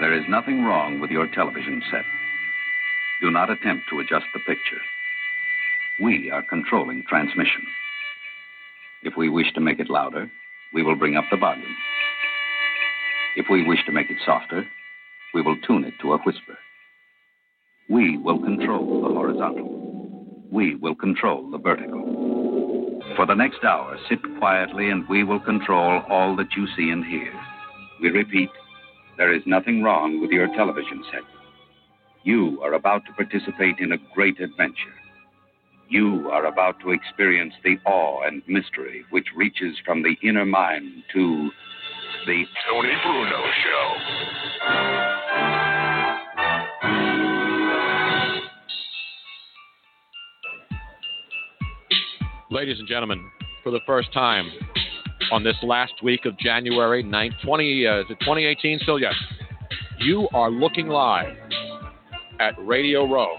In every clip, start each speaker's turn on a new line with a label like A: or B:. A: There is nothing wrong with your television set. Do not attempt to adjust the picture. We are controlling transmission. If we wish to make it louder, we will bring up the volume. If we wish to make it softer, we will tune it to a whisper. We will control the horizontal. We will control the vertical. For the next hour, sit quietly and we will control all that you see and hear. We repeat, there is nothing wrong with your television set. You are about to participate in a great adventure. You are about to experience the awe and mystery which reaches from the inner mind to the
B: Tony Bruno Show.
C: Ladies and gentlemen, for the first time, on this last week of January 9, 20, uh, 2018. Still, yes, you are looking live at Radio Row.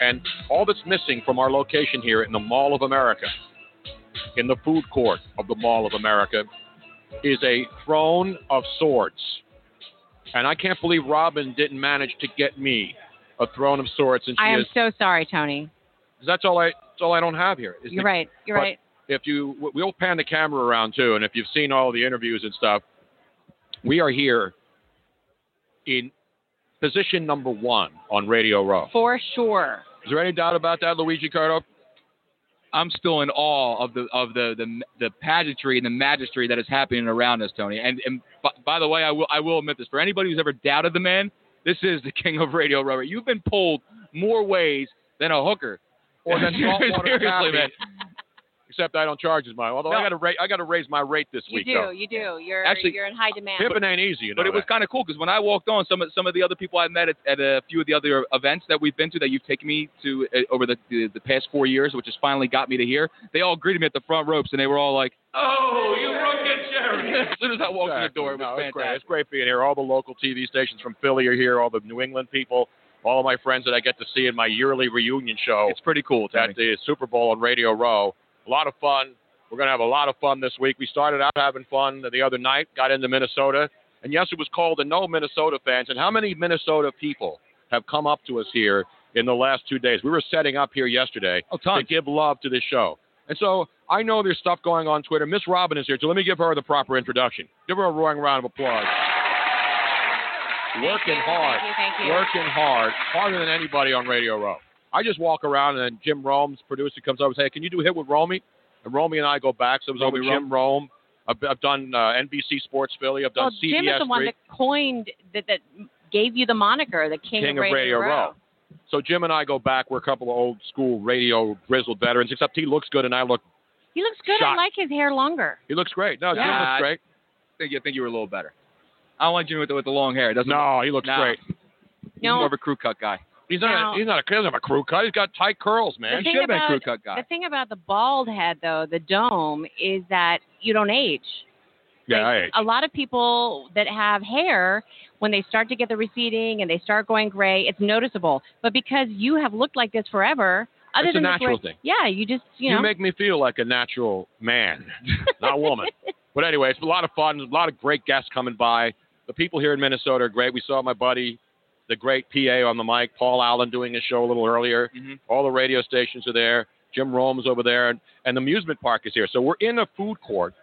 C: And all that's missing from our location here in the Mall of America, in the food court of the Mall of America, is a throne of swords. And I can't believe Robin didn't manage to get me a throne of swords. And
D: I am
C: is,
D: so sorry, Tony.
C: That's all I. That's all I don't have here.
D: You're the, right. You're right
C: if you we'll pan the camera around too, and if you've seen all the interviews and stuff, we are here in position number one on Radio Row.
D: For sure.
C: Is there any doubt about that, Luigi Cardo?
E: I'm still in awe of the of the the, the pageantry and the magistry that is happening around us, Tony. And and by, by the way, I will I will admit this for anybody who's ever doubted the man. This is the king of radio, Robert. You've been pulled more ways than a hooker,
C: or than saltwater Seriously, man except I don't charge as much. Although no. I got to ra- I got to raise my rate this
D: you
C: week.
D: You do,
C: though.
D: you do. You're actually you're in high demand.
C: Pippin ain't easy, you know
E: But it was kind of cool because when I walked on, some of some of the other people I met at, at, a few of the other events that we've been to that you've taken me to uh, over the, the, the past four years, which has finally got me to here. They all greeted me at the front ropes and they were all like,
B: "Oh, you rocket Jerry!"
E: as soon as I walked exactly. in the door, it was
C: no,
E: fantastic.
C: It's great. it's great being here. All the local TV stations from Philly are here. All the New England people all of my friends that I get to see in my yearly reunion show.
E: It's pretty cool.
C: Tony. At the Super Bowl on Radio Row. A lot of fun. We're going to have a lot of fun this week. We started out having fun the other night, got into Minnesota. And yes, it was called the No Minnesota Fans. And how many Minnesota people have come up to us here in the last two days? We were setting up here yesterday
E: oh, tons.
C: to give love to this show. And so I know there's stuff going on Twitter. Miss Robin is here, so let me give her the proper introduction. Give her a roaring round of applause.
D: Thank
C: working
D: you,
C: hard,
D: thank you, thank you.
C: working hard, harder than anybody on Radio Row. I just walk around and then Jim Rome's producer comes over and says, "Hey, can you do a hit with Romey?" And Romey and I go back. So it was
E: Romy
C: over Jim Rome. I've, I've done uh, NBC Sports Philly. I've done
D: well,
C: CBS.
D: Jim is the one
C: Street,
D: that coined that, that gave you the moniker, the king,
C: King
D: of Radio,
C: Row. So Jim and I go back. We're a couple of old school radio grizzled veterans. Except he looks good and I look.
D: He looks good.
C: Shot.
D: I like his hair longer.
C: He looks great. No, Jim
E: Yeah.
C: looks great.
E: I think, I think you were a little better. I don't like Jimmy with the, with the long hair. It doesn't
C: No, he looks
E: Nah.
C: great.
E: He's
D: No,
E: more of a crew cut guy.
C: He's not.
D: Now-
C: a, he's not a. He doesn't have a crew cut. He's got tight curls, man.
D: The
E: He
D: thing
E: should have been a
D: about-
E: crew cut guy.
D: The thing about the bald head, though, the dome, is that you don't age.
C: Yeah, I
D: Like, A lot of people that have hair, when they start to get the receding and they start going gray, it's noticeable. But because you have looked like this forever, other
C: It's a
D: than this
C: natural
D: way-
C: thing.
D: Yeah, you just you know.
C: make me feel like a natural man, not a woman. But anyway, it's a lot of fun. A lot of great guests coming by. The people here in Minnesota are great. We saw my buddy, the great PA on the mic, Paul Allen, doing a show a little earlier.
E: Mhm.
C: All the radio stations are there. Jim Rome's over there, and, and the amusement park is here. So we're in a food court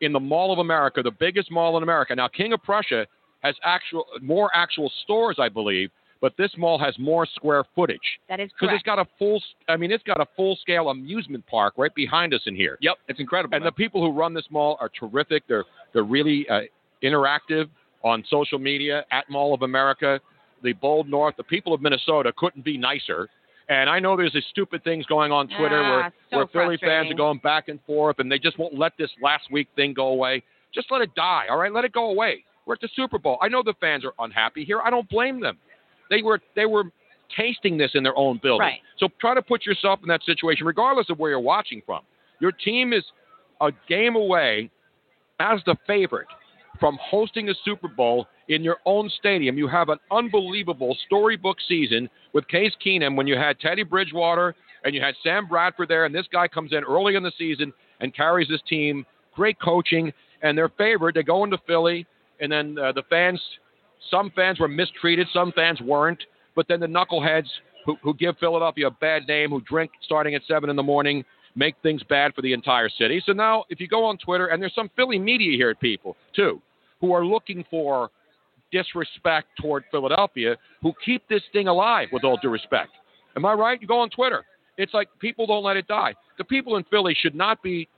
C: in the Mall of America, the biggest mall in America. Now, King of Prussia has actual more actual stores, I believe, but this mall has more square footage.
D: that is
C: Because it's
D: correct.
C: got a full, I mean, it's got a full scale amusement park right behind us in here.
E: Yep, it's incredible.
C: And
E: man.
C: the people who run this mall are terrific. They're they're really uh, interactive on social media at Mall of America, the Bold North. The people of Minnesota couldn't be nicer. And I know there's these stupid things going on Twitter
D: Ah,
C: where
D: so
C: where Philly fans are
D: frustrating.
C: going back and forth, and they just won't let this last week thing go away. Just let it die, all right? Let it go away. We're at the Super Bowl. I know the fans are unhappy here. I don't blame them. They were they were tasting this in their own building.
D: Right.
C: So try to put yourself in that situation, regardless of where you're watching from. Your team is a game away as the favorite from hosting a Super Bowl in your own stadium. You have an unbelievable storybook season with Case Keenum when you had Teddy Bridgewater and you had Sam Bradford there, and this guy comes in early in the season and carries this team. Great coaching, and they're favored. They go into Philly, and then uh, the fans, some fans were mistreated, some fans weren't, but then the knuckleheads who, who give Philadelphia a bad name, who drink starting at 7 in the morning, make things bad for the entire city. So now, if you go on Twitter, and there's some Philly media here, people too, who are looking for disrespect toward Philadelphia, who keep this thing alive. With all due respect, am I right? You go on Twitter, it's like people don't let it die. The people in Philly should not be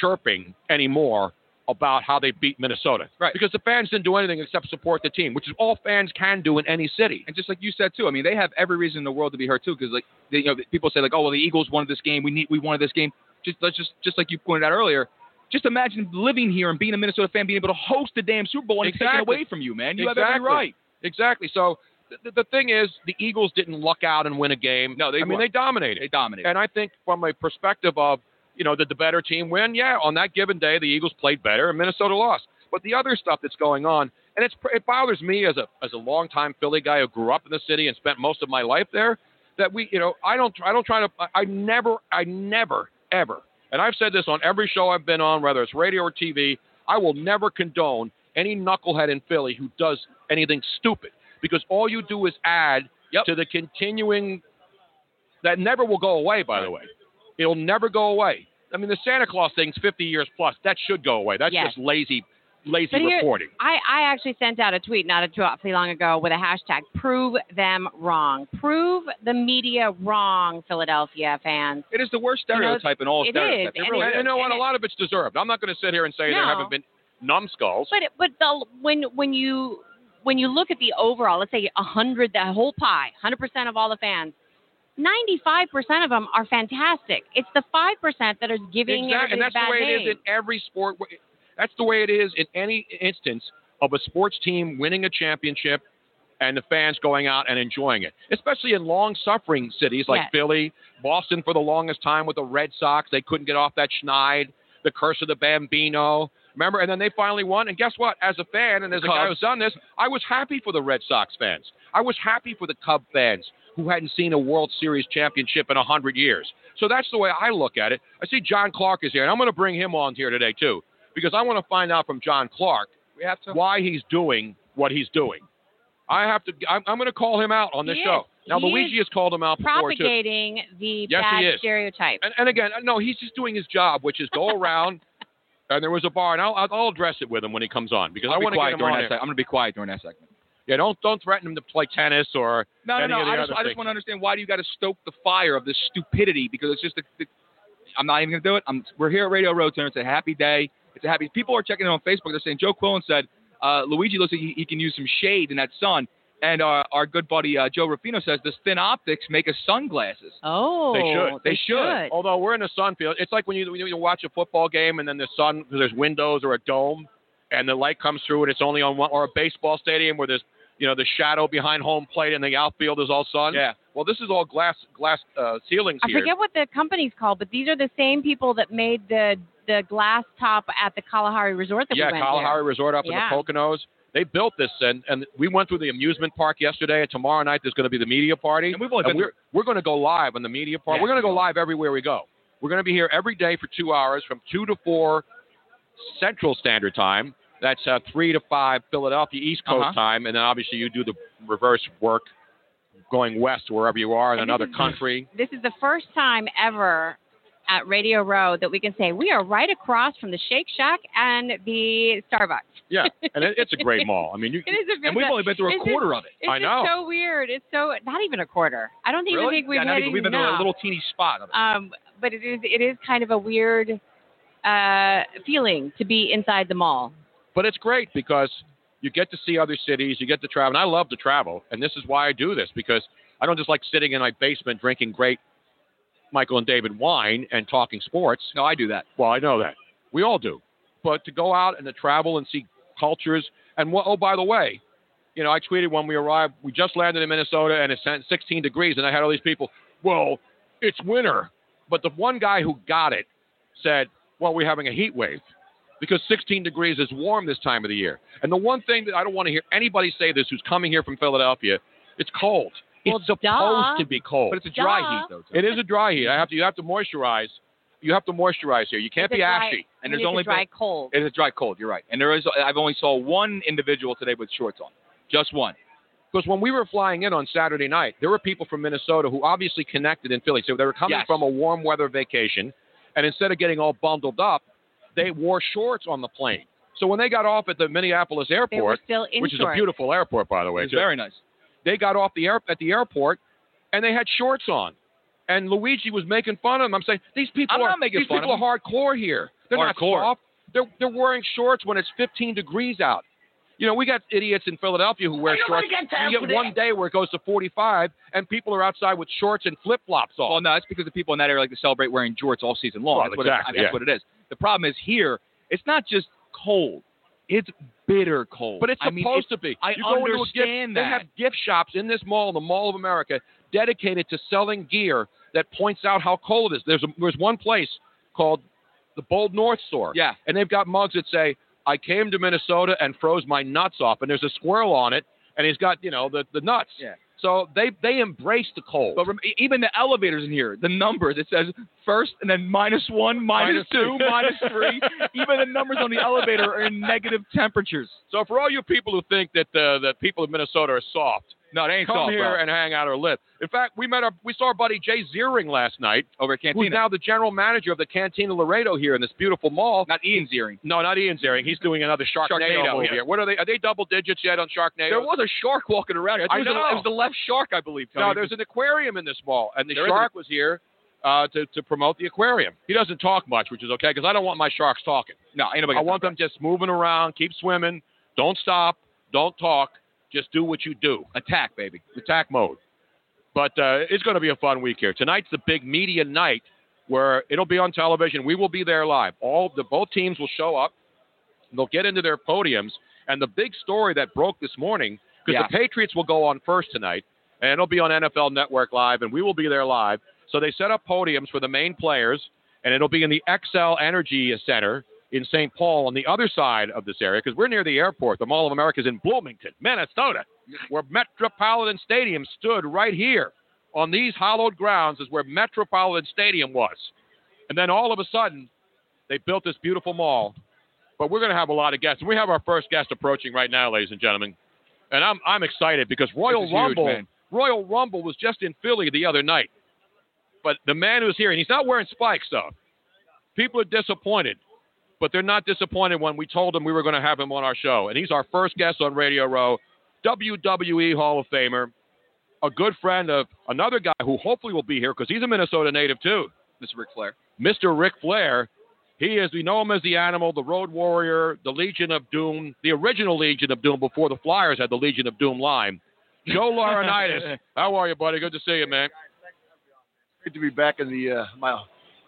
C: chirping anymore about how they beat Minnesota,
E: Right.
C: Because the fans didn't do anything except support the team, which is all fans can do in any city.
E: and just like you said too, I mean, they have every reason in the world to be hurt too, because like they, you know, people say like, oh well, the Eagles won this game, we need, we won this game. Just let's just just like you pointed out earlier, just imagine living here and being a Minnesota fan, being able to host the damn Super Bowl and it's
C: Exactly.
E: taken away from you, man. You have every
C: Exactly.
E: right.
C: Exactly. So th- th- the thing is, the Eagles didn't luck out and win a game.
E: No, they
C: I mean
E: won.
C: they dominated.
E: They dominated.
C: And I think from a perspective of, you know, did the better team win? Yeah, on that given day, the Eagles played better and Minnesota lost. But the other stuff that's going on, and it's it bothers me as a as a longtime Philly guy who grew up in the city and spent most of my life there, that we, you know, I don't I don't try to I- I never I never ever, and I've said this on every show I've been on, whether it's radio or TV, I will never condone any knucklehead in Philly who does anything stupid because all you do is add
E: Yep.
C: to the continuing that never will go away, by the way. It'll never go away. I mean, the Santa Claus thing's 50 years plus. That should go away. That's
D: Yes.
C: just lazy, lazy
D: But here-
C: reporting.
D: I, I actually sent out a tweet not too awfully long ago with a hashtag prove them wrong. Prove the media wrong, Philadelphia fans.
E: It is the worst
D: You know,
E: stereotype in all of
D: it
E: stereotypes.
D: is,
E: It
D: and
E: really
D: it-
C: And you know what?
D: and
C: A lot of it's deserved. I'm not going to sit here and say there
D: No.
C: haven't been numbskulls.
D: But it- but the, when when you when you look at the overall, let's say a hundred, that whole pie, hundred percent of all the fans, ninety-five percent of them are fantastic. It's the five percent that are giving
C: Exactly, and
D: everybody
C: that's
D: a bad
C: the way
D: name.
C: it is in every sport. That's the way it is in any instance of a sports team winning a championship and the fans going out and enjoying it, especially in long-suffering cities like
D: Yes.
C: Philly, Boston for the longest time with the Red Sox. They couldn't get off that Schneid, the curse of the Bambino. Remember, and then they finally won. And guess what? As a fan, and as a guy who's
E: Cubs.
C: done this, I was happy for the Red Sox fans. I was happy for the Cub fans who hadn't seen a World Series championship in 100 years. So that's the way I look at it. I see John Clark is here, and I'm going to bring him on here today, too, because I want to find out from John Clark
E: we have to.
C: why he's doing what he's doing. I have to. I'm, I'm going to call him out on this
D: He
C: show.
D: is.
C: Now
D: He
C: Luigi has called him out before too.
D: propagating the
C: Yes, he
D: bad
C: is.
D: stereotype.
C: And, and again, uh, no, he's just doing his job, which is go around. and there was a bar, and I'll, I'll- I'll address it with him when he comes on because
E: I'll
C: I
E: be
C: want to get
E: quiet
C: him
E: during
C: on.
E: that.
C: here.
E: seg- I'm going to be quiet during that segment.
C: Yeah, don't don't threaten him to play tennis or
E: No, no,
C: any
E: no.
C: of the
E: I just,
C: other
E: I just
C: things.
E: want to understand why do you got to stoke the fire of this stupidity? Because it's just, the, the, I'm not even going to do it. I'm, we're here at Radio Road Center. It's a happy day. It's a happy. People are checking in on Facebook. They're saying Joe Quillen said uh, Luigi looks like he, he can use some shade in that sun. And our, our good buddy uh, Joe Rufino says this thin optics make us sunglasses.
D: oh,
C: They should.
E: They should.
C: Although we're in a sun field, it's like when you, when you watch a football game and then the sun, there's windows or a dome, and the light comes through and it's only on one, or a baseball stadium where there's you know, the shadow behind home plate and the outfield is all sun.
E: Yeah.
C: Well, this is all glass glass uh, ceilings
D: I
C: here.
D: forget what the company's called, but these are the same people that made the the glass top at the Kalahari Resort that
C: yeah,
D: we went
C: Kalahari Resort up
D: Yeah.
C: in the Poconos. They built this, and, and we went through the amusement park yesterday. And tomorrow night there's going to be the media party.
E: And we've only been
C: we're, we're going to go live on the media park.
E: Yeah.
C: We're going to go live everywhere we go. We're going to be here every day for two hours from two to four Central Standard Time. That's uh, three to five Philadelphia East Coast
E: Uh-huh.
C: time, and then obviously you do the reverse work, going west wherever you are in
D: And this
C: another
D: is-
C: country.
D: there. This is the first time ever at Radio Row that we can say we are right across from the Shake Shack and the Starbucks.
C: Yeah, and it, it's a great mall. I mean, you,
D: It is a
E: And we've only been through
D: it's
E: a
D: just-
E: quarter of it.
D: It's
C: I
D: just
C: know.
D: so weird. It's so not even a quarter. I don't even
E: really?
D: think we've
E: yeah, not
D: had
E: even- we've
D: even-
E: been to a
D: no.
E: little teeny spot of it.
D: Um, but it is it is kind of a weird uh, feeling to be inside the mall.
C: but it's great because you get to see other cities, you get to travel, and I love to travel, and this is why I do this because I don't just like sitting in my basement drinking great Michael and David wine and talking sports.
E: no, I do that.
C: Well, I know that we all do, but to go out and to travel and see cultures and what? Oh, by the way, you know, I tweeted when we arrived, we just landed in Minnesota and it's 16 degrees, and I had all these people. Well, it's winter, but the one guy who got it said, "Well, we're having a heat wave." because 16 degrees is warm this time of the year. And the one thing that I don't want to hear anybody say this who's coming here from Philadelphia, it's cold.
D: Well,
C: it's supposed
D: duh.
C: to be cold.
E: But it's a dry
D: Duh.
E: heat though. too.
C: It is a dry heat. I have to you have to moisturize. You have to moisturize here. You can't
D: It's a
C: be
D: dry-
C: ashy.
E: and
D: you
E: there's
D: get
E: only
D: the dry
E: been-
D: cold.
E: It is dry cold. You're right. And there is. I've only saw one individual today with shorts on. Just one.
C: Because when we were flying in on Saturday night, there were people from Minnesota who obviously connected in Philly. So they were coming
E: Yes.
C: from a warm weather vacation, and instead of getting all bundled up, they wore shorts on the plane. So when they got off at the Minneapolis
D: They were
C: airport,
D: still in
C: which is a
D: shorts.
C: beautiful airport by the way,
E: It's
C: too,
E: very nice.
C: they got off the air at the airport and they had shorts on. And Luigi was making fun of them. I'm saying these people
E: I'm
C: are
E: not making
C: these
E: fun
C: people
E: of
C: are hardcore here. They're
E: Hardcore.
C: not soft. They're they're wearing shorts when it's 15 degrees out. You know, we got idiots in Philadelphia who wear shorts. You get one day where it goes to 45 and people are outside with shorts and flip flops on.
E: Well, no, that's because the people in that area like to celebrate wearing jorts all season long.
C: Well,
E: that's what
C: exactly,
E: it,
C: yeah.
E: that's what it is. The problem is here. It's not just cold. It's bitter cold.
C: But it's
E: I
C: supposed
E: mean,
C: to be.
E: I
C: you go into a gift,
E: understand
C: They
E: that.
C: have gift shops in this mall, the Mall of America, dedicated to selling gear that points out how cold it is. There's a, there's one place called the Bold North Store.
E: Yeah.
C: and they've got mugs that say, "I came to Minnesota and froze my nuts off," and there's a squirrel on it, and he's got you know the the nuts.
E: Yeah.
C: So they they embrace the cold.
E: But rem- e, even the elevators in here, the number that says first and then minus one, minus
C: Minus
E: two,
C: two.
E: minus three, even the numbers on the elevator are in negative temperatures.
C: so for all you people who think that uh, the people of Minnesota are soft,
E: No, it ain't
C: come
E: soft,
C: here
E: bro.
C: and hang out or live. In fact, we met our we saw our buddy Jay Ziering last night.
E: over at Cantina.
C: who's now the general manager of the Cantina Laredo here in this beautiful mall.
E: Not Ian's earring.
C: no, not Ian Ziering. He's doing another Sharknado,
E: Sharknado,
C: movie.
E: yeah.
C: What are they? Are they double digits yet on Sharknado?
E: There was a shark walking around. here.
C: I
E: I think it was,
C: know.
E: The, it was the left shark, I believe. Tony.
C: no, there's an aquarium in this mall, and the
E: There is
C: shark was here uh, to to promote the aquarium. He doesn't talk much, which is okay because I don't want my sharks talking.
E: no. Ain't nobody
C: I
E: got
C: want
E: time
C: them just moving around, keep swimming, don't stop, don't talk, just do what you do.
E: for that. attack, baby.
C: attack mode. But uh, it's going to be a fun week here. Tonight's the big media night where it'll be on television. We will be there live. All the both teams will show up. They'll get into their podiums. And the big story that broke this morning because
E: Yeah.
C: the Patriots will go on first tonight, and it'll be on NFL Network live, and we will be there live. So they set up podiums for the main players, and it'll be in the XL Energy Center in St. Paul on the other side of this area because we're near the airport. The Mall of America is in Bloomington, Minnesota, where Metropolitan Stadium stood right here. On these hollowed grounds is where Metropolitan Stadium was. And then all of a sudden, they built this beautiful mall. But we're going to have a lot of guests. And we have our first guest approaching right now, ladies and gentlemen. And I'm, I'm excited because Royal
E: is huge,
C: Rumble
E: man.
C: Royal Rumble was just in Philly the other night. But the man who's here, and he's not wearing spikes, though. People are disappointed, but they're not disappointed when we told them we were going to have him on our show. And he's our first guest on Radio Row, WWE Hall of Famer, a good friend of another guy who hopefully will be here because he's a Minnesota native, too.
E: Mr. Ric Flair.
C: Mr. Ric Flair. He is, we know him as the Animal, the Road Warrior, the Legion of Doom, the original Legion of Doom before the Flyers had the Legion of Doom line. Joe Laurinaitis, how are you, buddy? Good to see you, man.
F: good to be back in the uh, my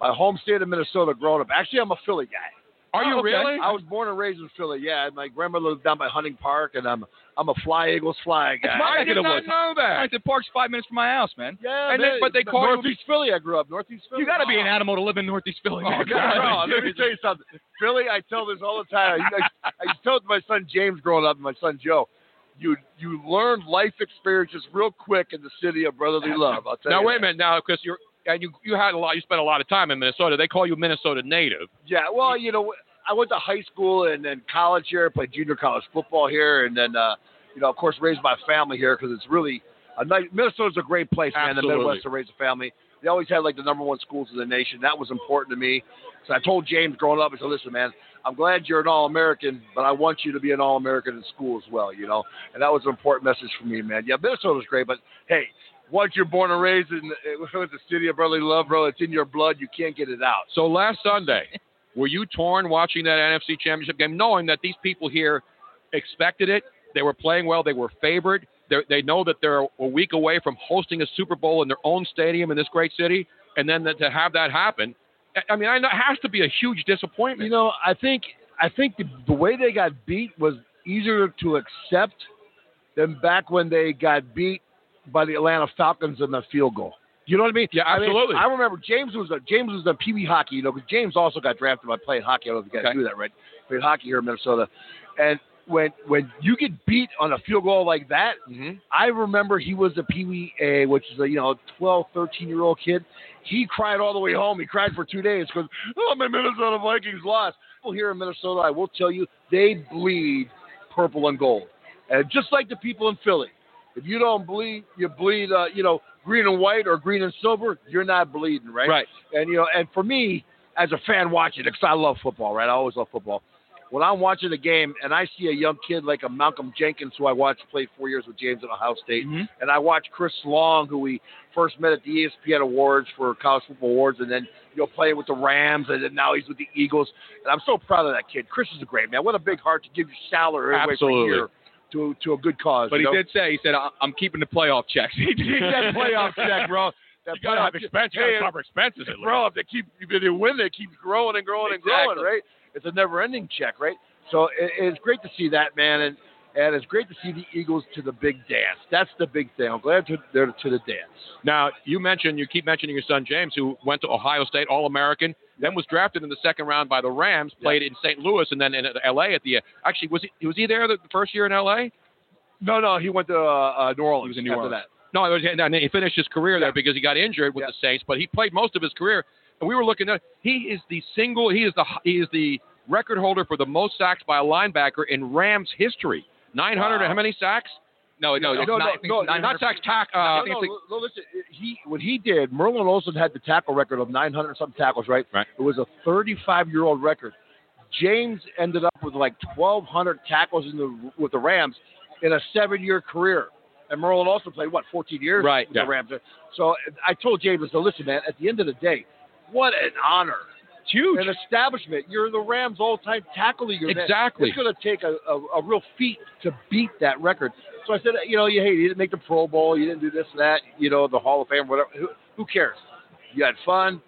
F: my home state of Minnesota growing up. Actually, I'm a Philly guy. Are
C: you really?
F: I was born and raised in Philly. Yeah, and my grandmother lived down by Hunting Park, and I'm I'm a fly Eagles fly guy.
E: I
C: I
E: did
C: could've
E: not
C: went.
E: know that. the park's five minutes from my house, man.
F: Yeah,
E: And they-
F: man,
E: but they call you-
F: Northeast Philly. I grew up Northeast Philly.
E: You got to be an animal to live in Northeast Philly.
F: Oh,
E: man.
F: God, no, let me tell you something. Philly, I tell this all the time. I, I, I used to tell it to my son James growing up and my son Joe. You you learn life experiences real quick in the city of brotherly love. I'll tell
C: Now
F: you.
C: wait a minute, now because you're and you you had a lot, you spent a lot of time in Minnesota. They call you Minnesota native.
F: Yeah, well, you know, I went to high school and then college here, played junior college football here, and then, uh, you know, of course, raised my family here because it's really a nice. Minnesota's a great place, man.
C: Absolutely.
F: The Midwest to raise a family. They always had like the number one schools in the nation. That was important to me. So I told James growing up, I said, "Listen, man, I'm glad you're an All-American, but I want you to be an All-American in school as well, you know." And that was an important message for me, man. Yeah, Minnesota's great, but hey, once you're born and raised in the, the city of brotherly love, bro, it's in your blood. You can't get it out.
C: So last Sunday, were you torn watching that NFC Championship game, knowing that these people here expected it? They were playing well. They were favored. They're, they know that they're a week away from hosting a Super Bowl in their own stadium in this great city, and then that, to have that happen, I- I mean, I know, it has to be a huge disappointment.
F: You know, I think I think the, the way they got beat was easier to accept than back when they got beat by the Atlanta Falcons in the field goal. You know what I mean?
C: Yeah,
F: I mean,
C: absolutely.
F: I remember James was a, James was a PB hockey, you know, because James also got drafted by playing hockey. I don't know if you guys
C: Okay.
F: knew that, right? Played hockey here in Minnesota, and when when you get beat on a field goal like that,
C: Mhm.
F: I remember he was a Pee Wee A, which is a you know 12, 13 year old kid. He cried all the way home. He cried for two days because oh my Minnesota Vikings lost. People here in Minnesota, I will tell you, they bleed purple and gold, and just like the people in Philly, if you don't bleed, you bleed uh, you know green and white or green and silver. You're not bleeding, right?
C: Right.
F: And you know, and for me as a fan watching, because I love football, right? I always love football when I'm watching a game and I see a young kid like a Malcolm Jenkins, who I watched play four years with James at Ohio State,
E: Mhm.
F: and I watch Chris Long, who we first met at the E ESPN Awards for College Football Awards, and then you know playing with the Rams, and then now he's with the Eagles, and I'm so proud of that kid. Chris is a great man. What a big heart to give your salary away
C: Absolutely.
F: for a year to to a good cause.
E: But
F: you
E: he
F: know?
E: did say, he said, "I- I'm keeping the playoff checks. he did
F: that playoff check, bro. That
C: gotta
F: playoff
C: have
F: check.
C: expense- you gotta
F: Hey,
C: cover expenses at
F: Bro, if they keep if they win, they keep growing and growing and
C: Exactly.
F: growing, right? It's a never-ending check, right? So it, it's great to see that man, and and it's great to see the Eagles to the big dance. That's the big thing. I'm glad to, they're to the dance.
C: Now, you mentioned, you keep mentioning your son James, who went to Ohio State All American, then was drafted in the second round by the Rams, played in St. Louis, and then in L.A. at the Actually, was he, was he there the first year in L.A.?
F: No, no, he went to uh, uh, New Orleans.
E: was in New
F: after
E: Orleans.
F: That.
C: No, it was, and he finished his career there
F: Yeah.
C: because he got injured with
F: Yeah.
C: the Saints, but he played most of his career. And we were looking at he is the single, he is the he is the record holder for the most sacks by a linebacker in Rams history. Nine hundred.
F: Wow.
C: How many sacks?
E: No, no,
F: No,
E: it's
F: no,
E: not,
F: no, no,
C: Not sacks. Tack. Uh,
F: no, no, no, listen. He what he did. Merlin Olsen had the tackle record of 900 something tackles, right?
C: Right.
F: It was a 35 year old record. James ended up with like 1,200 tackles in the with the Rams in a seven year career. And Merlin also played what 14 years
C: Right,
F: with
C: yeah.
F: the Rams. So I told James, I said, listen, man, at the end of the day, what an honor,
E: it's huge.
F: an establishment. You're the Rams all time tackle leader. man.
C: Exactly.
F: It's going to take a, a, a real feat to beat that record. So I said, you know, you hey, you didn't make the Pro Bowl, you didn't do this and that, you know, the Hall of Fame, whatever. Who, who cares? You had fun.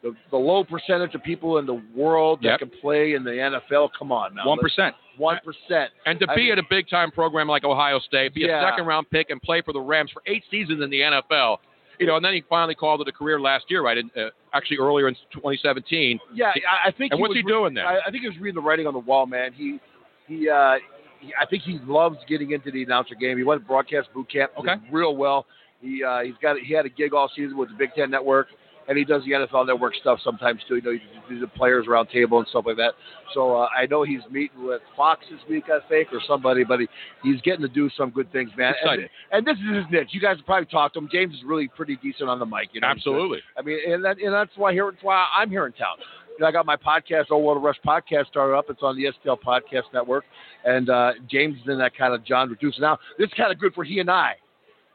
F: The, the low percentage of people in the world that
C: Yep.
F: can play in the NFL, come on now.
E: One percent.
F: One percent.
C: And to
F: I
C: be
F: mean-
C: at a big time program like Ohio State, be a
F: Yeah.
C: second round pick, and play for the Rams for eight seasons in the NFL, you know, and then he finally called it a career last year, right? In, uh, actually, earlier in 2017.
F: Yeah, I, I think.
C: And what's
F: was
C: he doing there?
F: I, I think he was reading the writing on the wall, man. He, he, uh, he, I think he loves getting into the announcer game. He went to broadcast boot camp, did
C: Okay.
F: real well. He uh, he's got he had a gig all season with the Big Ten Network, and he does the NFL Network stuff sometimes too. You know, he does the players round table and stuff like that. So uh, I know he's meeting with Fox this week, I think, or somebody, but he, he's getting to do some good things, man.
C: Excited.
F: And, and this is his niche. You guys have probably talked to him. James is really pretty decent on the mic. You know, He's good.
C: Absolutely.
F: I mean, and, that, and that's why here, that's why I'm here in town. You know, I got my podcast, Oh World Rush podcast, started up. It's on the STL Podcast Network, and uh, James is in that kind of John Reduce. Now, this is kind of good for he and I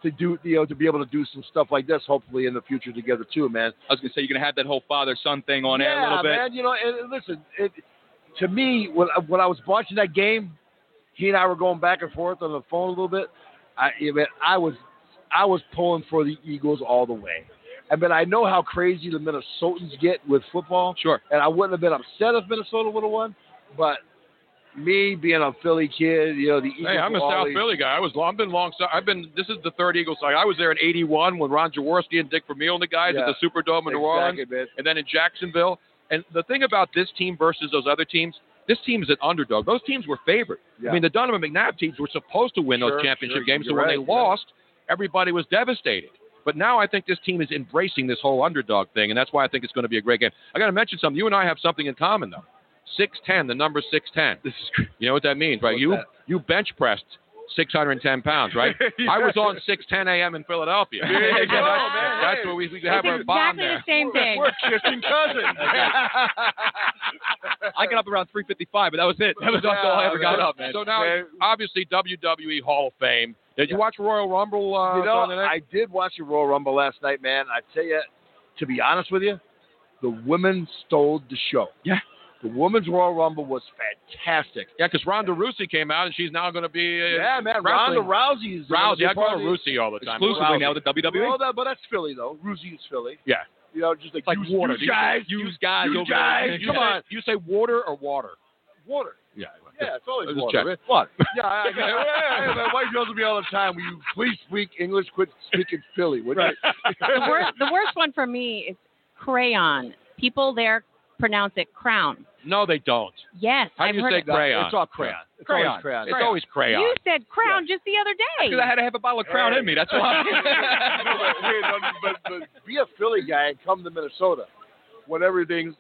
F: to do, you know, to be able to do some stuff like this, hopefully in the future together too, man.
E: I was gonna say you're gonna have that whole father son thing on
F: yeah,
E: air a little bit.
F: man. You know, and and listen, it, to me, when I- when I was watching that game, he and I were going back and forth on the phone a little bit. I, yeah, man, I was I was pulling for the Eagles all the way. I mean, I know how crazy the Minnesotans get with football.
E: Sure.
F: And I wouldn't have been upset if Minnesota would have won, but me being a Philly kid, you know, the Eagles
C: Hey, I'm a
F: were
C: South
F: always-
C: Philly guy. I was I've been long. I've been. This is the third Eagles side. I was there in '81 when Ron Jaworski and Dick Vermeil and the guys
F: Yeah.
C: at the Superdome in New Orleans,
F: Exactly, man.
C: and then in Jacksonville. And the thing about this team versus those other teams, this team is an underdog. Those teams were favored.
F: Yeah.
C: I mean, the Donovan McNabb teams were supposed to win
F: Sure,
C: those championship
F: sure.
C: games, so
F: You're
C: when
F: right,
C: they
F: you're right.
C: lost, everybody was devastated. But now I think this team is embracing this whole underdog thing, and that's why I think it's going to be a great game. I got to mention something. You and I have something in common, though. Six ten, the number six ten.
F: This is crazy.
C: You know what that means, right?
F: What's
C: you
F: that?
C: you bench pressed 610 pounds, right? I was on 610 a.m. in Philadelphia.
E: There you
C: that's,
E: go, man.
C: that's
E: Hey.
C: where we, we
D: It's
C: have our
D: exactly
C: bond there.
D: the same thing.
F: We're kissing cousins.
E: I got up around 3:55, but that was it. That was
F: Yeah,
E: all I ever got
F: man.
E: up, man.
C: So now,
F: Man.
C: obviously, WWE Hall of Fame. Did you
F: Yeah.
C: watch Royal Rumble uh,
F: you know,
C: on the night?
F: I did watch the Royal Rumble last night, man. I tell you, to be honest with you, the women stole the show.
E: Yeah.
F: The women's Royal Rumble was fantastic.
C: yeah, because Ronda Rousey came out, and she's now going to be uh,
F: yeah, man.
C: wrestling.
F: Ronda Rousey is
C: Rousey. uh, I call her
F: part of the-
C: Rousey all the time.
E: Exclusively
C: Rousey.
E: now with the WWE.
C: E.
F: Well, that, but that's Philly though. Rousey is Philly.
C: Yeah.
F: You know, just like,
E: It's like
F: you,
E: water.
F: You guys,
E: you guys,
F: you
E: over
F: guys,
E: there.
C: You
F: Come
C: say-
F: on.
C: You say water or water?
F: water.
C: Yeah.
F: Yeah, it's always
C: Just
F: water.
C: check.
F: Water. Yeah, I, I, I, my wife yells at me all the time. Will you please speak English? Quit speaking Philly, would
E: Right.
D: the worst, the worst one for me is crayon. People there pronounce it crown.
C: No, they don't.
D: Yes,
C: How do
D: I've
C: you
D: heard
C: say
D: it.
C: crayon?
F: It's all crayon. It's
E: Crayon.
F: always crayon.
C: It's always crayon.
D: You said crown just the other day.
E: Because I had to have a bottle of Crown in me. That's why.
F: Hey, but, but, but be a Philly guy and come to Minnesota when everything's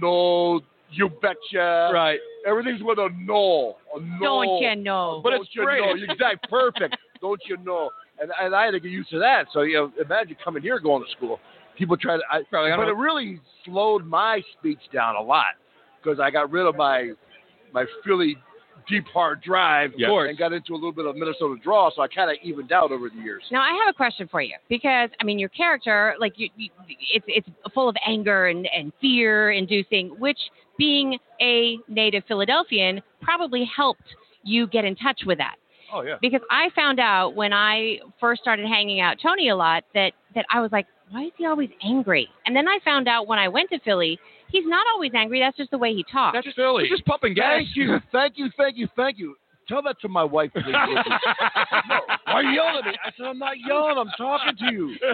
F: no, you betcha.
E: right.
F: Everything's with a no. A no.
D: Don't you know?
F: But
C: But
F: don't
C: it's
F: you
C: great.
F: know? Exactly. Perfect. don't you know? And, and I had to get used to that. So, you know, imagine coming here going to school. People try to. I,
E: Probably, I
F: but
E: don't
F: it really slowed my speech down a lot because I got rid of my my Philly deep hard drive
E: Yeah. Of course.
F: and got into a little bit of Minnesota draw, so I kind of evened out over the years.
D: Now I have a question for you because I mean your character, like you, you it's it's full of anger and and fear inducing, which being a native Philadelphian probably helped you get in touch with that.
F: Oh yeah.
D: Because I found out when I first started hanging out Tony a lot that that I was like, why is he always angry? And then I found out when I went to Philly, he's not always angry. That's just the way he talks.
C: That's Philly.
E: Just pumping gas.
F: Thank you, thank you, thank you, thank you. Tell that to my wife, please. Lizzie. no, why are you yelling at me? I said I'm not yelling. I'm talking to you.
D: and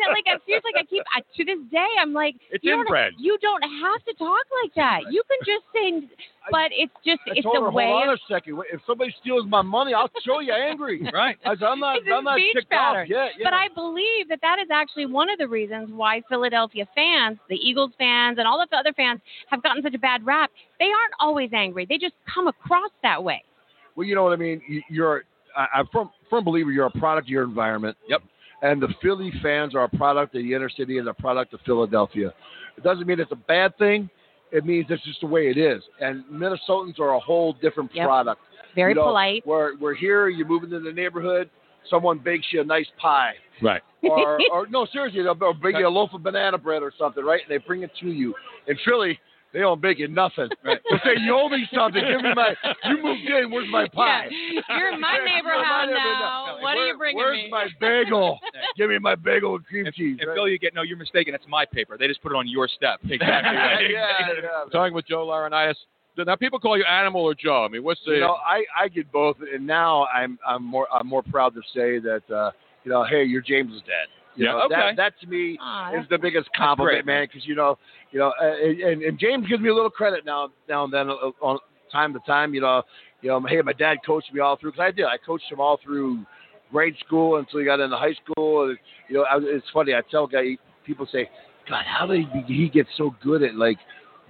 D: then, like, I'm serious. Like, I keep I, to this day, I'm like,
C: It's
D: you
C: inbred.
D: Don't, you don't have to talk like that. You can just say, but it's just
F: I
D: it's
F: told
D: the
F: her,
D: way.
F: hold on
D: of-
F: a second. Wait, If somebody steals my money, I'll show you angry.
E: Right.
F: I said I'm not.
D: It's his
F: I'm not
D: speech
F: ticked off
D: pattern.
F: yet. Yeah.
D: But I believe that that is actually one of the reasons why Philadelphia fans, the Eagles fans, and all of the other fans have gotten such a bad rap. They aren't always angry. They just come across that way.
F: Well, you know what I mean. You- You're I- I'm firm firm believer. You're a product of your environment.
E: Yep.
F: And the Philly fans are a product of the inner city and a product of Philadelphia. It doesn't mean it's a bad thing. It means it's just the way it is. And Minnesotans are a whole different
D: Yep.
F: product.
D: Very
F: You know,
D: polite.
F: We're we're here. You move into the neighborhood. Someone bakes you a nice pie.
C: Right.
F: Or, or no, seriously, they'll, they'll bring you a loaf of banana bread or something, right? And they bring it to you. In Philly, they don't bake you nothing. Right. They'll say, "You owe me something. Give me my. You moved in. Where's my pie?
D: Yeah. You're in my
F: Where's
D: neighborhood
F: neighborhood
D: now. What are
F: Where-
D: you bringing
F: Where's
D: me?
F: my bagel? Give me my bagel with cream
E: And,
F: cheese.
E: and
F: right?
E: Phil, you get no. You're mistaken. It's my paper. They just put it on your step.
C: Exactly
F: yeah,
C: right.
F: yeah, yeah.
C: Talking with Joe Laurinaitis. Now people call you Animal or Joe. I mean, what's the?
F: you know, I, I get both, and now I'm I'm more I'm more proud to say that uh, you know, hey, you're James's dad. You
C: Yeah,
F: know,
E: okay.
F: That, that to me
D: Aw,
F: is
D: that's-
F: the biggest compliment,
E: great.
F: man. Because you know, you know, uh, and, and James gives me a little credit now now and then uh, on time to time. You know, you know, hey, my dad coached me all through because I did. I coached him all through grade school until he got into high school. And, you know, I, it's funny. I tell guy people say, God, how did he, he get so good at like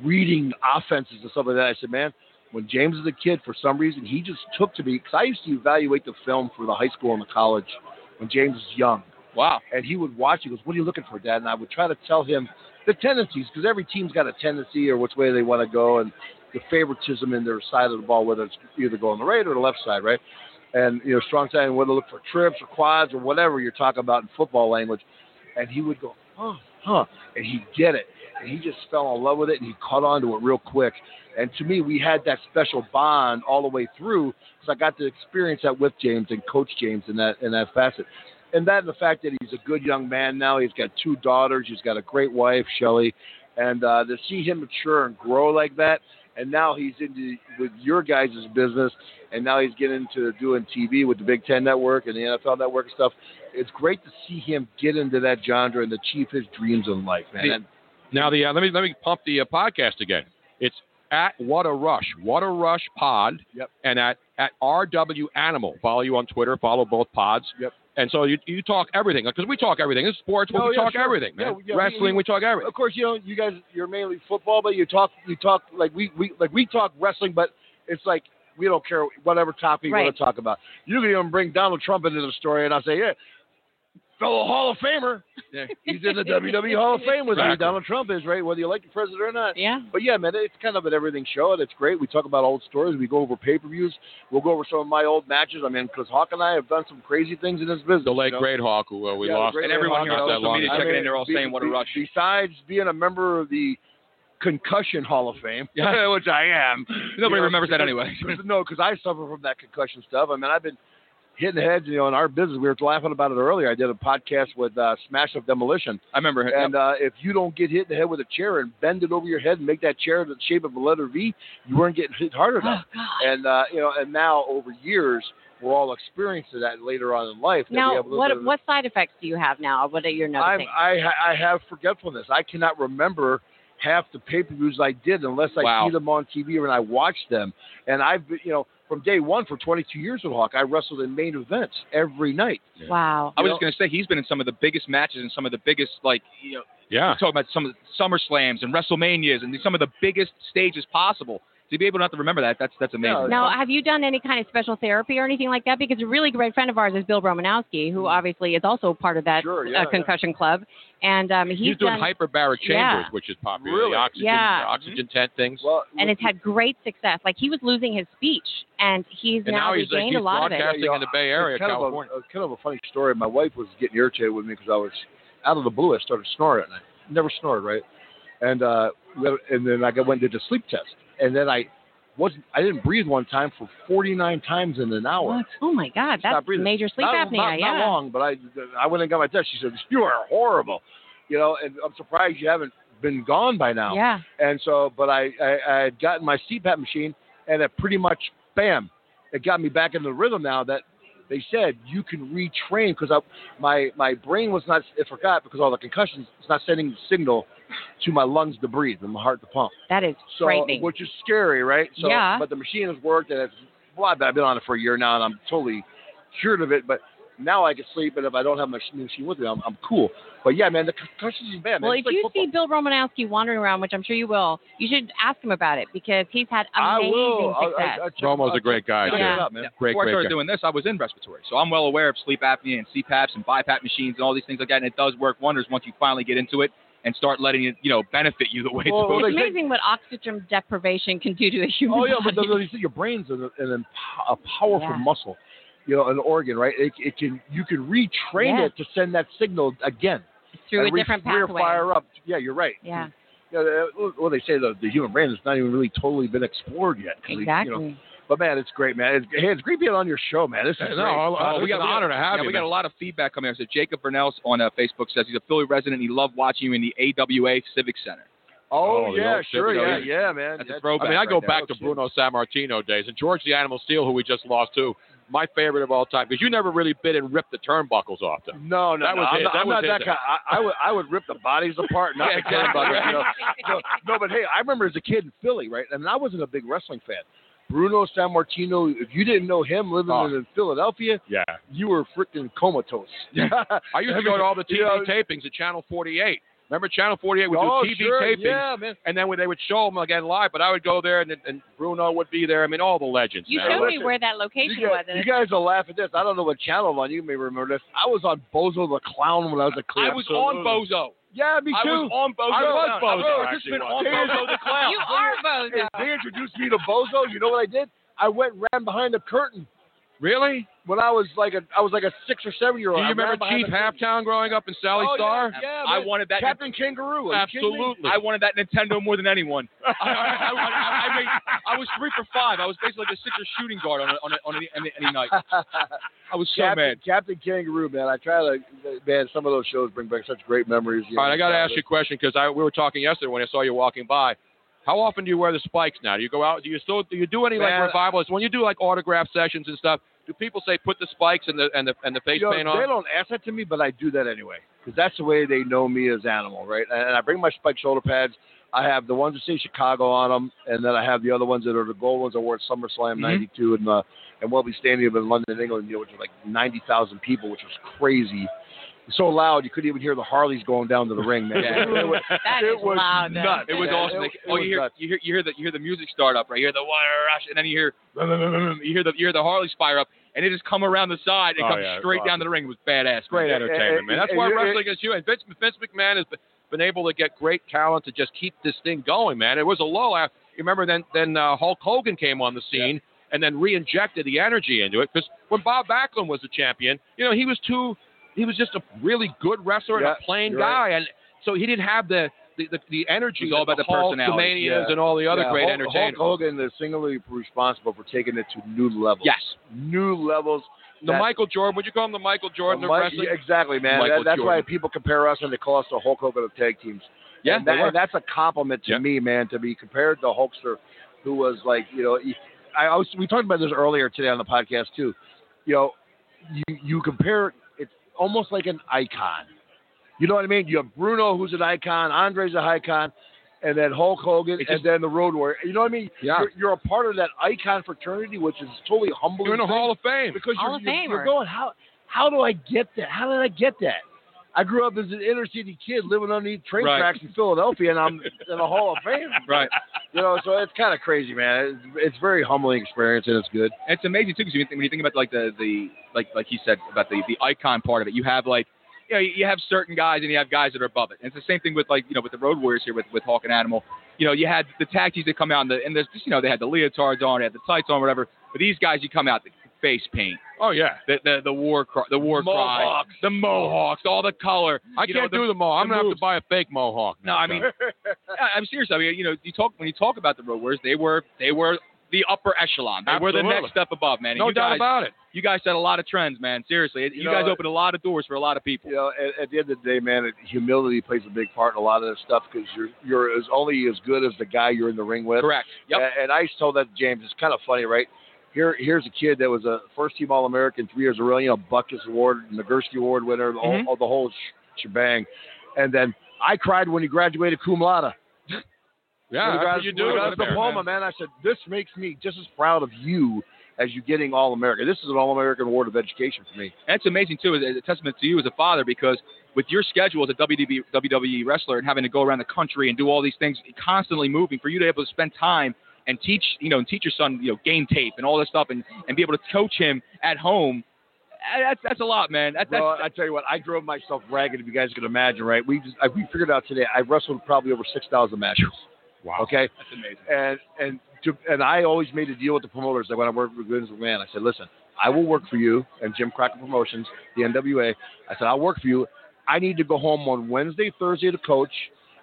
F: reading offenses and stuff like that? I said, man, when James was a kid, for some reason, he just took to me because I used to evaluate the film for the high school and the college when James was young.
E: Wow.
F: And he would watch. He goes, "What are you looking for, Dad?" And I would try to tell him the tendencies because every team's got a tendency or which way they want to go and the favoritism in their side of the ball, whether it's either going the right or the left side, right? And you know, strong side, and whether to look for trips or quads or whatever you're talking about in football language. And he would go, "Huh, huh," and he'd get it, and he just fell in love with it, and he caught on to it real quick. And to me, we had that special bond all the way through because I got to experience that with James and Coach James in that in that facet. and that and the fact that he's a good young man now. He's got two daughters. He's got a great wife, Shelly, and uh, to see him mature and grow like that, and now he's into with your guys' business, and now he's getting into doing TV with the Big Ten Network and the NFL Network and stuff. It's great to see him get into that genre and achieve his dreams in life, man.
C: The-
F: And-
C: Now the uh, let me let me pump the uh, podcast again. It's at What a Rush, What a Rush Pod,
F: Yep.
C: and at at RW Animal. Follow you on Twitter. Follow both pods.
F: Yep.
C: And so you, you talk everything because we talk everything. It's sports, but
F: Oh,
C: we
F: yeah,
C: talk
F: sure.
C: everything, man.
F: Yeah, yeah, we-
C: Wrestling, we, talk everything.
F: Of course, you know, you guys, you're mainly football, but you talk, you talk like we, we like we talk wrestling, but it's like we don't care whatever topic you want
D: Right.
F: to talk about. You can even bring Donald Trump into the story, and I say, yeah, fellow Hall of Famer,
E: Yeah.
F: he's in the WWE Hall of Fame with me.
C: Exactly.
F: Donald Trump is right, whether you like the president or not.
D: Yeah.
F: But yeah, man, it's kind of an everything show, and it's great. We talk about old stories. We go over pay per views. We'll go over some of my old matches. I mean, because Hawk and I have done some crazy things in this business.
C: The late
F: you know?
C: Great Hawk, who uh, we
F: Yeah, the
C: lost,
F: great
E: And everyone
F: Hawk
E: here on
C: not that
E: social
C: long
E: media
C: ago.
E: checking in, they're all saying, "What a rush."
F: Besides being a member of the concussion Hall of Fame,
E: Yeah.
F: which I am.
E: Nobody remembers that anyway.
F: Cause, no, because I suffer from that concussion stuff. I mean, I've been hitting heads. You know, in our business, we were laughing about it earlier. I did a podcast with uh, Smash Up Demolition,
E: I remember. him.
F: and uh, if you don't get hit in the head with a chair and bend it over your head and make that chair the shape of a letter V, you weren't getting hit hard
D: Oh,
F: enough.
D: God.
F: and uh, you know, and now over years, we're all experiencing that later on in life. that we
D: Now,
F: have a little bit
D: what
F: of-
D: what side effects do you have now? What are your
F: I'm,
D: noticing?
F: I ha- I have forgetfulness. I cannot remember half the pay per views I did unless I
E: Wow.
F: see them on TV or and I watch them. And I've been, you know from day one for 22 years with Hawk, I wrestled in main events every night.
D: wow.
E: I was
F: you
E: just gonna say he's been in some of the biggest matches and some of the biggest like you know
C: Yeah.
E: talking about some of the SummerSlams and WrestleManias and some of the biggest stages possible. To be able not to remember that, that's that's amazing.
F: No,
D: Now, have you done any kind of special therapy or anything like that? Because a really great friend of ours is Bill Romanowski, who obviously is also part of that
F: Mm. Sure, yeah,
D: uh, concussion club, and um, he's,
C: He's, doing
D: done
C: hyperbaric chambers,
D: Yeah.
C: which is popular.
F: Really?
C: The oxygen,
D: Yeah.
C: the oxygen tent things.
F: Well,
D: and it's had great success. Like he was losing his speech, and he's
C: and now he's, like,
D: regained
C: he's
D: a lot of it.
C: broadcasting in the Bay Area,
F: it's kind
C: California.
F: Of a, it's kind of a funny story. My wife was getting irritated with me because I was out of the blue. I started snoring. and I never snored, right? And uh, we had- and then I got, went and did the sleep test, and then I wasn't. I didn't breathe one time for 49 times in an hour.
D: What? Oh my God,
F: Stop
D: that's
F: breathing.
D: major sleep
F: not,
D: apnea.
F: Not,
D: yeah.
F: not long, but I I went and got my test. She said you are horrible, you know, and I'm surprised you haven't been gone by now.
D: Yeah.
F: And so, but I, I, I had gotten my CPAP machine, and it pretty much, bam, it got me back into the rhythm now that they said you can retrain because my my brain was not it forgot because all the concussions it's not sending the signal to my lungs to breathe and my heart to pump.
D: That is
F: So
D: frightening.
F: which is scary, right? So,
D: Yeah.
F: But the machine has worked, and it's well, I've been- I've been on it for a year now, and I'm totally cured of it. But now I can sleep, and if I don't have my machine with me, I'm, I'm cool. But yeah, man, the concussions is bad. Man.
D: well,
F: It's
D: if
F: like
D: you
F: football.
D: see Bill Romanowski wandering around, which I'm sure you will, you should ask him about it because he's had
F: I
D: amazing
F: will. I'll-
D: success.
F: I, I, I check-
C: Romo's
F: I'll
C: a great guy,
F: check it
D: too.
F: out, man.
E: Uh,
C: Great,
E: Before I
C: great
E: started
C: guy.
E: doing this, I was in respiratory, so I'm well aware of sleep apnea and CPAPs and BiPAP machines and all these things like that. And it does work wonders once you finally get into it and start letting it, you know, benefit you the way
F: Well,
E: it's supposed
F: well,
D: it's
F: they-
D: amazing what oxygen deprivation can do to a human
F: Oh yeah, but
D: body.
F: the, the, your brain's an, an empo- a powerful
D: Yeah.
F: muscle, you know, an organ, right? It, it can you can retrain
D: Yeah.
F: it to send that signal again
D: through a
F: and re-
D: different
F: re-
D: pathway.
F: Fire up. Yeah, you're right.
D: Yeah,
F: You know, uh, well, they say the, the human brain has not even really totally been explored yet. 'cause we-
D: exactly.
F: You know, but man, it's great, man. It's, hey, it's great being on your show, man. This is
C: Hey,
F: great.
C: no, I'll- I'll-
E: Oh,
C: it's an honor to have
E: yeah,
C: you.
E: We got
C: man.
E: a lot of feedback coming. in. So Jacob Vernells on uh, Facebook says he's a Philly resident. He loved watching you in the AWA Civic Center.
F: oh,
C: Oh, the
F: yeah,
C: old
F: sure,
C: Chevy,
F: yeah,
C: yeah.
F: yeah, man.
E: That's a
F: That-
E: throwback
C: I mean, I
E: right
C: go
E: there.
C: back to Bruno Sammartino days and George the Animal Steel, who we just lost to. My favorite of all time because you never really bit and ripped the turnbuckles off them.
F: No, Oh, no,
C: That was
F: no, I'm
C: his-
F: not,
C: that
F: I'm
C: was
F: not
C: his
F: that
C: thing.
F: kind. I, I would, I would rip the bodies apart, not
C: Yeah,
F: the
C: exactly.
F: turnbuckles, you know. no, no, but hey, I remember as a kid in Philly, right? I mean, I wasn't a big wrestling fan. Bruno San Martino, if you didn't know him living
C: Oh.
F: in Philadelphia,
C: Yeah.
F: you were freaking comatose.
C: I used to go to all the TV
F: You know-
C: tapings at Channel 48. Remember Channel 48 would
F: oh,
C: do TV
F: sure,
C: tapings,
F: yeah, man.
C: and then when they would show them again live. But I would go there, and, and Bruno would be there. I mean, all the legends.
D: You
C: man.
D: showed me
F: listen,
D: where that
F: You
D: location was.
F: guys,
D: and
F: you
D: it's-
F: guys will laugh at this. I don't know what channel I'm on. You may remember this. I was on Bozo the Clown when I was a kid.
E: I was on Bozo.
F: Yeah, me
E: I
F: too.
E: was on Bozo.
F: I was
E: I
F: Bozo,
E: was
C: actually
E: participant on
C: was.
E: Bozo the Clown.
D: you are Bozo.
E: Oh,
F: If they introduced me to Bozo, you know what I did? I went and ran behind the curtain.
C: Really?
F: When I was like a, I was like a six or seven year
C: Do
F: old.
C: you remember Chief Halftown growing up in Sally
F: oh,
C: Star?
F: Yeah, yeah,
E: I
F: man.
E: wanted that.
F: Captain Kangaroo. Are you kidding me?
C: Absolutely.
E: I wanted that Nintendo more than anyone. I, I, I, I, I, made, I was three for five. I was basically like a Sixer shooting guard on a, on a, on any, any, any night. I was so
F: Captain,
E: mad.
F: Captain Kangaroo, man. I try to, man. Some of those shows bring back such great memories.
C: All right, I got to ask you a question because I we were talking yesterday when I saw you walking by. How often do you wear the spikes now? Do you go out? Do you still do you do any
E: Man,
C: like revivals? When you do like autograph sessions and stuff, do people say put the spikes and the and the and the face
F: You know,
C: paint
F: They
C: on?
F: don't ask that to me, but I do that anyway because that's the way they know me as animal, right? And I bring my spiked shoulder pads. I have the ones that say Chicago on them, and then I have the other ones that are the gold ones I wore at SummerSlam
C: Mm-hmm.
F: '92 and uh, and Wembley Stadium in London, England, you know, which was like ninety thousand people, which was crazy. So loud you couldn't even hear the Harleys going down to the ring, man.
E: Yeah.
F: It was-
D: That
F: it
D: is
F: was
D: loud. though.
F: nuts.
E: It was
F: Yeah,
E: awesome.
F: it-
E: Like,
F: it
E: oh,
F: was
E: you hear,
F: nuts.
E: you hear you hear the you hear the music start up, right? You hear the water rush, and then you hear you hear the you hear the Harleys fire up, and it just come around the side and
C: Oh,
E: come
C: yeah,
E: straight
C: awesome.
E: down to the ring. It was badass,
F: Great
E: man.
F: entertainment,
C: Man, that's why wrestling is you. And Vince, Vince McMahon has been able to get great talent to just keep this thing going, man. It was a low. I, you remember then? Then uh, Hulk Hogan came on the scene and then re-injected the energy into it. Because when Bob Backlund was the champion, you know he was too. He was just a really good wrestler and
F: Yeah,
C: a plain
F: you're right.
C: guy, and so he didn't have the the, the, the energy.
E: It was all
C: that
E: about the
C: Hulk,
E: personality,
C: Manias
F: yeah.
C: and all the other
F: Yeah,
C: great
F: Hulk,
C: entertainers.
F: Hulk Hogan is singularly responsible for taking it to new levels.
C: Yes,
F: New levels.
C: the
F: that-
C: Michael Jordan. Would you call him the Michael Jordan
F: Uh, Mike-
C: of wrestling?
F: yeah, exactly, man. That-
C: Michael
F: that's why
C: Jordan.
F: people compare us and they call us the Hulk Hogan of tag teams.
C: Yeah,
F: and
C: they
F: that-
C: were.
F: and that's a compliment to
C: Yeah.
F: me, man, to be compared to Hulkster, who was like, you know, he- I, I was, we talked about this earlier today on the podcast too. You know, you you compare it's almost like an icon. You know what I mean? You have Bruno, who's an icon, Andre's an icon, and then Hulk Hogan, and
C: It just-
F: then the Road Warrior. You know what I mean?
C: Yeah.
F: You're, you're a part of that icon fraternity, which is totally humbling.
C: You're in the
F: thing
C: Hall of Fame.
F: because
D: Hall
F: you're,
D: of
F: you're, you're
D: Famer.
F: going how how do I get that? How did I get that? I grew up as an inner city kid living underneath train
E: Right.
F: tracks in Philadelphia, and I'm in a Hall of Fame.
E: Right.
F: You know, so it's kind of crazy, man. It's, it's very humbling experience, and it's good.
E: it's amazing too because when you think about like the the like like he said about the the icon part of it, you have like you know you have certain guys and you have guys that are above it. And it's the same thing with like you know with the Road Warriors here with with Hawk and Animal. You know you had the tag teams that come out and, the, and there's just you know they had the leotards on, they had the tights on, whatever. But these guys, you come out the face paint,
C: oh yeah,
E: the the, the war cry, the war cry,
C: Mohawks.
E: the mohawks, all the color.
C: I
E: You know,
C: can't
E: the-
C: do them all. I'm
E: the
C: gonna have
E: moves.
C: to buy a fake mohawk.
E: no, I mean, I- I'm serious. I mean, you know, you talk when you talk about the Road Warriors, they were they were the upper echelon. They were the
C: Absolutely.
E: next step above, man. And
C: no
E: you
C: doubt
E: guys,
C: about it.
E: You guys set a lot of trends, man. Seriously, you,
F: know,
E: guys opened a lot of doors for a lot of people.
F: You know, at, at the end of the day, man, it, humility plays a big part in a lot of this stuff because you're you're as only as good as the guy you're in the ring with.
E: Correct. Yep.
F: A- And, I used to tell that to James. It's kind of funny, right? Here, here's a kid that was a first team All American three years in a row, you know, Buckus Award, Nagurski Award winner, all,
E: Mhm.
F: all the whole sh- shebang. And then I cried when he graduated cum laude.
C: Yeah,
F: When he
C: that's what you
F: gradu-
C: do.
F: when he got
C: That's
F: his
C: the point.
F: diploma, man. I said, this makes me just as proud of you as you getting All American. This is an All American Award of Education for me.
E: And it's amazing too, as a testament to you as a father, because with your schedule as a WDB, WWE E wrestler and having to go around the country and do all these things, constantly moving, for you to be able to spend time and teach, you know, and teach your son, you know, game tape and all this stuff, and, and be able to coach him at home. eh, That's that's a lot, man. That, that's
F: Bro, I tell you what, I drove myself ragged. If you guys can imagine, right? We just I, we figured out today. I wrestled probably over six thousand matches. Wow. Okay.
E: that's amazing.
F: and and to, and I always made a deal with the promoters that when I worked with Vince McMahon, I said, listen, I will work for you and Jim Crockett Promotions, the NWA. I said, I'll work for you. I need to go home on Wednesday, Thursday to coach,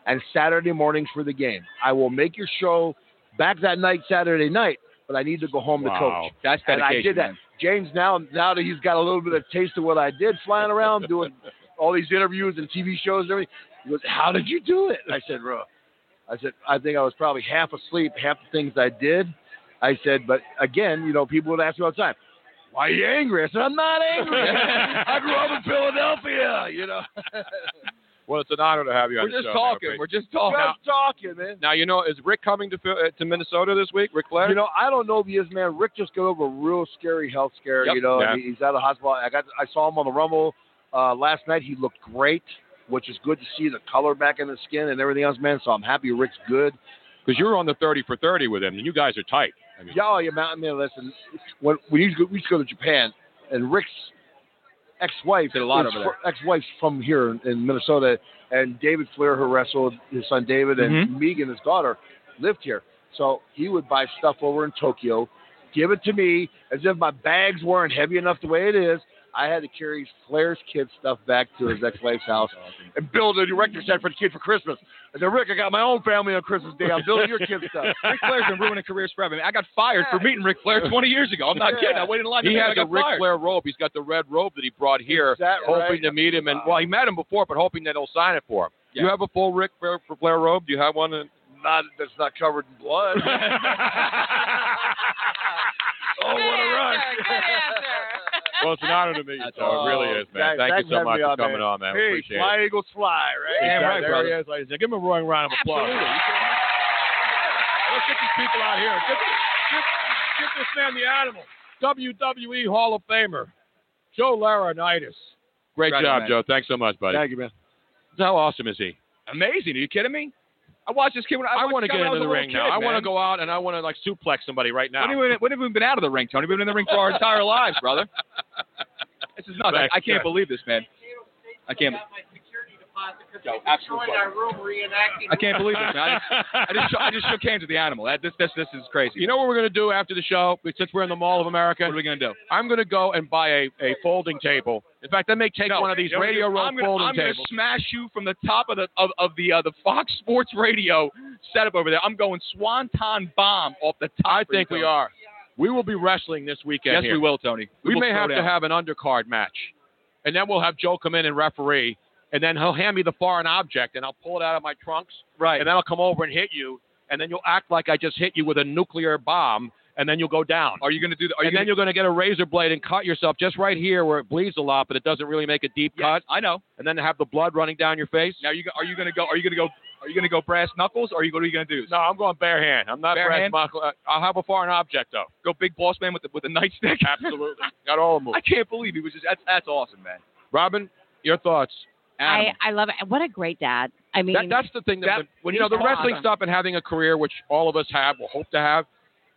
F: and Saturday mornings for the game. I will make your show back that night, Saturday night, but I need to go home to coach.
E: That's
F: And
E: dedication.
F: I did that.
E: man.
F: James now now that he's got a little bit of taste of what I did flying around doing all these interviews and TV shows and everything. He goes, How did you do it? I said, Bro, I said, I think I was probably half asleep, half the things I did. I said, but again, you know, people would ask me all the time, Why are you angry? I said, I'm not angry. I grew up in Philadelphia, you know.
C: Well, it's an honor to have you.
E: We're
C: on the
E: just
C: show, man.
E: talking. We're just talking.
F: Just talking, man.
C: Now you know is Rick coming to Phil- uh, to Minnesota this week? Rick Flair.
F: You know, I don't know if he is, man. Rick just got over a real scary health scare.
C: Yep.
F: You know,
C: Yeah.
F: he, he's out of the hospital. I got, I saw him on the Rumble uh, last night. He looked great, which is good to see the color back in the skin and everything else, man. So I'm happy Rick's good.
C: because you were on the thirty for thirty with him, and you guys are tight. I mean,
F: Yeah, oh, yeah, man. I mean, listen, when we used to go, we used to, go to Japan, and Rick's ex-wife,
E: Did a lot
F: is
E: over there.
F: fr- ex-wife's from here in, in Minnesota, and David Flair, who wrestled his son
E: Mm-hmm.
F: David, and Megan, his daughter, lived here. So he would buy stuff over in Tokyo. give it to me as if my bags weren't heavy enough the way it is. I had to carry Flair's kid stuff back to his ex-wife's house and build a director set for the kid for Christmas. I said, Rick, I got my own family on Christmas Day. I'm building your kid stuff.
E: Ric Flair's been ruining careers forever. I, mean, I got fired for meeting Ric Flair 20 years ago. I'm not
F: Yeah.
E: kidding. I waited in line.
C: He
E: to meet him,
C: has
E: I
C: a
E: got
C: Ric
E: fired.
C: Flair robe. He's got the red robe that he brought here,
F: Is that
C: hoping
F: right?
C: to meet him. And well, he met him before, but hoping that he'll sign it for him. Do You
E: Yeah.
C: have a full Ric Flair, Flair robe? Do you have one? in-
F: Not that's not covered in blood.
D: Good
F: oh, what a run!
D: answer. Good answer.
C: well, it's an honor to meet you. Joe. It really is, man.
F: Thank-
C: Thank
F: thanks
C: you so
F: having
C: much
F: me
C: for
F: on,
C: coming
F: man.
C: on, man.
F: Hey,
C: Appreciate
F: fly
C: it.
F: eagles fly, right?
C: Damn right,
F: There he
C: brother.
F: is.
C: Ladies and gentlemen. Give him a roaring round of applause. Let's get these people out here. Get, get, get this man the
E: E
C: animal. WWE Hall of Famer, Joe Laurinaitis. Great
E: Right
C: job,
E: on, man.
C: Joe. Thanks so much, buddy.
F: Thank you, man.
C: How awesome is he?
E: Amazing. Are you kidding me? I watched this kid when I,
C: I,
E: watched
C: want to
E: this guy
C: get
E: when I was
C: into
E: a
C: the
E: little
C: ring now.
E: kid,
C: I want
E: man.
C: to go out and I want to like suplex somebody right now.
E: When have, we, when have we been out of the ring, Tony? We've been in the ring for our entire lives, brother. This is nuts.
C: Thanks,
E: I, I can't
C: Joe.
E: believe this, man. I can't. I can't believe this, man. I just, I just, shook- I just shook hands with the animal. That, this, this, this is crazy.
C: you know what we're gonna do after the show? Since we're in the Mall of America,
E: what are we gonna do?
C: I'm gonna go and buy a, a folding table. In fact, I may take one of these
E: I'm
C: radio
E: gonna-
C: row
E: I'm gonna,
C: folding
E: I'm gonna
C: tables.
E: smash you from the top of the of, of the uh, the Fox Sports Radio setup over there. I'm going swanton bomb off the top.
C: I
E: for you,
C: think we
E: Tony.
C: are. We will be wrestling this weekend.
E: Yes,
C: here.
E: we will, Tony.
C: We,
E: will
C: may
E: throw
C: have to
E: down.
C: have an undercard match, and then we'll have Joe come in and referee, and then he'll hand me the foreign object, and I'll pull it out of my trunks,
E: right.
C: and then I'll come over and hit you, and then you'll act like I just hit you with a nuclear bomb, and then you'll go down.
E: Are you gonna do? The, are
C: and
E: you
C: then
E: gonna,
C: you're going to get a razor blade and cut yourself just right here where it bleeds a lot, but it doesn't really make a deep
E: Yes,
C: cut,
E: I know.
C: and then have the blood running down your face.
E: Now you go- are you gonna go? Are you gonna go? Are you gonna go brass knuckles? Or are you what are you gonna do?
C: No, I'm going bare hand. I'm not
E: Bare
C: Brad
E: hand?
C: Buckle- uh, I'll have a foreign object though.
E: Go big boss man with the, with a nightstick.
C: Absolutely, got all the moves.
E: I can't believe he was just. That's that's awesome, man.
C: Robin, your thoughts?
D: I,
E: Animal.
D: I love it. What a great dad. I mean,
C: That, that's the thing that,
E: That-
C: when you know the
D: he's
C: wrestling
D: awesome.
C: stuff and having a career, which all of us have, will hope to have.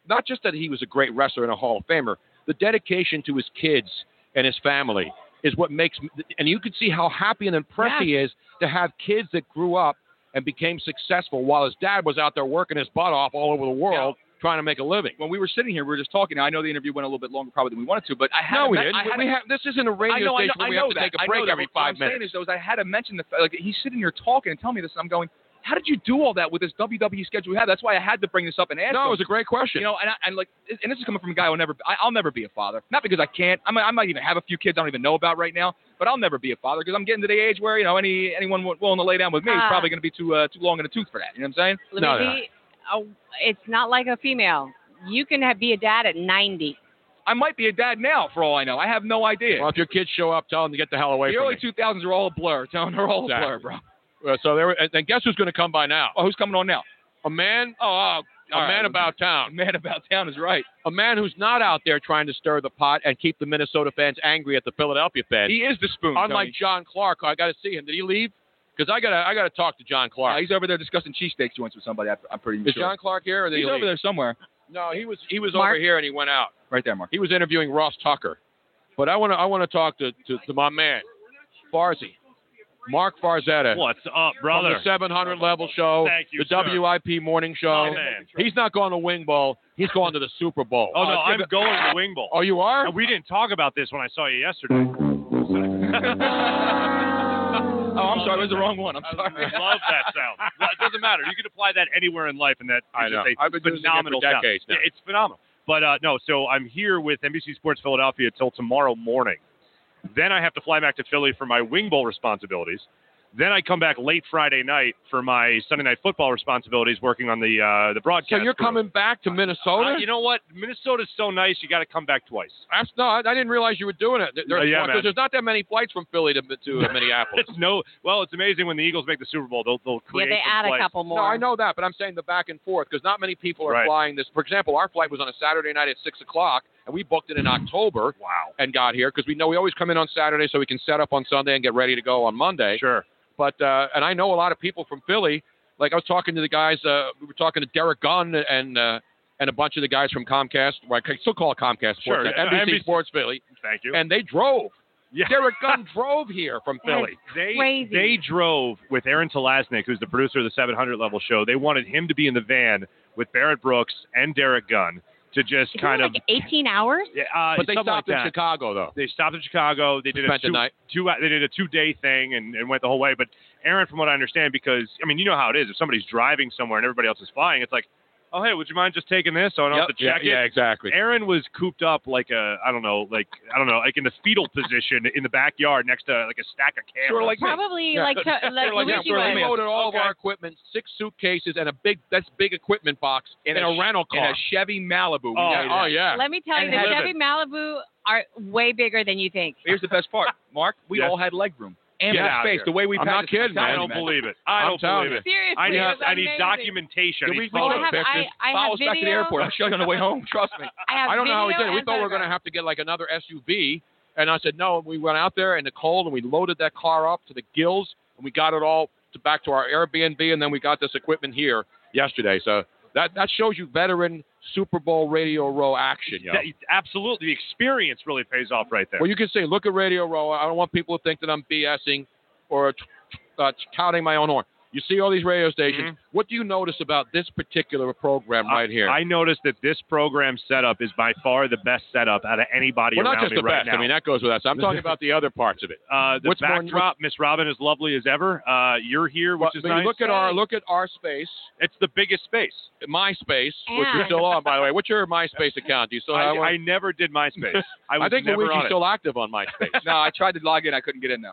C: Not just that he was a great wrestler and a Hall of Famer, the dedication to his kids and his family is what makes. And you can see how happy and impressed he is to have kids that grew up and became successful while his dad was out there working his butt off all over the world trying to make a living.
E: when we were sitting here, we were just talking. I know the interview went a little bit longer probably than we wanted to, but I
C: no,
E: haven't
C: we
E: met-
C: didn't.
E: I
C: we
E: haven't-
C: have, this isn't a radio
E: I know, I know,
C: station where
E: I
C: we
E: know
C: have to
E: that.
C: take
E: I
C: a break
E: know that,
C: every
E: but what
C: five
E: I'm
C: minutes.
E: Saying is, though, is I had to mention the fact, like he's sitting here talking and telling me this, and I'm going, how did you do all that with this WWE schedule we had? That's why I had to bring this up and ask.
C: no, it
E: him.
C: was a great question.
E: You know, and, I, and like, and this is coming from a guy who'll never, I, I'll never be a father. Not because I can't. I might, I might even have a few kids I don't even know about right now, but I'll never be a father because I'm getting to the age where you know any anyone wi- willing to lay down with me is
D: Ah.
E: probably going to be too uh, too long in the tooth for that. You know what I'm saying?
D: let
C: No,
D: me
C: no.
D: be- oh, it's not like a female. You can have, be a dad at 90.
E: I might be a dad now, for all I know. I have no idea.
C: well, if your kids show up, tell them to get the hell away
E: the
C: from
E: early
C: me.
E: 2000s are all a blur. Tony, they're all a
C: Exactly.
E: blur, bro.
C: Uh, so there, and, and guess who's going to come by now?
E: Oh, who's coming on now?
C: A man, oh, a
E: all
C: man
E: right.
C: about
E: A
C: town,
E: man about town is right.
C: a man who's not out there trying to stir the pot and keep the Minnesota fans angry at the Philadelphia fans.
E: He is the spoon.
C: Unlike
E: Tony.
C: John Clark, I got to see him. Did he leave? Because I gotta, I gotta talk to John
E: Uh,
C: Clark.
E: he's over there discussing cheesesteak joints with somebody. I- I'm pretty
C: is
E: sure.
C: John Clark here? Or did
E: he's
C: he
E: over
C: leave?
E: there somewhere.
C: No, he was, he was
D: Mark?
C: over here and he went out.
E: Right there, Mark.
C: He was interviewing Ross Tucker. But I want to, I want to talk to, to, to my man, Farzi, Mark Farzetta.
G: What's up, brother?
C: From the 700 level show,
G: Thank you,
C: the
G: sir.
C: WIP morning show.
G: Oh, man.
C: He's not going to Wing Bowl. He's going to the Super Bowl. Uh,
G: Oh, no, I'm going to Wing Bowl.
C: Oh, you are?
G: And we didn't talk about this when I saw you yesterday.
E: oh, I'm sorry. It was the wrong one. I'm
G: I love
E: sorry.
G: that sound. Well, it doesn't matter. You can apply that anywhere in life, and that
C: I
G: is
C: know.
G: just a
C: I've been using it for
G: phenomenal sound.
C: decades now.
G: It's phenomenal. But uh, no, so I'm here with NBC Sports Philadelphia till tomorrow morning. Then I have to fly back to Philly for my Wing Bowl responsibilities. Then I come back late Friday night for my Sunday night football responsibilities, working on the uh, the
C: So
G: broadcast.
C: you're
G: crew.
C: coming back to Minnesota?
G: Uh, you know what? Minnesota's so nice. You got to come back twice.
C: That's not. I didn't realize you were doing it. There-
G: Uh, Yeah,
C: because
G: man.
C: there's not that many flights from Philly to, to Minneapolis.
G: It's no. Well, it's amazing when the Eagles make the Super Bowl. They'll, they'll
D: Yeah,
G: create.
D: they
G: some
D: add a
G: flights.
D: couple more.
C: No, I know that, but I'm saying the back and forth because not many people are
G: Right.
C: flying this. For example, our flight was on a Saturday night at six o'clock, and we booked it in October.
G: Wow.
C: And got here because we know we always come in on Saturday so we can set up on Sunday and get ready to go on Monday.
G: Sure.
C: But uh, and I know a lot of people from Philly. Like I was talking to the guys. Uh, we were talking to Derek Gunn and uh, and a bunch of the guys from Comcast. Well, I still call it Comcast Sports,
G: Sure,
C: uh,
G: yeah,
C: NBC,
G: NBC.
C: Sports Philly,
G: Thank you.
C: and they drove.
G: Yeah.
C: Derek Gunn drove here from Philly.
G: They
D: Crazy.
G: they drove with Aaron Telesnik, who's the producer of the 700 level show. They wanted him to be in the van with Barrett Brooks and Derek Gunn. to just
D: Isn't
G: kind
D: it
G: of.
D: like 18 hours?
G: Yeah, uh,
C: But they
G: something
C: stopped
G: like
C: in
G: that.
C: Chicago, though.
G: They stopped in Chicago. They did a
C: Spent the
G: two,
C: night.
G: two they did a two day thing and, and went the whole way. But Aaron, from what I understand, because I mean you know how it is. If somebody's driving somewhere and everybody else is flying, it's like, oh hey, would you mind just taking this? So I don't have to
C: yeah,
G: check it.
C: yeah, exactly.
G: Aaron was cooped up like a I don't know like I don't know like in the fetal position in the backyard next to like a stack of cameras.
F: Sort of like me.
D: Probably
C: Yeah.
D: like, to, like,
C: Like,
D: Luigi
C: we
D: was.
C: loaded all
G: Okay.
C: of our equipment, six suitcases, and a big that's big equipment box in, a, rental
E: in
C: car.
E: a Chevy Malibu. We
G: Oh,
E: got it.
C: oh yeah.
D: Let me tell
E: And
D: you, the
E: had
D: Chevy Malibu are way bigger than you think.
E: Here's the best part, Mark. We
G: Yes.
E: all had leg room and
G: Get
E: we had
G: out of
E: space.
G: here.
E: The way we
C: I'm not
E: packed it-
C: kidding,
G: I
E: telling
G: don't
E: you, man.
G: believe it. I
C: I'm
G: don't
C: telling
G: believe
C: you.
G: it.
D: Seriously,
G: I need
D: it was
G: I need
D: amazing.
G: documentation.
C: Did
G: I
C: we
G: need
C: go
D: I
G: photos.
C: to
D: have, I,
C: Texas?
D: I have
E: Follow us
D: video.
E: back to the airport. I'll show you on the way home. Trust me.
D: I have
C: I don't know how we
D: video
C: did it. We
D: and
C: thought we were going to
D: photographs.
C: have to get like another SUV, and I said no. We went out there in the cold and we loaded that car up to the gills, and we got it all to back to our Airbnb, and then we got this equipment here yesterday. So that that shows you veteran Super Bowl Radio Row action, yo.
G: That- absolutely, the experience really pays off right there.
C: Well, you can say, look at Radio Row. I don't want people to think that I'm BSing or t- uh, touting my own horn. You see all these radio stations.
D: Mm-hmm.
C: What do you notice about this particular program
D: Uh,
C: right here?
G: I noticed that this program setup is by far the best setup out of anybody
C: well,
G: around
C: not just
G: me
C: the
G: right
C: best.
G: now.
C: I mean, that goes with us. I'm talking about the other parts of it.
G: uh, the
C: what's more-
G: backdrop, Miss Robin is lovely as ever. Uh, you're here, which
C: But-
G: is
C: but
G: nice.
C: you look at our look at our space,
G: it's the biggest space.
C: MySpace, which
D: And-
C: is still on, by the way. What's your MySpace account? Do you still
G: I,
C: have one?
G: I never did MySpace. I was
C: I think
G: never on
C: Luigi's
G: it.
C: still active on MySpace.
E: No, I tried to log in. I couldn't get in though.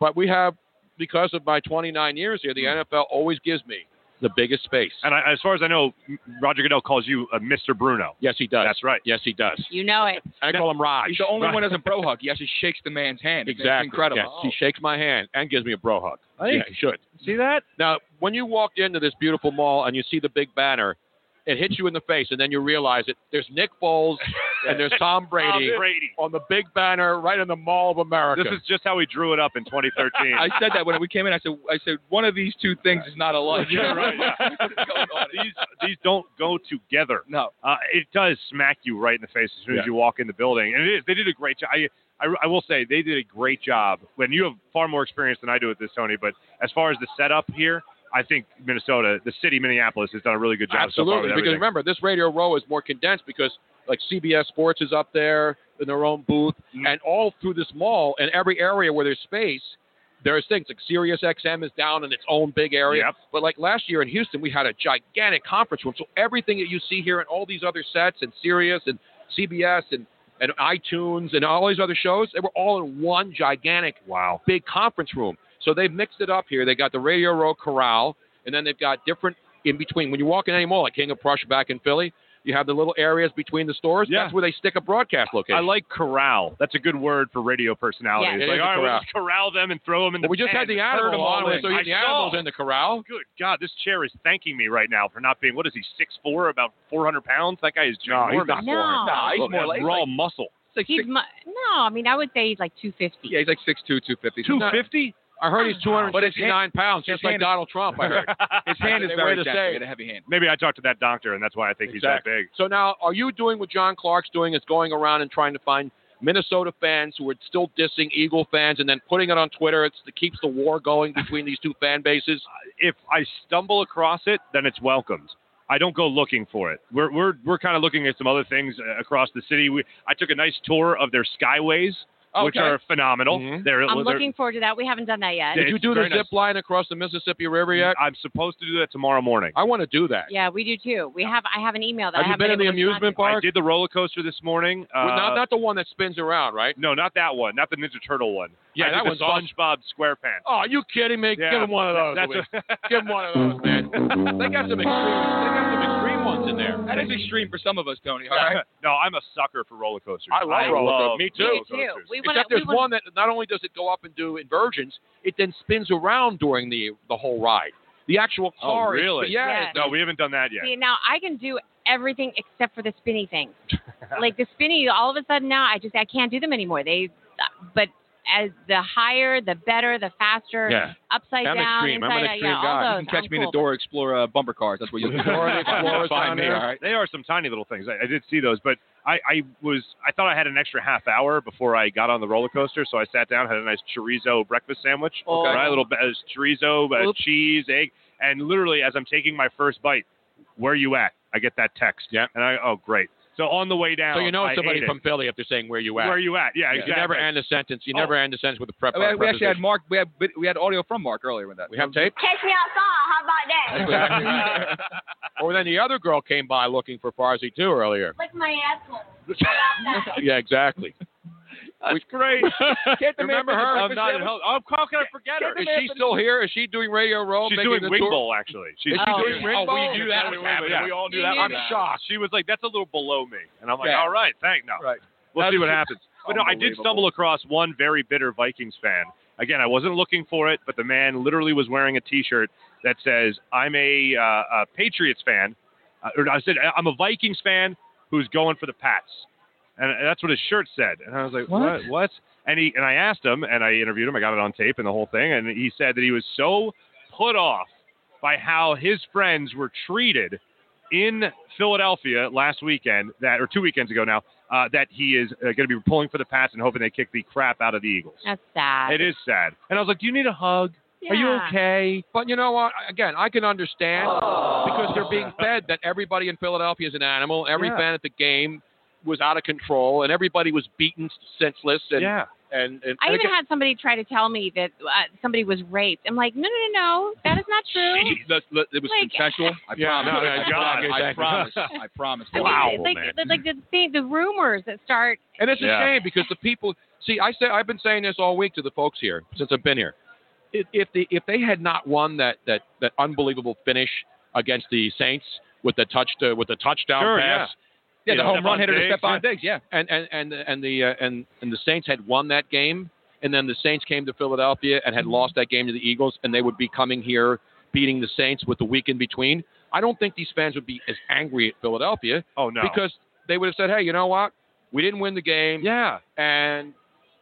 C: but we have, because of my 29 years here,
G: Hmm.
C: the NFL always gives me the biggest space.
G: And I, as far as I know, Roger Goodell calls you uh, Mr. Bruno.
C: yes, he does.
G: That's right.
C: Yes, he does.
D: You know it.
C: I call him Raj.
E: He's the only
G: Right.
E: one who doesn't bro hug. He actually shakes the man's hand. It's-
C: Exactly.
E: It's incredible.
C: Yes, he shakes my hand and gives me a bro hug.
G: Hey.
C: Yeah, he should.
G: See that?
C: Now, when you walk into this beautiful mall and you see the big banner, it hits you in the face, and then you realize it. There's Nick Foles and there's Tom Brady
G: Tom Brady.
C: on the big banner right in the Mall of America.
G: This is just how we drew it up in 2013.
E: I said that when we came in. I said, I said one of these two things is not alike.
G: Yeah, right, yeah.
E: What's going on?
G: these these don't go together.
E: No.
G: Uh, it does smack you right in the face as soon
C: Yeah.
G: as you walk in the building, and it is. They did a great job. I, I, I will say they did a great job. When you have far more experience than I do at this, Tony, but as far as the setup here, I think Minnesota, the city, Minneapolis, has done a really good job. so far
C: Absolutely,
G: with
C: because
G: everything.
C: remember this radio row is more condensed because like CBS Sports is up there in their own booth,
G: Mm.
C: and all through this mall and every area where there's space, there's things like Sirius XM is down in its own big area.
G: Yep.
C: But like last year in Houston, we had a gigantic conference room, so everything that you see here and all these other sets and Sirius and CBS and and iTunes and all these other shows, they were all in one gigantic
G: wow.
C: big conference room. So they've mixed it up here. They got the Radio Row Corral, and then they've got different in between. When you walk in any mall, like King of Prussia back in Philly, you have the little areas between the stores.
G: Yeah.
C: That's where they stick a broadcast location.
G: I like corral. That's a good word for radio personalities.
C: Yeah, it
G: like,
C: is a
G: all right,
C: corral.
G: we'll just corral them and throw them in
C: Well,
G: the
C: we just
G: pen.
C: had the
G: Herd them
C: animal
G: all
C: on,
G: in.
C: so
G: I
C: you had the animals
G: saw.
C: in the corral.
G: Good God, this chair is thanking me right now for not being. What is he? Six four, about four hundred pounds. That guy is
C: No, he's
G: ginormous.
C: not
D: No. 400.
E: Nah, he's
G: Look,
E: more like-
G: raw
E: like-
G: muscle.
E: It's like
D: He's
E: six-
D: mu- no, I mean, I would say he's like 250.
E: yeah, he's like 6'2", 250.
G: Two fifty.
C: I heard he's
E: But his hand-
C: 269 pounds, just
E: his
C: like
E: hand-
C: Donald Trump. I heard.
E: His hand is
C: They
E: very
C: were the
E: gentle. He
C: same.
E: had a heavy hand.
G: Maybe I talked to that doctor, and that's why I think
C: Exactly.
G: he's that big.
C: So now, are you doing what John Clark's doing? Is going around and trying to find Minnesota fans who are still dissing Eagle fans, and then putting it on Twitter. It's, it keeps the war going between these two fan bases.
G: If I stumble across it, then it's welcomed. I don't go looking for it. We're we're we're kind of looking at some other things uh, across the city. We I took a nice tour of their skyways, which
C: Okay.
G: are phenomenal.
C: Mhm.
G: They're,
D: I'm
G: they're-
D: looking forward to that. We haven't done that yet.
G: Yeah,
C: Did you
G: it's
C: do the
G: very nice.
C: zip line across the Mississippi River yet?
G: I'm supposed to do that tomorrow morning.
C: I want to do that.
D: Yeah, we do too. We have. I have an email that I
C: Have you
D: haven't
C: been in the
D: able to
C: amusement
D: respond
G: I
C: park?
G: did the roller coaster this morning. Uh,
C: Well, not, not the one that spins around, right?
G: no, not that one. Not the Ninja Turtle one.
C: Yeah,
G: I
C: that
G: did
C: one's
G: the
C: awesome.
G: SpongeBob SquarePants.
C: Oh, are you kidding me?
G: Yeah,
C: Give him one of those.
G: that's
C: Luis.
G: what-
C: Give him one of those, man. they got some extreme. They got some extreme ones in there.
E: That is extreme for some of us, Tony. All right.
G: no, I'm a sucker for roller coasters.
C: I love roller coasters. Me too.
G: roller
D: Me too.
G: coasters.
D: We wanna-
C: Except
D: we
C: there's
D: wanna-
C: one that not only does it go up and do inversions, it then spins around during the the whole ride. The actual
G: Oh,
C: car. is-
G: really?
C: yeah.
D: Yeah.
C: it's-
G: No, we haven't done that yet.
D: See, now I can do everything except for the spinny thing. like the spinny, all of a sudden now I just I can't do them anymore. They, but as the higher, the better, the faster,
C: Yeah.
D: upside
C: I'm
D: down,
C: extreme. I'm
D: inside
C: an
D: out,
C: extreme
D: yeah,
C: guy.
D: all
C: You
D: those.
E: You can catch
D: I'm
E: me in
D: cool.
E: the Dora
C: uh,
E: Explorer bumper cars. That's what you'll
C: Dora the Explorer's
E: find
C: on
E: me.
C: there.
E: All right.
G: They are some tiny little things. I, I did see those, but I, I was I thought I had an extra half hour before I got on the roller coaster, so I sat down, had a nice chorizo breakfast sandwich,
E: Oh.
G: right? A little bit of chorizo, uh,
E: Oops.
G: cheese, egg, and literally as I'm taking my first bite, where you at? I get that text.
C: Yeah.
G: And I oh great. So on the way down,
C: So you know
G: I
C: it's somebody
G: ate it.
C: from Philly if they're saying where you at.
G: where you at? Yeah,
C: you
G: exactly. Oh.
C: never end a sentence. You never end a sentence with a prep.
E: We, we actually had
C: preposition.
E: Mark. We had we had audio from Mark earlier with that.
C: We have tape.
H: Catch me outside. How about that?
C: Exactly right. or then the other girl came by looking for Farsi too earlier.
H: Lick my asshole.
C: Yeah, exactly.
G: That's great.
E: Get the man
C: Remember
E: for the
C: her?
E: breakfast sandwich.
C: hell. Oh, how can I forget
E: Get
C: her?
E: the
C: Is
E: man
C: she
E: for the-
C: still here? Is she doing Radio Row?
G: She's
C: making
G: doing
C: the
G: Wing
C: tour?
G: Bowl actually. She's
C: Is she
G: she's
C: doing Ring
E: oh,
C: Bowl?
E: we knew that was happening.
G: Yeah.
E: We all knew that
G: I'm
E: was
G: shocked. She was like, "That's a little below me," and I'm like,
E: Yeah.
G: "All right, thank no."
E: Right.
G: We'll
E: That's
G: see what
E: just
G: happens. But no, I did
E: unbelievable.
G: stumble across one very bitter Vikings fan. Again, I wasn't looking for it, but the man literally was wearing a T-shirt that says, "I'm a, uh, a Patriots fan," uh, or I said, "I'm a Vikings fan who's going for the Pats," and that's what his shirt said. And I was like, "What? What?" And he and I asked him, and I interviewed him. I got it on tape and the whole thing, and he said that he was so put off by how his friends were treated in Philadelphia last weekend, that or two weekends ago now, uh, that he is uh, going to be pulling for the Pats and hoping they kick the crap out of the Eagles.
D: That's sad.
G: It is sad. And I was like, "Do you need a hug? Are you
D: Yeah.
G: okay?"
C: But you know what? Again, I can understand because they're being fed that everybody in Philadelphia is an animal. Every
G: Yeah.
C: fan at the game was out of control, and everybody was beaten senseless. And
G: yeah.
C: and, and,
D: I
C: and
D: even
C: again,
D: had somebody try to tell me that uh, somebody was raped. I'm like, no, no, no, no, that is not true.
E: Let's- let- it was
D: Like-
E: consensual. I
C: Yeah,
E: promise.
C: no, no,
E: I,
C: God,
E: I
C: thank you.
E: promise. I promise.
D: I mean,
G: Wow,
D: it's like,
G: man.
D: it's like the, the, the rumors that start.
C: and it's
G: Yeah.
C: a shame because the people. See, I say I've been saying this all week to the folks here since I've been here. If if, the, if they had not won that, that, that unbelievable finish against the Saints with the touch to, with the touchdown
G: Sure,
C: pass,
E: Yeah, the
G: Yeah,
E: home run
G: Stephon
E: hitter to
G: Diggs,
E: Stephon Diggs. Yeah.
C: and and and and the uh, and and the Saints had won that game, and then the Saints came to Philadelphia and had lost that game to the Eagles, and they would be coming here beating the Saints with the week in between. I don't think these fans would be as angry at Philadelphia
G: Oh no.
C: because they would have said, "Hey, you know what? We didn't win the game,
G: yeah.
C: and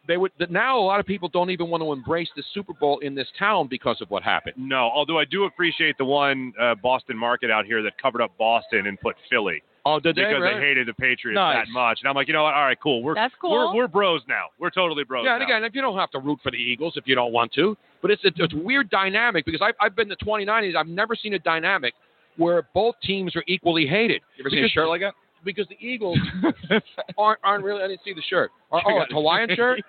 C: they would." th- Now a lot of people don't even want to embrace the Super Bowl in this town because of what happened.
G: No, although I do appreciate the one uh, Boston market out here that covered up Boston and put Philly
C: Oh, did
G: because
C: they? really?
G: hated the Patriots
E: Nice.
G: that much. And I'm like, you know what? All right, cool. We're
D: That's cool.
G: we're, we're bros now. We're totally bros.
C: Yeah, and
G: now.
C: again, if you don't have to root for the Eagles if you don't want to, but it's a, it's a weird dynamic because I've, I've been to 29ers. I've never seen a dynamic where both teams are equally hated.
E: You ever seen a
C: Because-
E: shirt like that?
C: Because the Eagles aren't, aren't really. I didn't see the shirt. Are- oh, it's Hawaiian shirt.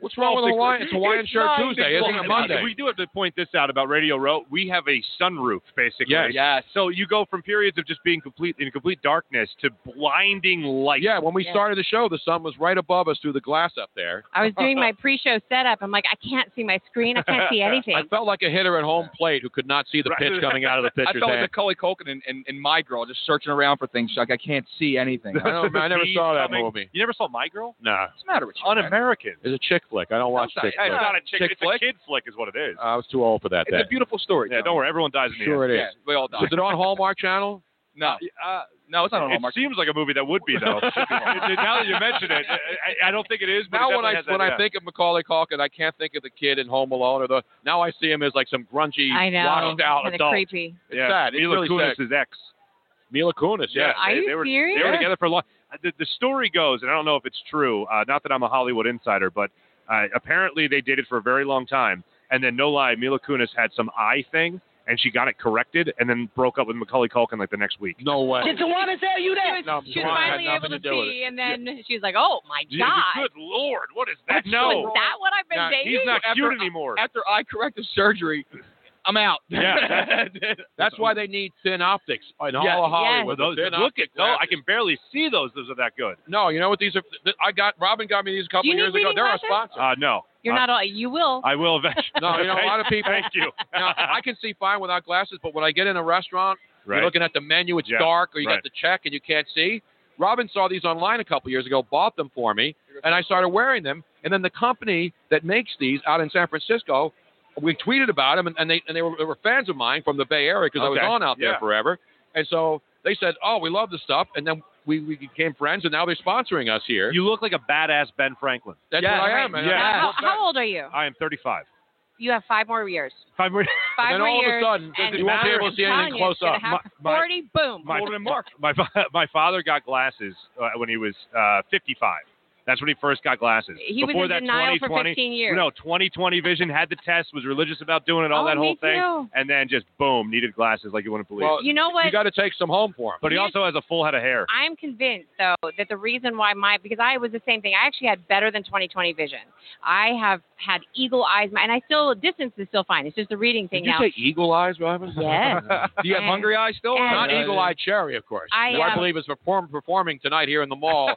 C: What's wrong with the Hawaiian? It's Hawaiian
G: It's
C: shirt
G: nine
C: Tuesday,
G: big
C: isn't it?
G: blocks.
C: Monday.
G: We do have to point this out about Radio Row. We have a sunroof, basically.
C: Yes.
E: Yes.
G: So you go from periods of just being complete in complete darkness to blinding light.
C: Yeah, when we
D: Yeah.
C: started the show, the sun was right above us through the glass up there.
D: I was doing my pre-show setup. I'm like, I can't see my screen. I can't see
C: I
D: anything.
C: felt like a hitter at home plate who could not see the
G: Right.
C: pitch coming out of the
E: I
C: pitcher's
E: felt
C: hand.
E: like Macaulay Culkin and, and, and my girl just searching around for things. Like I can't see anything.
C: I,
E: What's
C: don't, I never saw that
G: Coming-
C: movie.
G: You never saw My Girl?
C: Nah,
E: the matter with you? man?
G: Un-American.
C: it's a chick flick. I don't watch
E: Sounds
C: chick
G: It's
E: like-
C: flicks.
G: not a chick.
E: Chick
G: it's
E: flick?
G: a kid flick, is what it is.
C: I was too old for that.
E: It's
C: then.
E: a beautiful story.
G: yeah,
E: Tony.
G: don't worry. Everyone dies in the
C: Sure
G: end.
C: it is.
E: Yeah, we all die.
C: Was it on Hallmark Channel?
E: No, uh, no, it's not on
G: It
E: Hallmark.
G: seems like a movie that would be though. now that you mention it, I, I don't think it is. But it
C: Now when
G: definitely
C: I
G: has that-
C: when I
G: yeah.
C: think of Macaulay Culkin, I can't think of the kid in Home Alone or the. Now I see him as like some grungy,
D: I know.
C: washed out
D: Kinda
C: adult.
D: creepy.
C: It's
G: yeah,
C: sad. It's
G: Mila
C: really
G: Kunis
C: sad.
G: is ex.
C: Mila Kunis, yeah.
D: Are
G: they,
D: you
G: they were,
D: serious?
G: They were together for a long. Uh, The, the story goes, and I don't know if it's true. Uh, not that I'm a Hollywood insider, but uh, apparently they dated for a very long time, and then no lie, Mila Kunis had some eye thing, and she got it corrected, and then broke up with Macaulay Culkin like the next week.
C: No way.
H: Tawana tell you
D: She was,
C: No,
D: she was
C: Juwan had
D: finally
C: nothing
D: able
C: to
D: to,
C: do with
D: see, and then she was like, "Oh my
G: Jesus,
D: god,
G: Good lord, what is that?
D: was
G: No,
D: that what I've been
C: Now,
D: dating?"
G: he's not
E: After-
G: cute anymore.
E: After eye corrective surgery, I'm out.
G: Yeah.
C: That's why they need thin optics in all
E: Yeah.
C: of Hollywood.
G: Well, those,
C: Thin
G: look at
C: optic
G: no, I
C: glasses.
G: can barely see those. Those are that good.
C: No, you know what? These are. th- I got Robin got me these a couple
D: you need
C: years ago.
D: reading
C: They're
D: glasses?
C: our sponsor.
G: Uh, no,
D: You're not. All, you will.
G: I will eventually.
C: No, you know, a lot of people-
G: Thank you.
C: now, I can see fine without glasses, but when I get in a restaurant,
G: right.
C: you're looking at the menu, it's
G: Yeah,
C: dark, or you
G: right.
C: got the check and you can't see. Robin saw these online a couple years ago, bought them for me, and I started wearing them. And then the company that makes these out in San Francisco, we tweeted about them, and, and they and they were, they were fans of mine from the Bay Area because I
G: Okay,
C: was on out there
G: yeah.
C: forever. And so they said, "Oh, we love the stuff," and then we, we became friends, and now they're sponsoring us here.
G: you look like a badass Ben Franklin.
C: That's
E: Yeah,
C: what I am. And,
G: yeah.
C: I-
D: how, how old are you?
G: I am 35.
D: You have five more years.
G: Five more.
C: and
D: Five
C: then
D: more
C: all
D: years.
C: of a sudden,
D: and
C: you won't be able to see
D: I'm
C: anything
D: telling you,
C: close
D: it's gonna
C: up.
D: happen.
G: My- my-
D: Forty, boom.
G: my, my, fa- my father got glasses uh, when he was uh, 55. That's when he first got glasses.
D: He was
G: Before
D: in
G: that,
D: denial for
G: 20/20
D: 15 years.
G: No, 2020 vision had the test, was religious about doing it, all
D: Oh,
G: that
D: me
G: whole thing,
D: too.
G: and then just boom, needed glasses like you wouldn't believe.
D: You know what? you
G: got to take some home for him. But he
D: Here's-
G: also has a full head of hair.
D: I'm convinced, though, that the reason why my because I was the same thing. I actually had better than 2020 vision. I have had eagle eyes, and I still distance is still fine. It's just the reading thing
C: Did you
D: now.
C: say eagle eyes, Robin?
D: Yes.
C: Do you have
D: And-
C: hungry eyes still?
D: and-
C: Not eagle eye cherry, of course.
D: I,
C: who I
D: um,
C: believe is perform, performing tonight here in the mall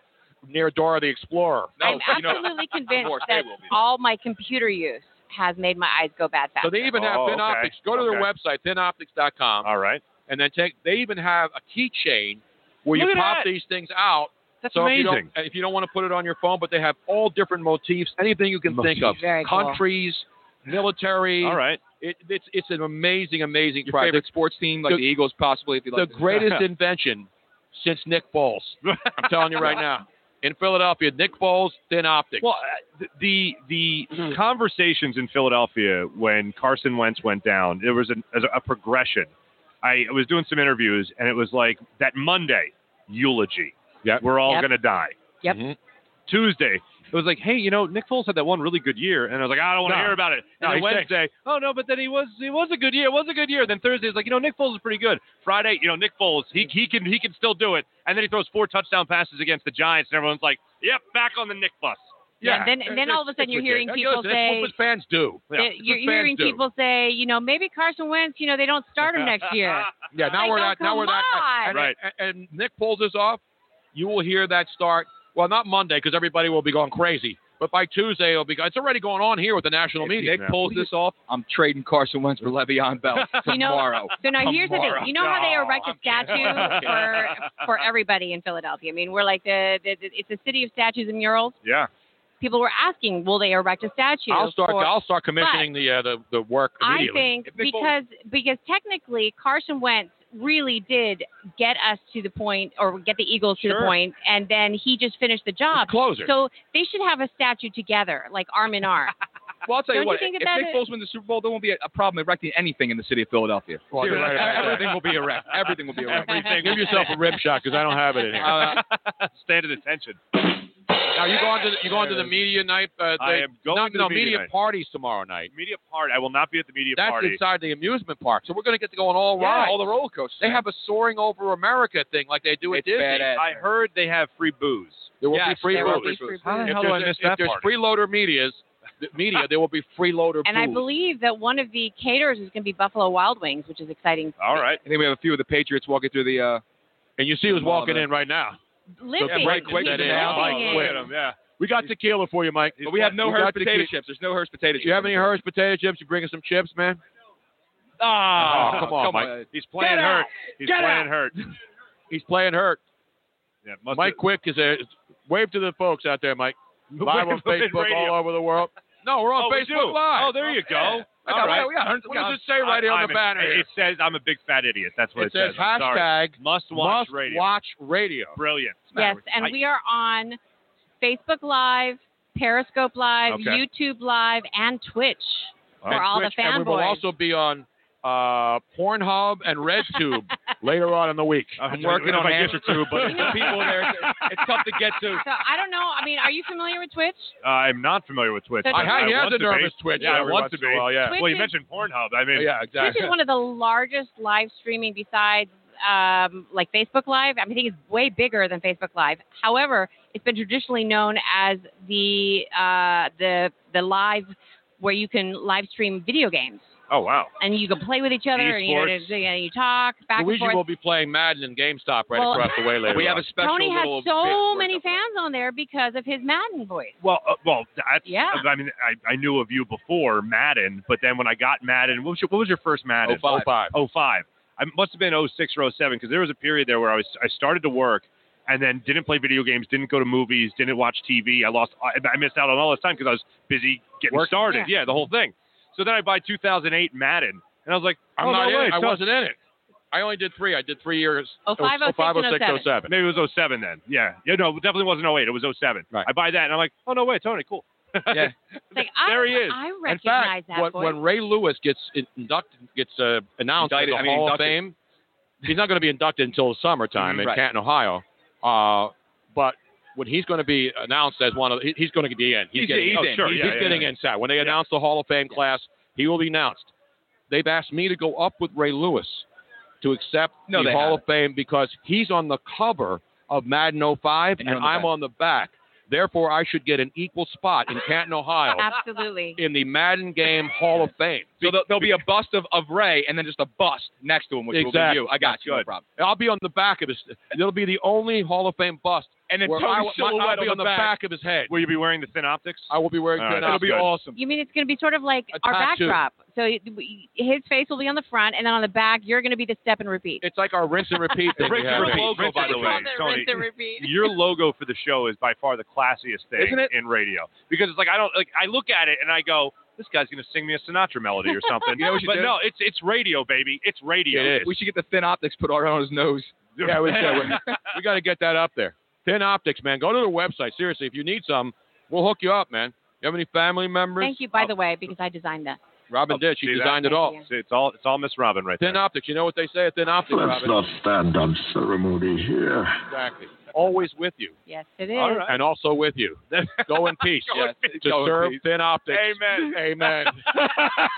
C: near Dora the Explorer.
D: I'm
C: you know-
D: absolutely convinced
C: course, they
D: that
C: will be.
D: all my computer use has made my eyes go bad faster.
C: So they even have
G: Oh,
C: Thin
G: okay.
C: Optics. Go to their
G: Okay.
C: website, thinoptics.com.
G: All right.
C: And then take. They even have a keychain where
G: Look
C: you
G: at
C: pop
G: that.
C: these things out.
G: That's
C: so If you,
G: amazing.
C: don't, if you don't want to put it on your phone, but they have all different motifs, anything you can think of,
D: Very cool.
C: countries, military.
G: All right.
C: It, it's it's an amazing, amazing
E: Your
C: project.
E: favorite sports team, like
C: The-
E: the, Eagles, possibly. If you
C: the
E: like
C: greatest invention since Nick Foles. I'm telling you right now. In Philadelphia, Nick Foles, thin optics.
G: Well, uh, th- the the
D: Mm.
G: conversations in Philadelphia when Carson Wentz went down, there was an, as a, a progression. I was doing some interviews, and it was like that Monday eulogy.
C: Yep.
G: We're all
D: Yep.
G: gonna die.
D: Yep.
C: Mhm.
G: Tuesday, it was like, hey, you know, Nick Foles had that one really good year, and I was like, I don't want to
C: No.
G: hear about it.
C: No,
G: And then
C: he stinks.
G: Wednesday, oh no, but then he was it was a good year, it was a good year. Then Thursday is like, you know, Nick Foles is pretty good. Friday, you know, Nick Foles, he he can he can still do it. And then he throws four touchdown passes against the Giants, and everyone's like, yep, back on the Nick bus.
D: Yeah, then- then
C: it's-
D: all of a sudden
C: it's
D: you're hearing
C: ridiculous.
G: Oh,
D: people
C: That's
D: say-
C: what fans do.
D: That You're
C: That's what fans
D: hearing
C: do.
D: people say, you know, maybe Carson Wentz, you know, they don't start him next year.
C: Yeah, now
D: Like,
C: we're
D: oh,
C: not. Now
D: come
C: we're not.
D: on.
C: And,
G: Right.
C: And, and Nick pulls this off. You will hear that start. Well, not Monday because everybody will be going crazy. But by Tuesday, it'll be. It's already going on here with the national
E: If
C: media.
E: Nick pulls this off, I'm trading Carson Wentz for Le'Veon Bell
D: You know-
E: tomorrow.
D: So now here's the
E: Tomorrow.
D: thing. You know how they
E: No,
D: erect a
E: I'm
D: statue
G: kidding.
D: for for everybody in Philadelphia. I mean, we're like the, the, the it's a city of statues and murals.
G: Yeah.
D: People were asking, will they erect a statue?
C: I'll start.
D: for-
C: I'll start commissioning the, uh, the the work
D: I
C: immediately.
D: think
E: If Nick
D: because because technically Carson Wentz really did get us to the point or get the Eagles to
C: Sure.
D: the point, and then he just finished the job.
C: closer.
D: So they should have a statue together, like arm in arm.
E: Well, I'll tell
D: Don't
E: you
D: you
E: what.
D: think
E: if
D: about
E: Nick
D: it-
E: Foles wins the Super Bowl, there won't be a, a problem erecting anything in the city of Philadelphia.
C: Well, you're right about that.
E: Everything will be erect. Everything will be erect.
G: Everything.
C: Give yourself a rib shot because I don't have it in here.
E: Uh,
G: Stand at attention.
C: now you going to the, you going to the media night? Uh,
G: I
C: they-
G: am going
C: not-
G: to the
C: no,
G: media
C: media
G: night.
C: parties tomorah night.
G: Media party. I will not be at the media
C: That's
G: party.
C: inside the amusement park. So we're going to get to go on all
E: yeah,
C: rides.
E: all the roller coasters.
C: they have a soaring over America thing like they do at
E: It's
C: Disney.
E: badass.
G: I heard they have free booze.
C: There will
E: Yes,
C: be free
D: there will be
C: loaders.
D: free
E: How the
D: booze.
C: If
E: hell do I
C: there's,
E: miss
C: if
E: that
C: there's
E: part?
C: freeloader medias, th- media, there will be freeloader
D: And I
C: booze.
D: believe that one of the caterers is going to be Buffalo Wild Wings, which is exciting.
G: All right.
E: I think we have a few of the Patriots walking through the. Uh,
C: and you see who's
E: Well,
C: walking
E: then.
C: in right now.
D: Limping.
C: Mike
D: He's
C: Quick
D: limping
C: is out. Mike Quick.
D: in.
G: Look at 'em, yeah.
C: We got tequila for you, Mike.
E: but we have no
C: We
E: Hers
C: got
E: potato
C: tequila.
E: chips. There's no Hers potato chips.
C: You have any Hers potato chips? You bringing some chips, man?
G: Ah,
C: Oh, come on,
E: come
C: Mike.
E: on.
G: He's playing
E: Get out.
G: hurt. He's playing hurt.
C: He's playing hurt.
G: Yeah, must
C: Mike Quick is a wave to the folks out there, Mike. Live
G: Wave
C: on
G: in
C: Facebook
G: radio.
C: all over the world. No, we're on
G: Oh, we do.
C: Facebook Live.
G: Oh, there you go.
C: Yeah.
E: I got-
C: All
E: we
C: right.
E: got- we got Hers-
C: What does it say right here on
G: I'm
C: the
G: an-
C: banner?
G: It says I'm a big fat idiot. That's what it,
C: It says
G: I'm sorry.
C: hashtag
G: must watch
C: must
G: radio.
C: watch radio.
G: Brilliant.
D: Yes, and
G: I-
D: we are on Facebook Live, Periscope Live,
G: Okay.
D: YouTube Live, and Twitch for
C: and
D: all
C: Twitch,
D: the
C: And we will
D: fanboys.
C: also be on uh, Pornhub and RedTube later on in the week.
G: I'm
E: working on
G: answer two, but
E: the people there. It's, it's tough to get to.
D: so I don't know. I mean, are you familiar with Twitch?
G: Uh, I'm not familiar with Twitch.
D: I
G: but
D: have-
G: I
C: he has
G: want
C: a
G: to
C: nervous
G: be.
C: twitch
G: Yeah, I
C: every
G: want
C: once
G: to
C: in
G: be.
C: a while, yeah.
G: Well, you
D: Twitch
G: mentioned Pornhub. I mean,
C: Yeah,
D: Twitch
C: exactly.
D: is one of the largest live streaming besides um, like Facebook Live. I mean, I think it's way bigger than Facebook Live. However, it's been traditionally known as the uh, the the live where you can live stream video games
G: oh wow.
D: and you can play with each other and you, know,
G: Esports.
D: and you talk back
C: Luigi
D: and
C: will
D: forth.
C: be playing Madden and GameStop right
D: Well-
C: across the way later.
E: We have
C: on.
E: a special
D: Tony has
E: little.
D: so
E: bit.
D: many fans on there because of his Madden voice.
G: Well, uh, well, that's,
D: Yeah.
G: I mean, I, I knew of you before Madden, but then when I got Madden, what was your, what was your first Madden?
C: Oh, five.
G: Oh five. I must have been oh six or oh seven because there was a period there where I was I started to work and then didn't play video games, didn't go to movies, didn't watch TV. I lost I, I missed out on all this time because I was busy getting
C: Working.
G: started. Yeah. the whole thing. So then I buy 2008 Madden, and I was like,
C: I'm
G: oh,
C: not
G: no
C: in
G: way,
C: it. I
G: so-
C: wasn't in it. I only did three. I did three years.
D: Oh, five, oh, six, and oh,
C: 06,
D: seven.
C: 07.
G: Maybe it was 07 then. Yeah, yeah, no, it definitely wasn't 08. It was 07.
C: Right.
G: I buy that, and I'm like, oh no way, Tony, cool.
E: Yeah.
D: It's Like,
G: there
D: I,
G: he is.
D: I
C: In
D: recognize
C: fact,
D: that
C: when,
D: voice.
C: when Ray Lewis gets inducted, gets uh, announced
E: Indicted,
C: as a
E: I mean,
C: Hall
E: inducted.
C: of Fame, he's not going to be inducted until the summertime
E: Mhm,
C: in
E: right.
C: Canton, Ohio. Uh, but when he's going to be announced as one of he- he's going to be in. He's,
E: He's-
C: getting
E: he's
C: oh,
E: in.
C: Sure,
E: He's-
C: he's,
E: yeah, yeah,
C: getting
E: yeah.
C: in. Sal. When they announce the Hall of Fame class, he will be announced. They've asked me to go up with Ray Lewis to accept
E: No,
C: the
E: they
C: Hall of Fame because he's on the cover of Madden 05 and,
E: you're on the
C: I'm
E: back.
C: on the back. Therefore, I should get an equal spot in Canton, Ohio,
D: Absolutely.
C: in the Madden Game Hall of Fame.
E: So there'll, there'll be a bust of, of Ray and then just a bust next to him, which will be
C: Exactly.
E: you. I got
C: That's
E: you. No
C: good.
E: problem.
C: I'll be on the back of his. It'll be the only Hall of Fame bust.
E: And then
C: where
E: Tony's
C: I, will- my-
E: silhouette
C: I'll
E: on
C: be on
E: the
C: the
E: back.
C: back. of his head.
G: Will you be wearing the thin optics?
C: I will be wearing.
G: All right,
C: thin optics.
G: that's good.
E: awesome.
D: You mean it's going to be sort of like
C: A
D: our
C: tattoo.
D: backdrop? So it- we- his face will be on the front, and then on the back, you're going to be the step and repeat.
C: It's like our rinse and repeat thing. we
G: Rinse and
C: have.
G: repeat.
C: here.
G: logo, by the
D: We
G: way,
D: call it
G: Tony.
D: rinse and repeat.
G: your logo for the show is by far the classiest thing
E: Isn't it?
G: in radio because it's like I don't like I look at it and I go, this guy's gonna sing me a Sinatra melody or something.
E: You know what you
G: but
E: do?
G: no, it's it's radio, baby. It's radio.
C: It is.
E: We should get the thin optics put right on his nose.
C: Yeah, we, yeah, we, we got to get that up there. Thin optics, man. Go to the website. Seriously, if you need some, we'll hook you up, man. You have any family members?
D: Thank you, by the way, because I designed that.
C: Robin
G: Oh,
C: did. She
G: see that?
C: designed it all.
G: It's, it's all it's all Miss Robin right
C: Thin
G: there.
C: optics. You know what they say at Thin Optics,
B: Let's
C: Robin?
B: not stand on ceremony here.
C: Exactly. Always with you,
D: Yes, it is.
G: All right.
C: and also with you. Go in peace.
G: Go in
C: Yes.
G: peace.
C: To
E: Go in
C: serve
E: peace.
C: Thin Optics.
G: Amen.
C: Amen.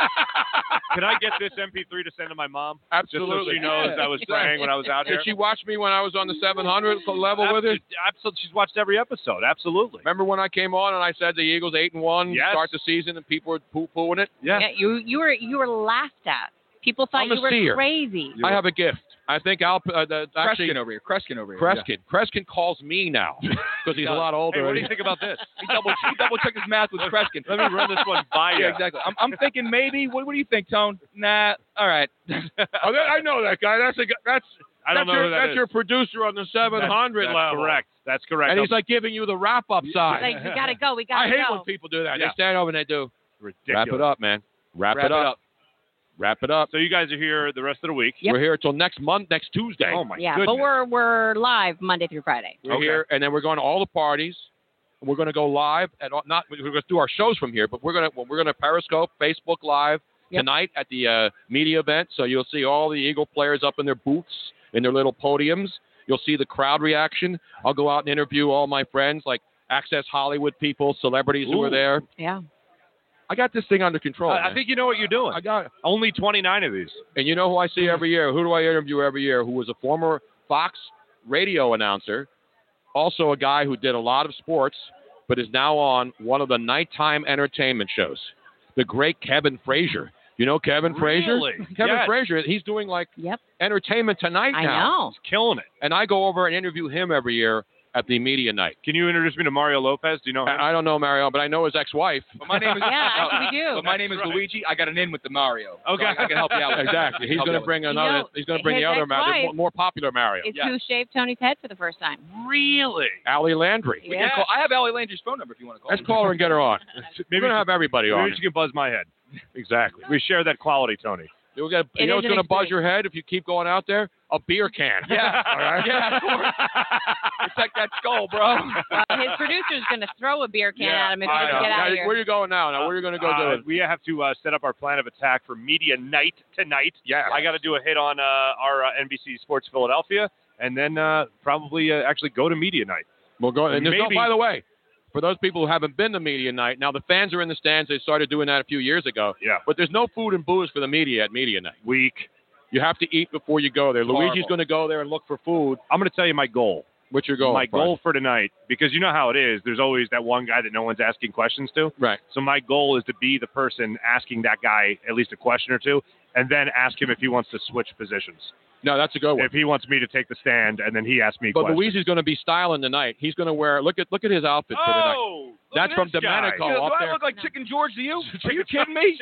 G: Can I get this MP3 to send to my mom?
C: Absolutely.
G: Just so she knows I was praying when I was out
C: Did
G: here.
C: she watch me when I was on the 700 level with her?
G: Absolutely. She's watched every episode. Absolutely.
C: Remember when I came on and I said the Eagles eight and one
G: Yes.
C: start the season and people were poo pooing it?
G: Yeah.
D: Yeah, you you were you were laughed at. People thought
C: I'm a
D: you were
C: seer.
D: crazy.
C: I have a gift. I think I'll uh, the, actually
E: Kreskin over here. Kreskin over here.
C: Kreskin. Kreskin calls me now because he's a
E: does.
C: lot older.
G: Hey, what do you think about this?
E: Yeah. He double, he double checked his math with Kreskin.
G: Let me run this one by you.
E: Yeah, exactly. I'm, I'm thinking maybe. What, what do you think, Tone? Nah. All right.
C: Oh, that- I know that guy. That's a gu- that's
G: I don't
C: that's
G: know
C: your,
G: who that
C: that's
G: is.
C: your producer on the 700
G: that's
C: level.
G: Correct. That's correct.
C: And
G: I'm
C: he's like giving you the wrap up side.
D: Like we gotta go, we gotta
C: I hate
D: go.
C: when people do that.
G: Yeah.
C: They stand over and they do.
G: ridiculous.
C: Wrap it up, man. Wrap,
E: Wrap it
C: it up.
E: up.
C: Wrap it up.
G: So you guys are here the rest of the week.
D: Yep.
C: We're here until next month, next Tuesday.
G: Oh my
D: yeah,
G: goodness.
D: but we're we're live Monday through Friday.
C: We're
G: Okay.
C: here, and then we're going to all the parties. We're going to go live at all, not. We're going to do our shows from here, but we're going to we're going to Periscope, Facebook Live
D: Yep.
C: tonight at the uh, media event. So you'll see all the Eagle players up in their booths in their little podiums. You'll see the crowd reaction. I'll go out and interview all my friends, like Access Hollywood people, celebrities who
G: Ooh.
C: are there.
D: Yeah.
C: I got this thing under control.
G: I- I
C: man.
G: think you know what you're doing.
C: I got. it.
G: Only 29 of these. Hmm.
C: And you know who I see every year? Who do I interview every year? Who was a former Fox radio announcer, also a guy who did a lot of sports, but is now on one of the nighttime entertainment shows. The great Kevin Frazier. You know Kevin Frazier?
G: Really?
C: Kevin
G: Yes.
C: Frazier, he's doing like
D: Yep.
C: entertainment tonight
D: I
C: now.
D: know.
G: It's killing it.
C: And I go over and interview him every year at the media night.
G: Can you introduce me to Mario Lopez? Do you know him?
C: I I don't know Mario, but I know his ex-wife.
E: But my name is.
D: Yeah, actually we do.
E: But my name is
G: That's right.
E: Luigi. I got an in with the Mario.
G: Okay.
E: So I, I can help you out. with that.
C: exactly. He's
E: Help you out
C: going to
E: with
C: bring
D: know,
C: another. he's going to bring the
D: his
C: other Mario, the
D: ex-wife-
C: more- more popular Mario,
D: It's
E: Yeah.
D: who shaved Tony's head for the first time.
G: Really?
C: Ali Landry.
E: it. We can
D: Yeah.
E: call- I have Allie Landry's phone number if you want to call.
C: Let's
E: her.
C: call her and get her on.
G: Maybe
C: We're gonna
G: she-
C: have everybody on.
G: Maybe she can buzz my head. Exactly. We share that quality, Tony.
C: You, gotta, you
D: It
C: know
D: is
C: what's
D: an
C: gonna buzz
D: experience.
C: your head if you keep going out there? A beer can.
E: Yeah.
C: All right.
E: Yeah, of course. Protect that skull, bro.
D: Well, his producer's going to throw a beer can
G: Yeah,
D: at him if he
G: I
D: doesn't
G: know.
D: get
C: Now,
D: out of here.
C: Where you going now? Now where you gonna go
G: Uh,
C: do it?
G: We have to uh, set up our plan of attack for media night tonight.
C: Yes.
G: I got to do a hit on uh, our uh, NBC Sports Philadelphia, and then uh, probably uh, actually go to media night.
C: We'll go. Oh, And there's no.
G: maybe-
C: By the way, for those people who haven't been to media night, now the fans are in the stands. They started doing that a few years ago.
G: Yeah.
C: But there's no food and booze for the media at media night.
G: Week.
C: You have to eat before you go there. Luigi's
E: horrible.
C: gonna go there and look for food.
G: I'm going to tell you my goal.
C: What's your goal?
G: my
C: Brian?
G: goal for tonight, because you know how it is. There's always that one guy that no one's asking questions to.
C: Right.
G: So my goal is to be the person asking that guy at least a question or two, and then ask him if he wants to switch positions.
C: No, that's a good one.
G: If he wants me to take the stand, and then he asks me.
C: But
G: questions.
C: Luigi's gonna be styling tonight. He's gonna wear. Look at look at his outfit for tonight.
G: Oh, look
C: That's
G: at
C: from
G: this guy.
C: Domenico
E: Do
C: up
E: I
C: there.
E: look like Chicken George to you? Are you kidding me?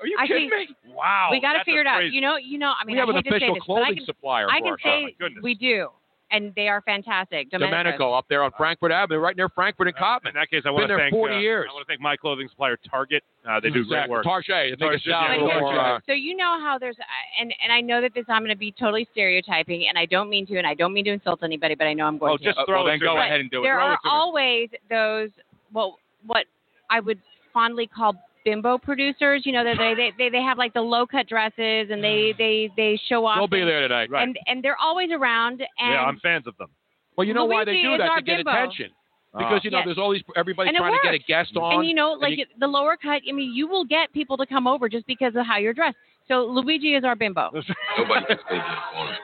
E: Are you
D: I
E: kidding
D: think-
E: me?
G: Wow.
D: we got to
G: that's a
D: figure it out.
G: crazy-
D: You know, you know. I mean,
C: we have
D: I
C: an
D: hate to say
C: official
D: this, but I
C: clothing
D: can,
C: supplier
D: I
C: for
D: can
C: our show.
D: say
G: my goodness.
D: we do, and they are fantastic. Domenico.
C: Domenico up there on Frankfurt Avenue, right near Frankfurt and
G: Uh,
C: Cotman.
G: In that case, I want to
C: there
G: thank.
C: 40
G: uh,
C: years. Mm-hmm.
G: I want to thank my clothing supplier, Target. Uh, they do great work.
C: Target, make a
G: Target,
C: shout
G: yeah,
C: a
D: But
C: little
D: yeah,
C: more, uh,
D: so you know how there's I- and and I know that this I'm going to be totally stereotyping, and I don't mean to, and I don't mean to insult anybody, but I know I'm going
G: Oh,
D: to.
G: just
E: Uh,
G: throw
E: well,
G: it
E: then
G: to
E: go
G: me.
E: ahead and do it.
D: there
E: Throw
D: are
E: it to me.
D: always those well what I would fondly call bimbo producers. You know that they they, they they have like the low cut dresses, and they they they show off.
C: Mm. They'll be
D: and-
C: there tonight.
G: Right.
D: And and they're always around. And
G: Yeah, I'm fans of them.
C: Well, you know why they
D: Luigi
C: do
D: is
C: that
D: our Ah.
C: to get
D: bimbo.
C: attention. because you know
D: Yes.
C: there's all these everybody
D: And it
C: trying to get a
D: works.
C: guest on.
D: And you know,
C: and
D: like
C: you-
D: the lower cut, I mean, you will get people to come over just because of how you're dressed. So Luigi is our bimbo.
I: Nobody puts baby in the corner.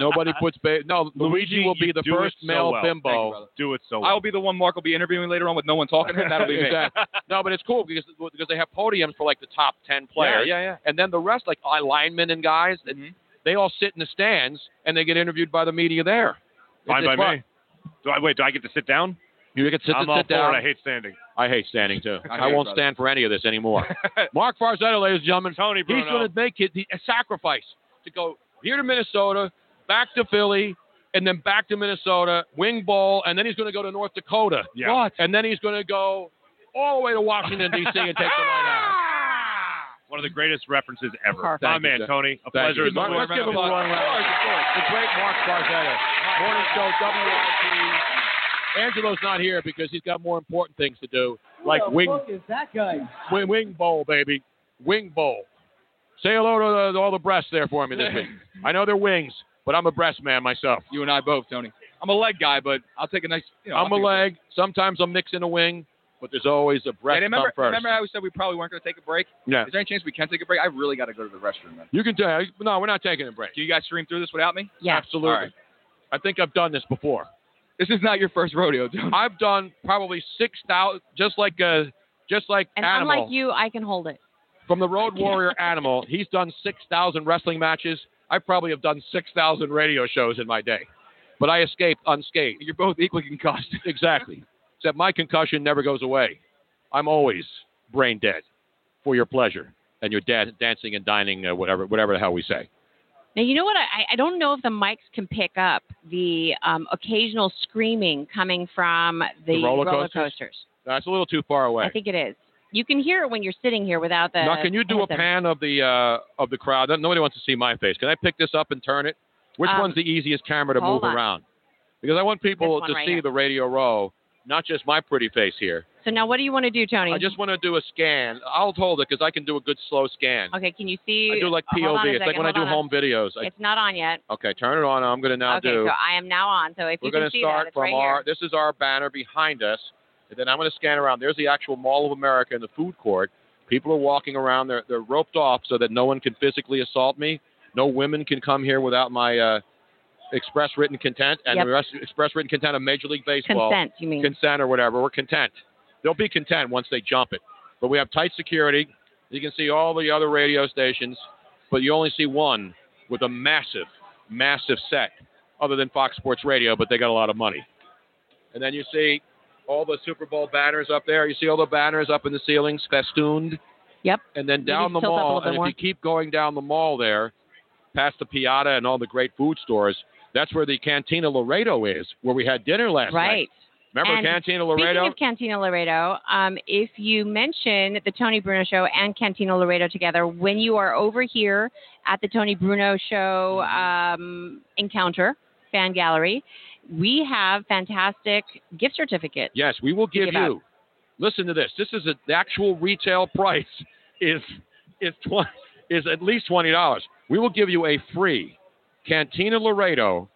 C: nobody puts ba- no Luigi, will be
E: you
C: the
E: do
C: first
E: it so
C: male
E: well. Thank you,
C: bimbo.
E: brother.
G: Do it so
E: I'll be the one Mark will be interviewing later on with no one talking to him. That'll be me.
C: Exactly. No, but it's cool because because they have podiums for like the top ten players.
E: yeah, yeah.
C: And then the rest, like I linemen and guys, and they all sit in the stands and they get interviewed by the media there.
G: Fine
C: It's-
G: by
C: it's
G: me. Do I wait? Do I get to sit down?
C: You get to sit,
G: I'm
C: sit
G: all for it.
C: down.
G: I hate standing.
C: I hate standing too.
G: I
C: I,
G: hate it,
C: won't
G: brother.
C: stand for any of this anymore. Mark Farzetta, ladies and gentlemen,
G: Tony
C: he's
G: Bruno.
C: going to make it the, a sacrifice to go here to Minnesota, back to Philly, and then back to Minnesota, wing ball, and then he's going to go to North Dakota.
G: Yeah.
C: And then he's going to go all the way to Washington D.C. and take the White
G: One of the greatest references ever.
C: Perfect.
G: My
C: Thank you,
G: man,
C: sir.
G: Tony. A
C: Thank
G: pleasure.
C: you. Mark, let's give him a warm round. The great Mark Farzetta. House. Morning show WIP. Angelo's not here because he's got more important things to do, like wing
J: is that guy?
C: Wing, wing bowl, baby. Wing bowl. Say hello to, the, to all the breasts there for me this week. I know they're wings, but I'm a breast man myself.
E: You and I both, Tony. I'm a leg guy, but I'll take a nice. You know,
C: I'm a
E: I'll take
C: leg. Sometimes I'm mixing a wing, but there's always a breast
E: And remember,
C: come first.
E: remember how we said we probably weren't going to take a break?
C: Yeah.
E: Is there any chance we can take a break? I really got to go to the restroom, man.
C: you can tell. No, we're not taking a break.
E: Can you guys stream through this without me?
C: Yeah. Absolutely.
E: All right.
C: I think I've done this before.
E: This is not your first rodeo, Tony.
C: I've done probably six thousand, just like uh, just like
D: And
C: animal
D: unlike you, I can hold it.
C: from the Road Warrior Animal. He's done six thousand wrestling matches. I probably have done six thousand radio shows in my day, but I escaped unscathed.
E: You're both equally concussed.
C: Exactly. Except my concussion never goes away. I'm always brain dead for your pleasure and your da- dancing and dining, uh, whatever, whatever the hell we say.
D: Now you know what? I, I don't know if the mics can pick up the um, occasional screaming coming from the,
C: roller coasters?
D: coasters.
C: That's a little too far away.
D: I think it is. You can hear it when you're sitting here without the.
C: now, can you do a
D: headset.
C: pan of the uh, of the crowd? Nobody wants to see my face. Can I pick this up and turn it? Which
D: Um,
C: one's the easiest camera to
D: hold
C: move
D: on.
C: around? Because I want people
D: This one
C: to
D: right
C: see
D: here.
C: the radio row, not just my pretty face here.
D: So now, what do you want to do, Tony?
C: I just want to do a scan. I'll hold it because I can do a good slow scan.
D: Okay, can you see?
C: I do like
D: uh, hold on a
C: POV. It's like
D: second,
C: when I
D: hold
C: do
D: on a-
C: home videos. I
D: It's not on yet.
C: Okay, turn it on. I'm going to now
D: okay,
C: do.
D: so I am now on. So if
C: we're
D: you can
C: going to
D: see
C: start
D: that, it's
C: from
D: right
C: our.
D: here.
C: This is our banner behind us, and then I'm going to scan around. There's the actual Mall of America and the food court. People are walking around. They're they're roped off so that no one can physically assault me. No women can come here without my uh, express written consent and
D: Yep.
C: the rest, express written consent of Major League Baseball.
D: Consent, you mean.
C: Consent or whatever. We're content. They'll be content once they jump it. But we have tight security. You can see all the other radio stations, but you only see one with a massive, massive set, other than Fox Sports Radio, but they got a lot of money. And then you see all the Super Bowl banners up there. You see all the banners up in the ceilings, festooned.
D: Yep.
C: And then
D: You
C: down
D: need
C: the
D: to tilt up a
C: mall,
D: little bit
C: and if
D: more.
C: you keep going down the mall there, past the Piata and all the great food stores, that's where the Cantina Laredo is, where we had dinner last night.
D: Right.
C: Remember
D: And
C: Cantina Laredo?
D: Speaking of Cantina Laredo, um, if you mention the Tony Bruno Show and Cantina Laredo together when you are over here at the Tony Bruno Show um, encounter fan gallery, we have fantastic gift certificates.
C: Yes, we will give
D: give out.
C: you. Listen to this. This is a, the actual retail price is is twenty is at least twenty dollars. We will give you a free Cantina Laredo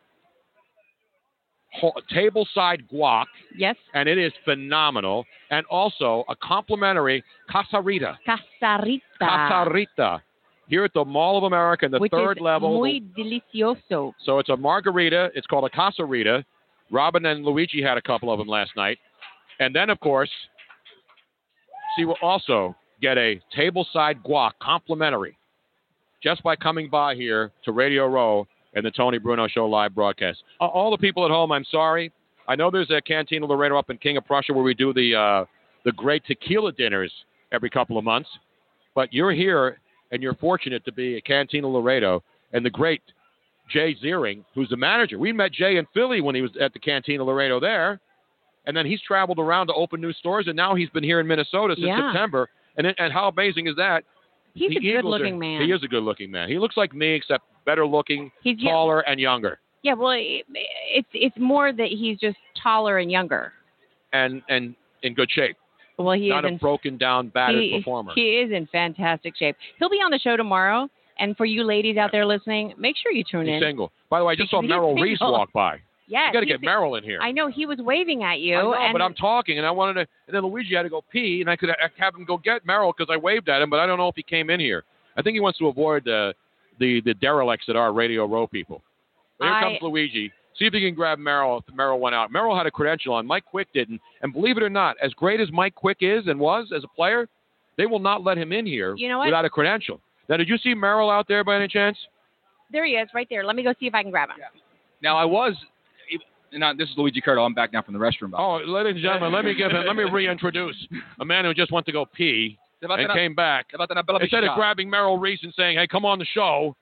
C: ho- tableside guac.
D: Yes.
C: and it is phenomenal. And also a complimentary casarita,
D: Casarita,
C: casarita, here at the Mall of America in the
D: which
C: third
D: is
C: level.
D: muy delicioso.
C: So it's a margarita. It's called a casarita. Robin and Luigi had a couple of them last night. And then, of course, she will also get a tableside guac complimentary just by coming by here to Radio Row and the Tony Bruno Show live broadcast. Uh, All the people at home, I'm sorry. I know there's a Cantina Laredo up in King of Prussia where we do the, uh, the great tequila dinners every couple of months. But you're here and you're fortunate to be at Cantina Laredo and the great Jay Ziering, who's the manager. We met Jay in Philly when he was at the Cantina Laredo there, and then he's traveled around to open new stores, and now he's been here in Minnesota since
D: Yeah.
C: September. And it- and how amazing is that?
D: He's
C: The
D: a
C: Eagles are-
D: good-looking man.
C: He is a good-looking man. He looks like me, except better looking,
D: He's young.
C: taller, and younger.
D: Yeah, well, it, it's it's more that he's just taller and younger.
C: And and in good shape.
D: Well, he
C: not
D: is
C: a
D: in
C: broken down, battered
D: he,
C: performer.
D: He is in fantastic shape. He'll be on the show tomorrow. And for you ladies out there listening, make sure you tune
C: He's
D: in.
C: single. By the way, I just saw
D: He's
C: Merrill Reese
D: single.
C: walk by.
D: Yes,
C: you got to
D: he's
C: get
D: the-
C: Merrill in here.
D: I know he was waving at you.
C: I know,
D: and
C: but I'm talking, and I wanted to. And then Luigi had to go pee, and I could ha- have him go get Merrill because I waved at him, but I don't know if he came in here. I think he wants to avoid the the, the derelicts that are Radio Row people. But here
D: I-
C: comes Luigi. See if he can grab Merrill. If Merrill went out. Merrill had a credential on. Mike Quick didn't. And believe it or not, as great as Mike Quick is and was as a player, they will not let him in here
D: You know what?
C: without a credential. Now, did you see Merrill out there by any chance?
D: there he is, right there. Let me go see if I can grab him.
E: Now I was. Now this is Luigi Curto. I'm back now from the restroom. by the way.
C: Oh, ladies and gentlemen, let me give him, let me reintroduce a man who just went to go pee and came back. Instead of grabbing Merrill Reese and saying, "Hey, come on the show,"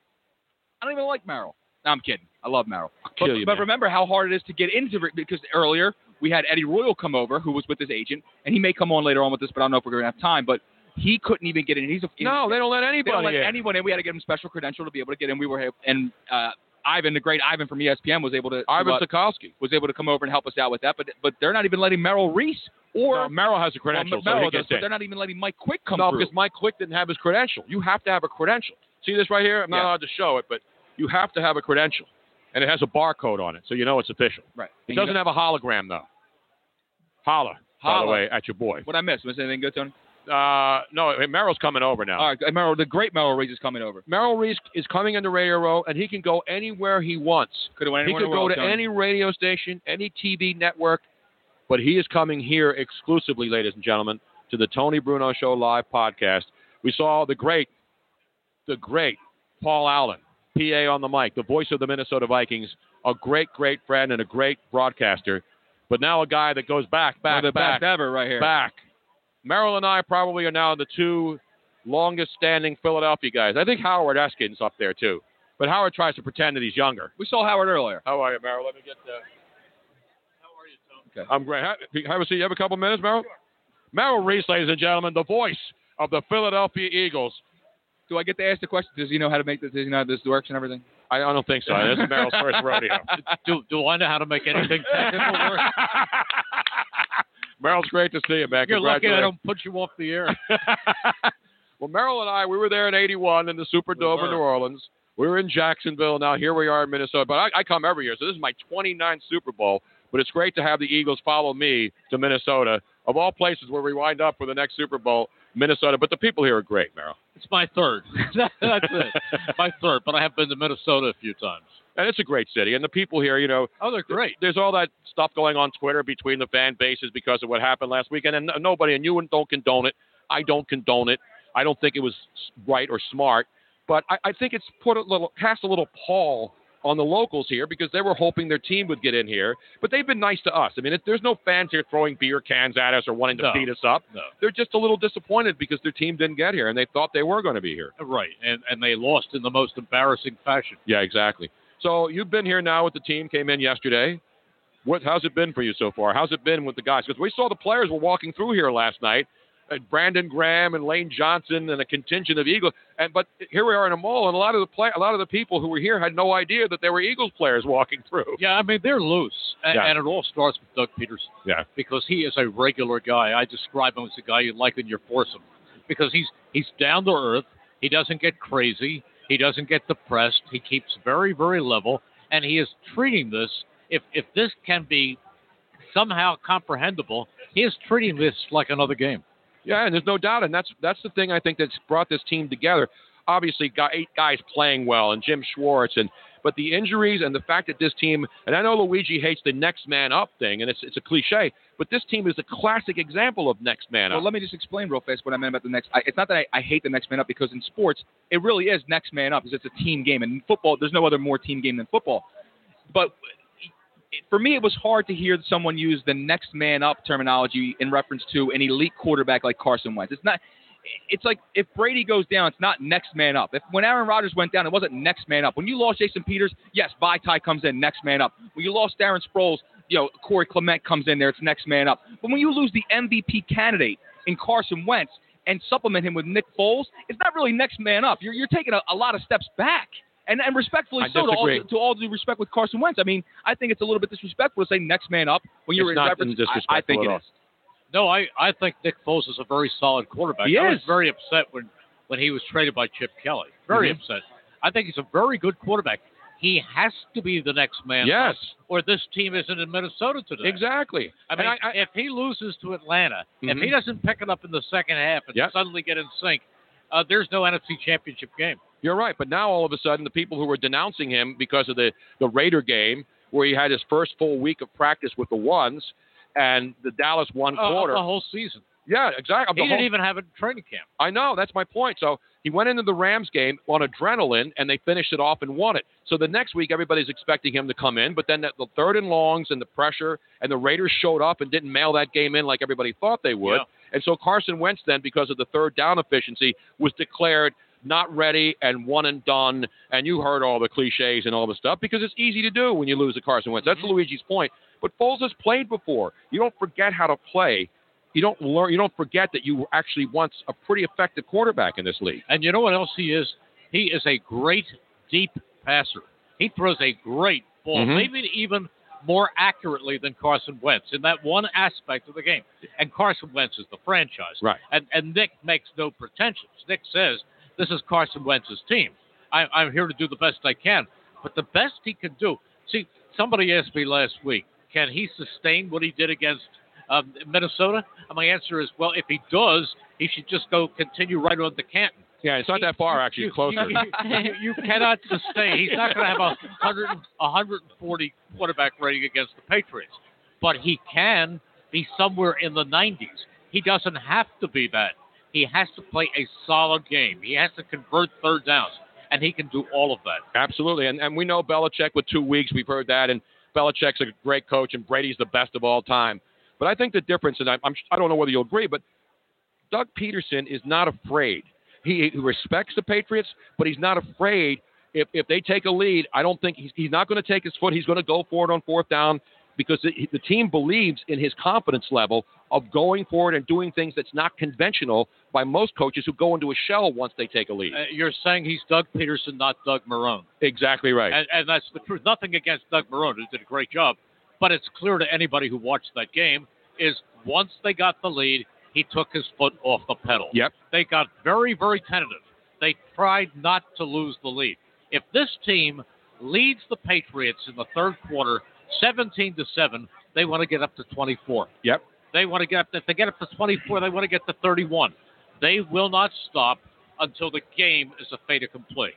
E: I don't even like Merrill. No, I'm kidding. I love Merrill.
C: kill
E: but,
C: you,
E: but
C: man.
E: remember how hard it is to get into re- because earlier we had Eddie Royal come over, who was with his agent, and he may come on later on with this, but I don't know if we're going to have time. But he couldn't even get in. He's a
C: No, they don't let
E: They don't
C: anybody
E: let
C: in.
E: anyone in. We had to get him special credential to be able to get in. We were ha- and uh, Ivan, the great Ivan from E ESPN, was able to
C: Ivan
E: to, uh,
C: Sikorsky
E: was able to come over and help us out with that. But but they're not even letting Merrill Reese or
C: No, Merrill has a credential,
E: Well,
C: so he
E: Merrill
C: gets
E: does, but
C: in.
E: they're not even letting Mike Quick come
C: no,
E: through.
C: because Mike Quick didn't have his credential. You have to have a credential. See this right here? I'm not
E: Yeah.
C: allowed to show it, but you have to have a credential, and it has a barcode on it, so you know it's official.
E: right.
C: It
E: And you
C: doesn't
E: know-
C: have a hologram though. Holla, by
E: Holla.
C: the way, at your boy.
E: What I missed was anything good, Tony?
C: Uh, no, Merrill's coming over now.
E: All right, Merrill, the great Merrill Reese is coming over.
C: Merrill Reese is coming into Radio Row, and he can go anywhere he wants.
E: Could have went
C: He
E: anywhere
C: could
E: in the
C: go
E: world,
C: to
E: Tony.
C: any radio station, any TV network, but he is coming here exclusively, ladies and gentlemen, to the Tony Bruno Show live podcast. We saw the great, the great Paul Allen, PA on the mic, the voice of the Minnesota Vikings, a great, great friend and a great broadcaster, but now a guy that goes back,
E: One
C: back,
E: of the
C: back,
E: best ever right here.
C: back. Merrill and I probably are now the two longest standing Philadelphia guys. I think Howard Eskin's up there too. But Howard tries to pretend that he's younger.
E: We saw Howard earlier.
C: How are you, Merrill? Let me get the.
E: Okay.
C: I'm great. Ha- Have a seat. You have a couple minutes, Merrill? Merrill Reese, ladies and gentlemen, the voice of the Philadelphia Eagles.
E: Do I get to ask the question? Does he know how to make this? Does he know how this works and everything?
C: I, I don't think so. This is Merrill's first rodeo.
J: do, do I know how to make anything technical work?
C: Merrill, it's great to see you, man.
J: You're lucky I
C: Congratulations.
J: don't put you off the air.
C: well, Merrill and I, we were there in '81 in the Superdome in
J: were.
C: New Orleans. We were in Jacksonville. Now here we are in Minnesota. But I, I come every year, so this is my 29th Super Bowl. But it's great to have the Eagles follow me to Minnesota, of all places where we wind up for the next Super Bowl, Minnesota. But the people here are great, Merrill.
J: It's my third. That's it. My third, but I have been to Minnesota a few times.
C: And it's a great city. And the people here, you know,
J: Oh, they're great.
C: there's all that stuff going on Twitter between the fan bases because of what happened last weekend, and n- nobody and you don't condone it. I don't condone it. I don't think it was s- right or smart, but I, I think it's put a little cast a little pall on the locals here because they were hoping their team would get in here, but they've been nice to us. I mean, it, there's no fans here throwing beer cans at us or wanting to
J: No.
C: beat us up.
J: No.
C: They're just a little disappointed because their team didn't get here and they thought they were going to be here.
J: Uh, Right, and and they lost in the most embarrassing fashion.
C: Yeah, exactly. So you've been here now with the team, came in yesterday. What, how's it been for you so far? How's it been with the guys? Because we saw the players were walking through here last night, and Brandon Graham and Lane Johnson and a contingent of Eagles. And but here we are in a mall, and a lot of the play, a lot of the people who were here had no idea that there were Eagles players walking through.
J: Yeah, I mean they're loose, and,
C: Yeah.
J: and it all starts with Doug Peterson.
C: Yeah.
J: because he is a regular guy. I describe him as a guy you like in your foursome, because he's he's down to earth. He doesn't get crazy. He doesn't get depressed. He keeps very very level, and he is treating this. If if this can be somehow comprehensible, he is treating this like another game.
C: Yeah, and there's no doubt, and that's that's the thing I think that's brought this team together. Obviously, got eight guys playing well, and Jim Schwartz, and but the injuries and the fact that this team, and I know Luigi hates the next man up thing, and it's it's a cliche, but this team is a classic example of next man
E: Well,
C: up.
E: let me just explain real fast what I meant about the next. I, it's not that I, I hate the next man up because in sports it really is next man up because it's a team game. And in football, there's no other more team game than football. But it- for me, it was hard to hear someone use the next man up terminology in reference to an elite quarterback like Carson Wentz. It's not. It's like if Brady goes down, it's not next man up. If when Aaron Rodgers went down, it wasn't next man up. When you lost Jason Peters, yes, by tie comes in next man up. When you lost Darren Sproles, you know Corey Clement comes in there. It's next man up. But when you lose the MVP candidate in Carson Wentz and supplement him with Nick Foles, it's not really next man up. You're you're taking a, a lot of steps back. And, and respectfully,
C: I
E: so to all,
C: disagree.
E: to all due respect with Carson Wentz, I mean, I think it's a little bit disrespectful to say next man up when you're
C: It's
E: in
C: not
E: reference.
C: disrespectful
E: I, I think
C: at
E: it
C: all.
E: is.
J: No, I, I think Nick Foles is a very solid quarterback.
E: He
J: I was
E: is.
J: very upset when, when he was traded by Chip Kelly. Very
C: Mm-hmm.
E: Mhm.
J: upset. I think he's a very good quarterback. He has to be the next man.
C: Yes.
J: up, or this team isn't in Minnesota today.
C: Exactly.
J: I mean,
C: And I- I-
J: if he loses to Atlanta, if
C: Mhm.
J: he doesn't pick it up in the second half and
C: Yep.
J: suddenly get in sync, uh, there's no NFC Championship game.
C: You're right, but now all of a sudden the people who were denouncing him because of the, the Raider game where he had his first full week of practice with the ones and the Dallas one
J: Uh, of
C: quarter.
J: the whole season.
C: yeah, exactly. of
J: He
C: the
J: didn't
C: whole-
J: even have a training camp.
C: I know, that's my point. So he went into the Rams game on adrenaline and they finished it off and won it. So the next week everybody's expecting him to come in, but then that, the third and longs and the pressure and the Raiders showed up and didn't mail that game in like everybody thought they would.
J: Yeah.
C: And so Carson Wentz then because of the third down efficiency was declared not ready and one and done and you heard all the clichés and all the stuff because it's easy to do when you lose to Carson Wentz. That's Luigi's point. But Foles has played before. You don't forget how to play you don't learn you don't forget that you were actually once a pretty effective quarterback in this league.
J: And you know what else he is? He is a great deep passer. He throws a great ball,
C: Mhm.
J: maybe even more accurately than Carson Wentz in that one aspect of the game. And Carson Wentz is the franchise.
C: Right.
J: And and Nick makes no pretensions. Nick says, "This is Carson Wentz's team. I, I'm here to do the best I can." But the best he can do. See, somebody asked me last week, "Can he sustain what he did against um, Minnesota?" And my answer is, "Well, if he does, he should just go continue right on to Canton."
C: Yeah, it's not that far actually, it's closer.
J: You, you- you cannot sustain. He's not going to have a 100, 140 quarterback rating against the Patriots, but he can be somewhere in the 90s. He doesn't have to be that. He has to play a solid game. He has to convert third downs, and he can do all of that.
C: Absolutely. And and we know Belichick with two weeks, we've heard that, and Belichick's a great coach and Brady's the best of all time. But I think the difference, and I, I'm I don't know whether you'll agree, but Doug Peterson is not afraid. He, he respects the Patriots, but he's not afraid. If, if they take a lead, I don't think he's, he's not going to take his foot. He's going to go for it on fourth down because the, the team believes in his confidence level of going for it and doing things that's not conventional by most coaches who go into a shell once they take a lead.
J: Uh, you're saying he's Doug Peterson, not Doug Marone.
C: Exactly right.
J: And, and that's the truth. Nothing against Doug Marone, who did a great job. But it's clear to anybody who watched that game is once they got the lead, he took his foot off the pedal.
C: Yep.
J: They got very, very tentative. They tried not to lose the lead. If this team leads the Patriots in the third quarter, 17 to seven, they want to get up to 24.
C: Yep.
J: They want to get up. If they get up to 24, they want to get to 31. They will not stop until the game is a fait accompli.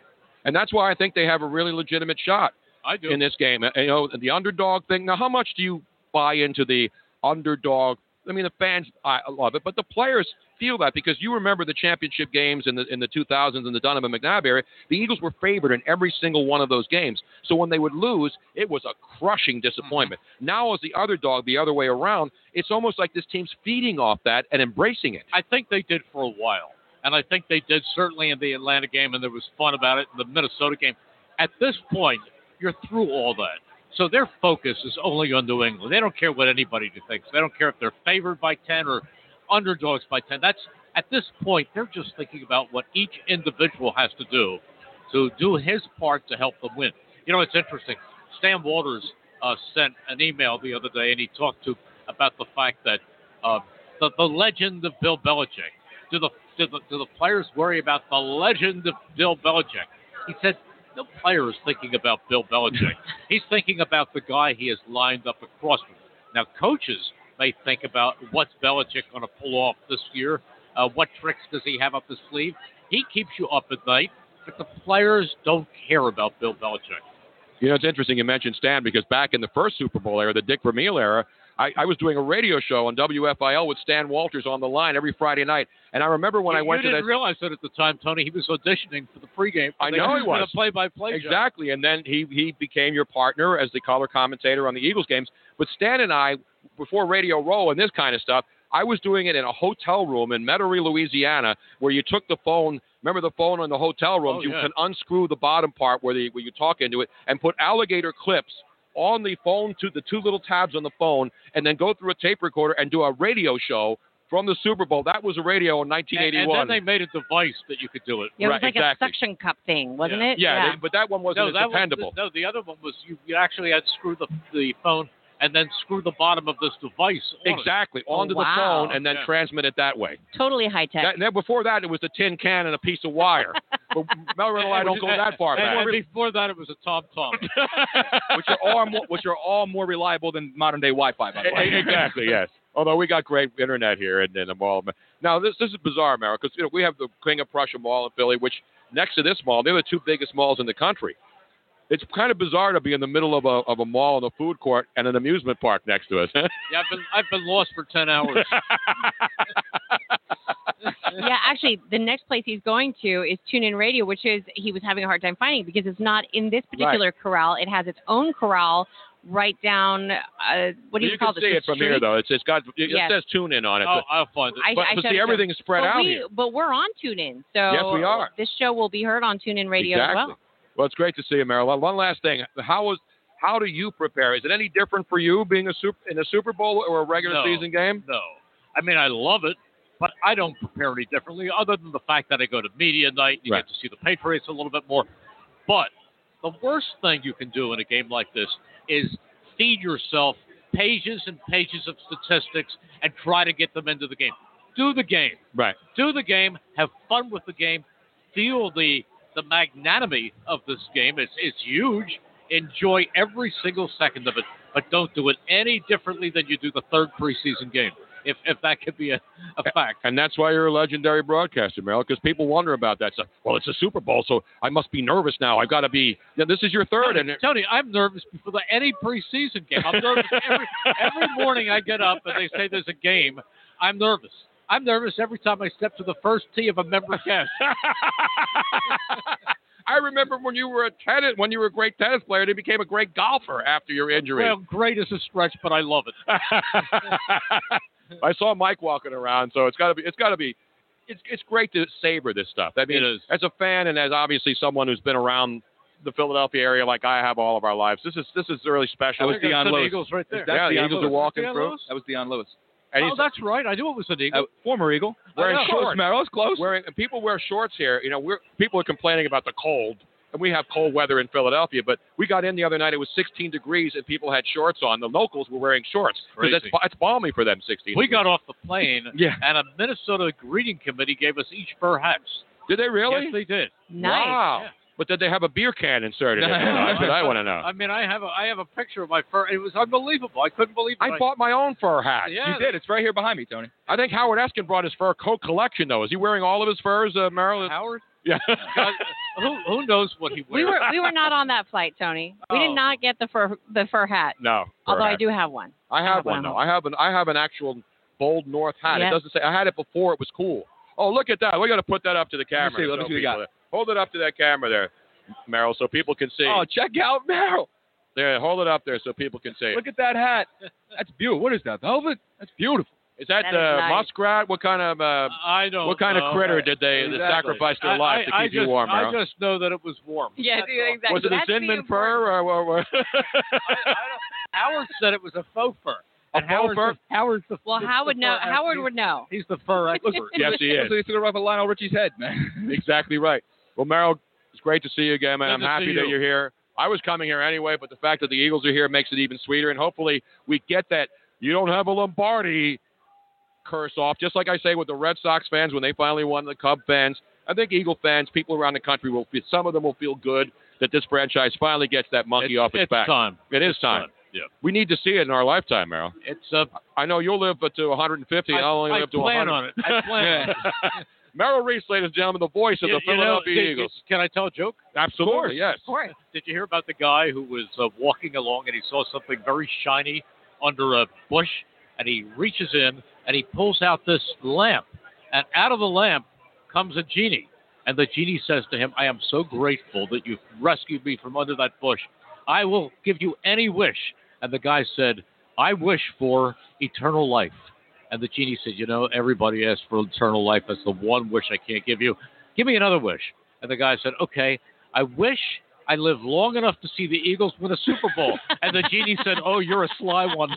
C: And that's why I think they have a really legitimate shot
J: I do.
C: in this game. Uh, You know, the underdog thing. Now, how much do you buy into the underdog? I mean, the fans I love it, but the players feel that because you remember the championship games in the in the 2000s in the Donovan McNabb era. The Eagles were favored in every single one of those games. So when they would lose, it was a crushing disappointment. Now, as the underdog, the other way around, it's almost like this team's feeding off that and embracing it.
J: I think they did for a while, and I think they did certainly in the Atlanta game, and there was fun about it in the Minnesota game. At this point, you're through all that, so their focus is only on New England. They don't care what anybody thinks. They don't care if they're favored by ten or underdogs by ten. That's at this point, they're just thinking about what each individual has to do to do his part to help them win. You know, it's interesting. Stan Walters uh, sent an email the other day, and he talked to about the fact that uh, the, the legend of Bill Belichick. Do the, do the do the players worry about the legend of Bill Belichick? He said no player is thinking about Bill Belichick. He's thinking about the guy he has lined up across from. him. Now coaches may think about what's Belichick going to pull off this year. Uh, what tricks does he have up his sleeve? He keeps you up at night, but the players don't care about Bill Belichick.
C: You know, it's interesting you mentioned Stan because back in the first Super Bowl era, the Dick Vermeil era, I, I was doing a radio show on WFIL with Stan Walters on the line every Friday night. And I remember when
J: you,
C: I went
J: you
C: to
J: didn't
C: that.
J: realize that at the time, Tony. He was auditioning for the pregame.
C: I know he was.
J: a play-by-play. job.
C: Exactly. And then he, he became your partner as the color commentator on the Eagles games. But Stan and I, before Radio Row and this kind of stuff, I was doing it in a hotel room in Metairie, Louisiana, where you took the phone. Remember the phone in the hotel room?
J: Oh,
C: you
J: yeah.
C: can unscrew the bottom part where, the, where you talk into it and put alligator clips on the phone to the two little tabs on the phone and then go through a tape recorder and do a radio show from the Super Bowl. That was a radio in
J: And,
C: 1981.
J: and then they made a device that you could do it.
D: Yeah, it was
C: Right,
D: like
C: exactly.
D: a suction cup thing, wasn't
J: Yeah.
D: it?
C: yeah, they- but that one wasn't
J: no,
C: as
J: that was-
C: dependable.
J: no, the other one was you, you actually had to screw the, the phone and then screw the bottom of this device.
C: Exactly, onto the phone and then transmit it that way.
D: Totally high tech.
C: That, that- before that, it was a tin can and a piece of wire. but Melrose and I don't go that far
J: and,
C: back.
J: and before that, it was a tom tom.
C: which are all more, which are all more reliable than modern day Wi-Fi. By the way. e, exactly. Yes. Although we got great internet here and, and the mall. Now this this is bizarre, America, because you know we have the King of Prussia Mall in Philly, which next to this mall, they're the two biggest malls in the country. It's kind of bizarre to be in the middle of a of a mall and a food court and an amusement park next to us.
J: Yeah, I've been I've been lost for ten hours.
D: yeah, actually, the next place he's going to is TuneIn Radio, which is he was having a hard time finding because it's not in this particular corral. It has its own corral right down. Uh, what do you,
C: you
D: call
C: can
D: this?
C: see
D: The
C: it from
D: street?
C: here though. It's it's got it
D: Yes.
C: says tune in on it.
J: Oh, I'll find
D: I,
C: but
D: I
C: but
D: should've
C: see,
D: done-
C: everything's spread
D: but
C: out
D: we,
C: here.
D: But we're on TuneIn, so
C: Yes, we are.
D: This show will be heard on TuneIn Radio
C: exactly.
D: as well.
C: Well, it's great to see you, Marilyn. One last thing. How was how do you prepare? Is it any different for you being a super in a Super Bowl or a regular
J: No.
C: season game?
J: No. I mean, I love it, but I don't prepare any differently other than the fact that I go to media night. You
C: Right.
J: get to see the Patriots a little bit more. But the worst thing you can do in a game like this is feed yourself pages and pages of statistics and try to get them into the game. Do the game.
C: Right.
J: Do the game. Have fun with the game. Feel the the magnanimity of this game. It's, it's huge. Enjoy every single second of it, but don't do it any differently than you do the third preseason game, if, if that could be a, a fact.
C: And that's why you're a legendary broadcaster, Merrill, because people wonder about that stuff. Well, it's a Super Bowl, so I must be nervous now. I've got to be. Now, this is your third, and it-
J: Tony, I'm nervous before the, any preseason game. I'm nervous every, every morning I get up and they say there's a game. I'm nervous. I'm nervous every time I step to the first tee of a member guest.
C: I remember when you were a tennis, when you were a great tennis player, and you became a great golfer after your injury.
J: well, great is a stretch, but I love it.
C: I saw Mike walking around, so it's got to be. It's got to be. It's it's great to savor this stuff. I mean,
J: It is.
C: as a fan and as obviously someone who's been around the Philadelphia area like I have all of our lives, this is this is really special.
J: There goes some Eagles right there.
C: yeah, the Eagles are walking
J: Deion
C: through.
J: Lewis?
K: That was Deion Lewis.
C: And
J: oh,
C: he's Oh,
J: that's right. I knew it was an Eagle.
K: Uh, former Eagle.
C: wearing
J: I know.
C: shorts.
J: Close,
K: Merrill, it's close.
C: Wearing and people wear shorts here. You know, we're people are complaining about the cold, and we have cold weather in Philadelphia. But we got in the other night; it was 16 degrees, and people had shorts on. The locals were wearing shorts because that's
J: Crazy.
C: it's balmy for them. 16.
J: we
C: degrees.
J: got off the plane,
C: Yeah.
J: and a Minnesota greeting committee gave us each fur hats.
C: Did they really?
J: Yes, they did.
D: Nice.
C: Wow. But did they have a beer can inserted in it? That's what I want to know.
J: I mean, I have a I have a picture of my fur. It was unbelievable. I couldn't believe it.
C: I bought my own fur hat.
J: Yeah,
K: You did. It's right here behind me, Tony.
C: I think Howard Eskin brought his fur coat collection, though. Is he wearing all of his furs, uh, Merrill?
J: Howard.
C: Yeah.
J: God, who who knows what he
D: We
J: wears?
D: were we were not on that flight, Tony. We
J: Oh.
D: did not get the fur the fur hat,
C: no. fur
D: although I
C: hat.
D: do have one.
C: I have one,
D: one
C: though.
D: of
C: I have an, I have an actual bold North hat. It
D: Yeah.
C: doesn't say, I had it before it was cool. Oh, look at that. we got to put that up to the camera.
K: see, let me
C: so
K: see what you
C: people-
K: got.
C: Hold it up to that camera there, Merrill, so people can see.
K: Oh, check out Merrill.
C: There, hold it up there so people can see. it.
K: Look at that hat. That's beautiful. What is that? Velvet? That's beautiful.
C: Is that,
D: That is
C: uh,
D: nice.
C: muskrat? What kind of uh,
J: I don't.
C: what kind
J: know.
C: of critter did they
K: Exactly.
C: that sacrificed their
J: I-
C: life
J: I,
C: to keep
J: I
C: you
J: just-
C: warm,
J: I
C: Merrill?
J: just know that it was warm.
D: Yeah,
J: That's all.
D: exactly.
C: Was it
D: That's
C: a
D: the
C: Zinman
D: important-
C: fur or what? what-
J: I- I don't- Howard said it was a faux fur. And
C: faux
J: Howard's
C: fur?
J: The, Howard's the
D: Well,
J: he's
D: Howard
J: the
D: know.
J: fur-
D: Howard
J: he's-
D: would know.
J: He's the fur expert.
C: yes, he is.
K: So he's going off of Lionel Richie's head, man.
C: Exactly right. Well, Merrill, it's great to see you again, man.
J: Good
C: I'm
J: to
C: happy
J: see
C: that
J: you.
C: you're here. I was coming here anyway, but the fact that the Eagles are here makes it even sweeter. And hopefully, we get that you don't have a Lombardi curse off. Just like I say with the Red Sox fans when they finally won, the Cub fans. I think Eagle fans, people around the country will feel. Some of them will feel good that this franchise finally gets that monkey off its,
J: it's
C: back.
J: time.
C: It is time.
J: Yeah.
C: We need to see it in our lifetime, Merrill.
J: It's uh,
C: I know you'll live to 150. and
J: I,
C: I'll only
J: I
C: live to
J: plan
C: 100.
J: on it. I plan on it.
C: Merrill Reese, ladies and gentlemen, the voice of
J: You-
C: the
J: you know,
C: Philadelphia
J: did- did-
C: Eagles.
J: Can I tell a joke?
C: Absolutely, yes.
D: Of course.
J: Did you hear about the guy who was uh, walking along and he saw something very shiny under a bush and he reaches in and he pulls out this lamp and out of the lamp comes a genie and the genie says to him, "I am so grateful that you rescued me from under that bush. I will give you any wish." And the guy said, "I wish for eternal life." And the genie said, "You know, everybody asks for eternal life. That's the one wish I can't give you. Give me another wish." And the guy said, "Okay, I wish I live long enough to see the Eagles win a Super Bowl." and the genie said, "Oh, you're a sly one."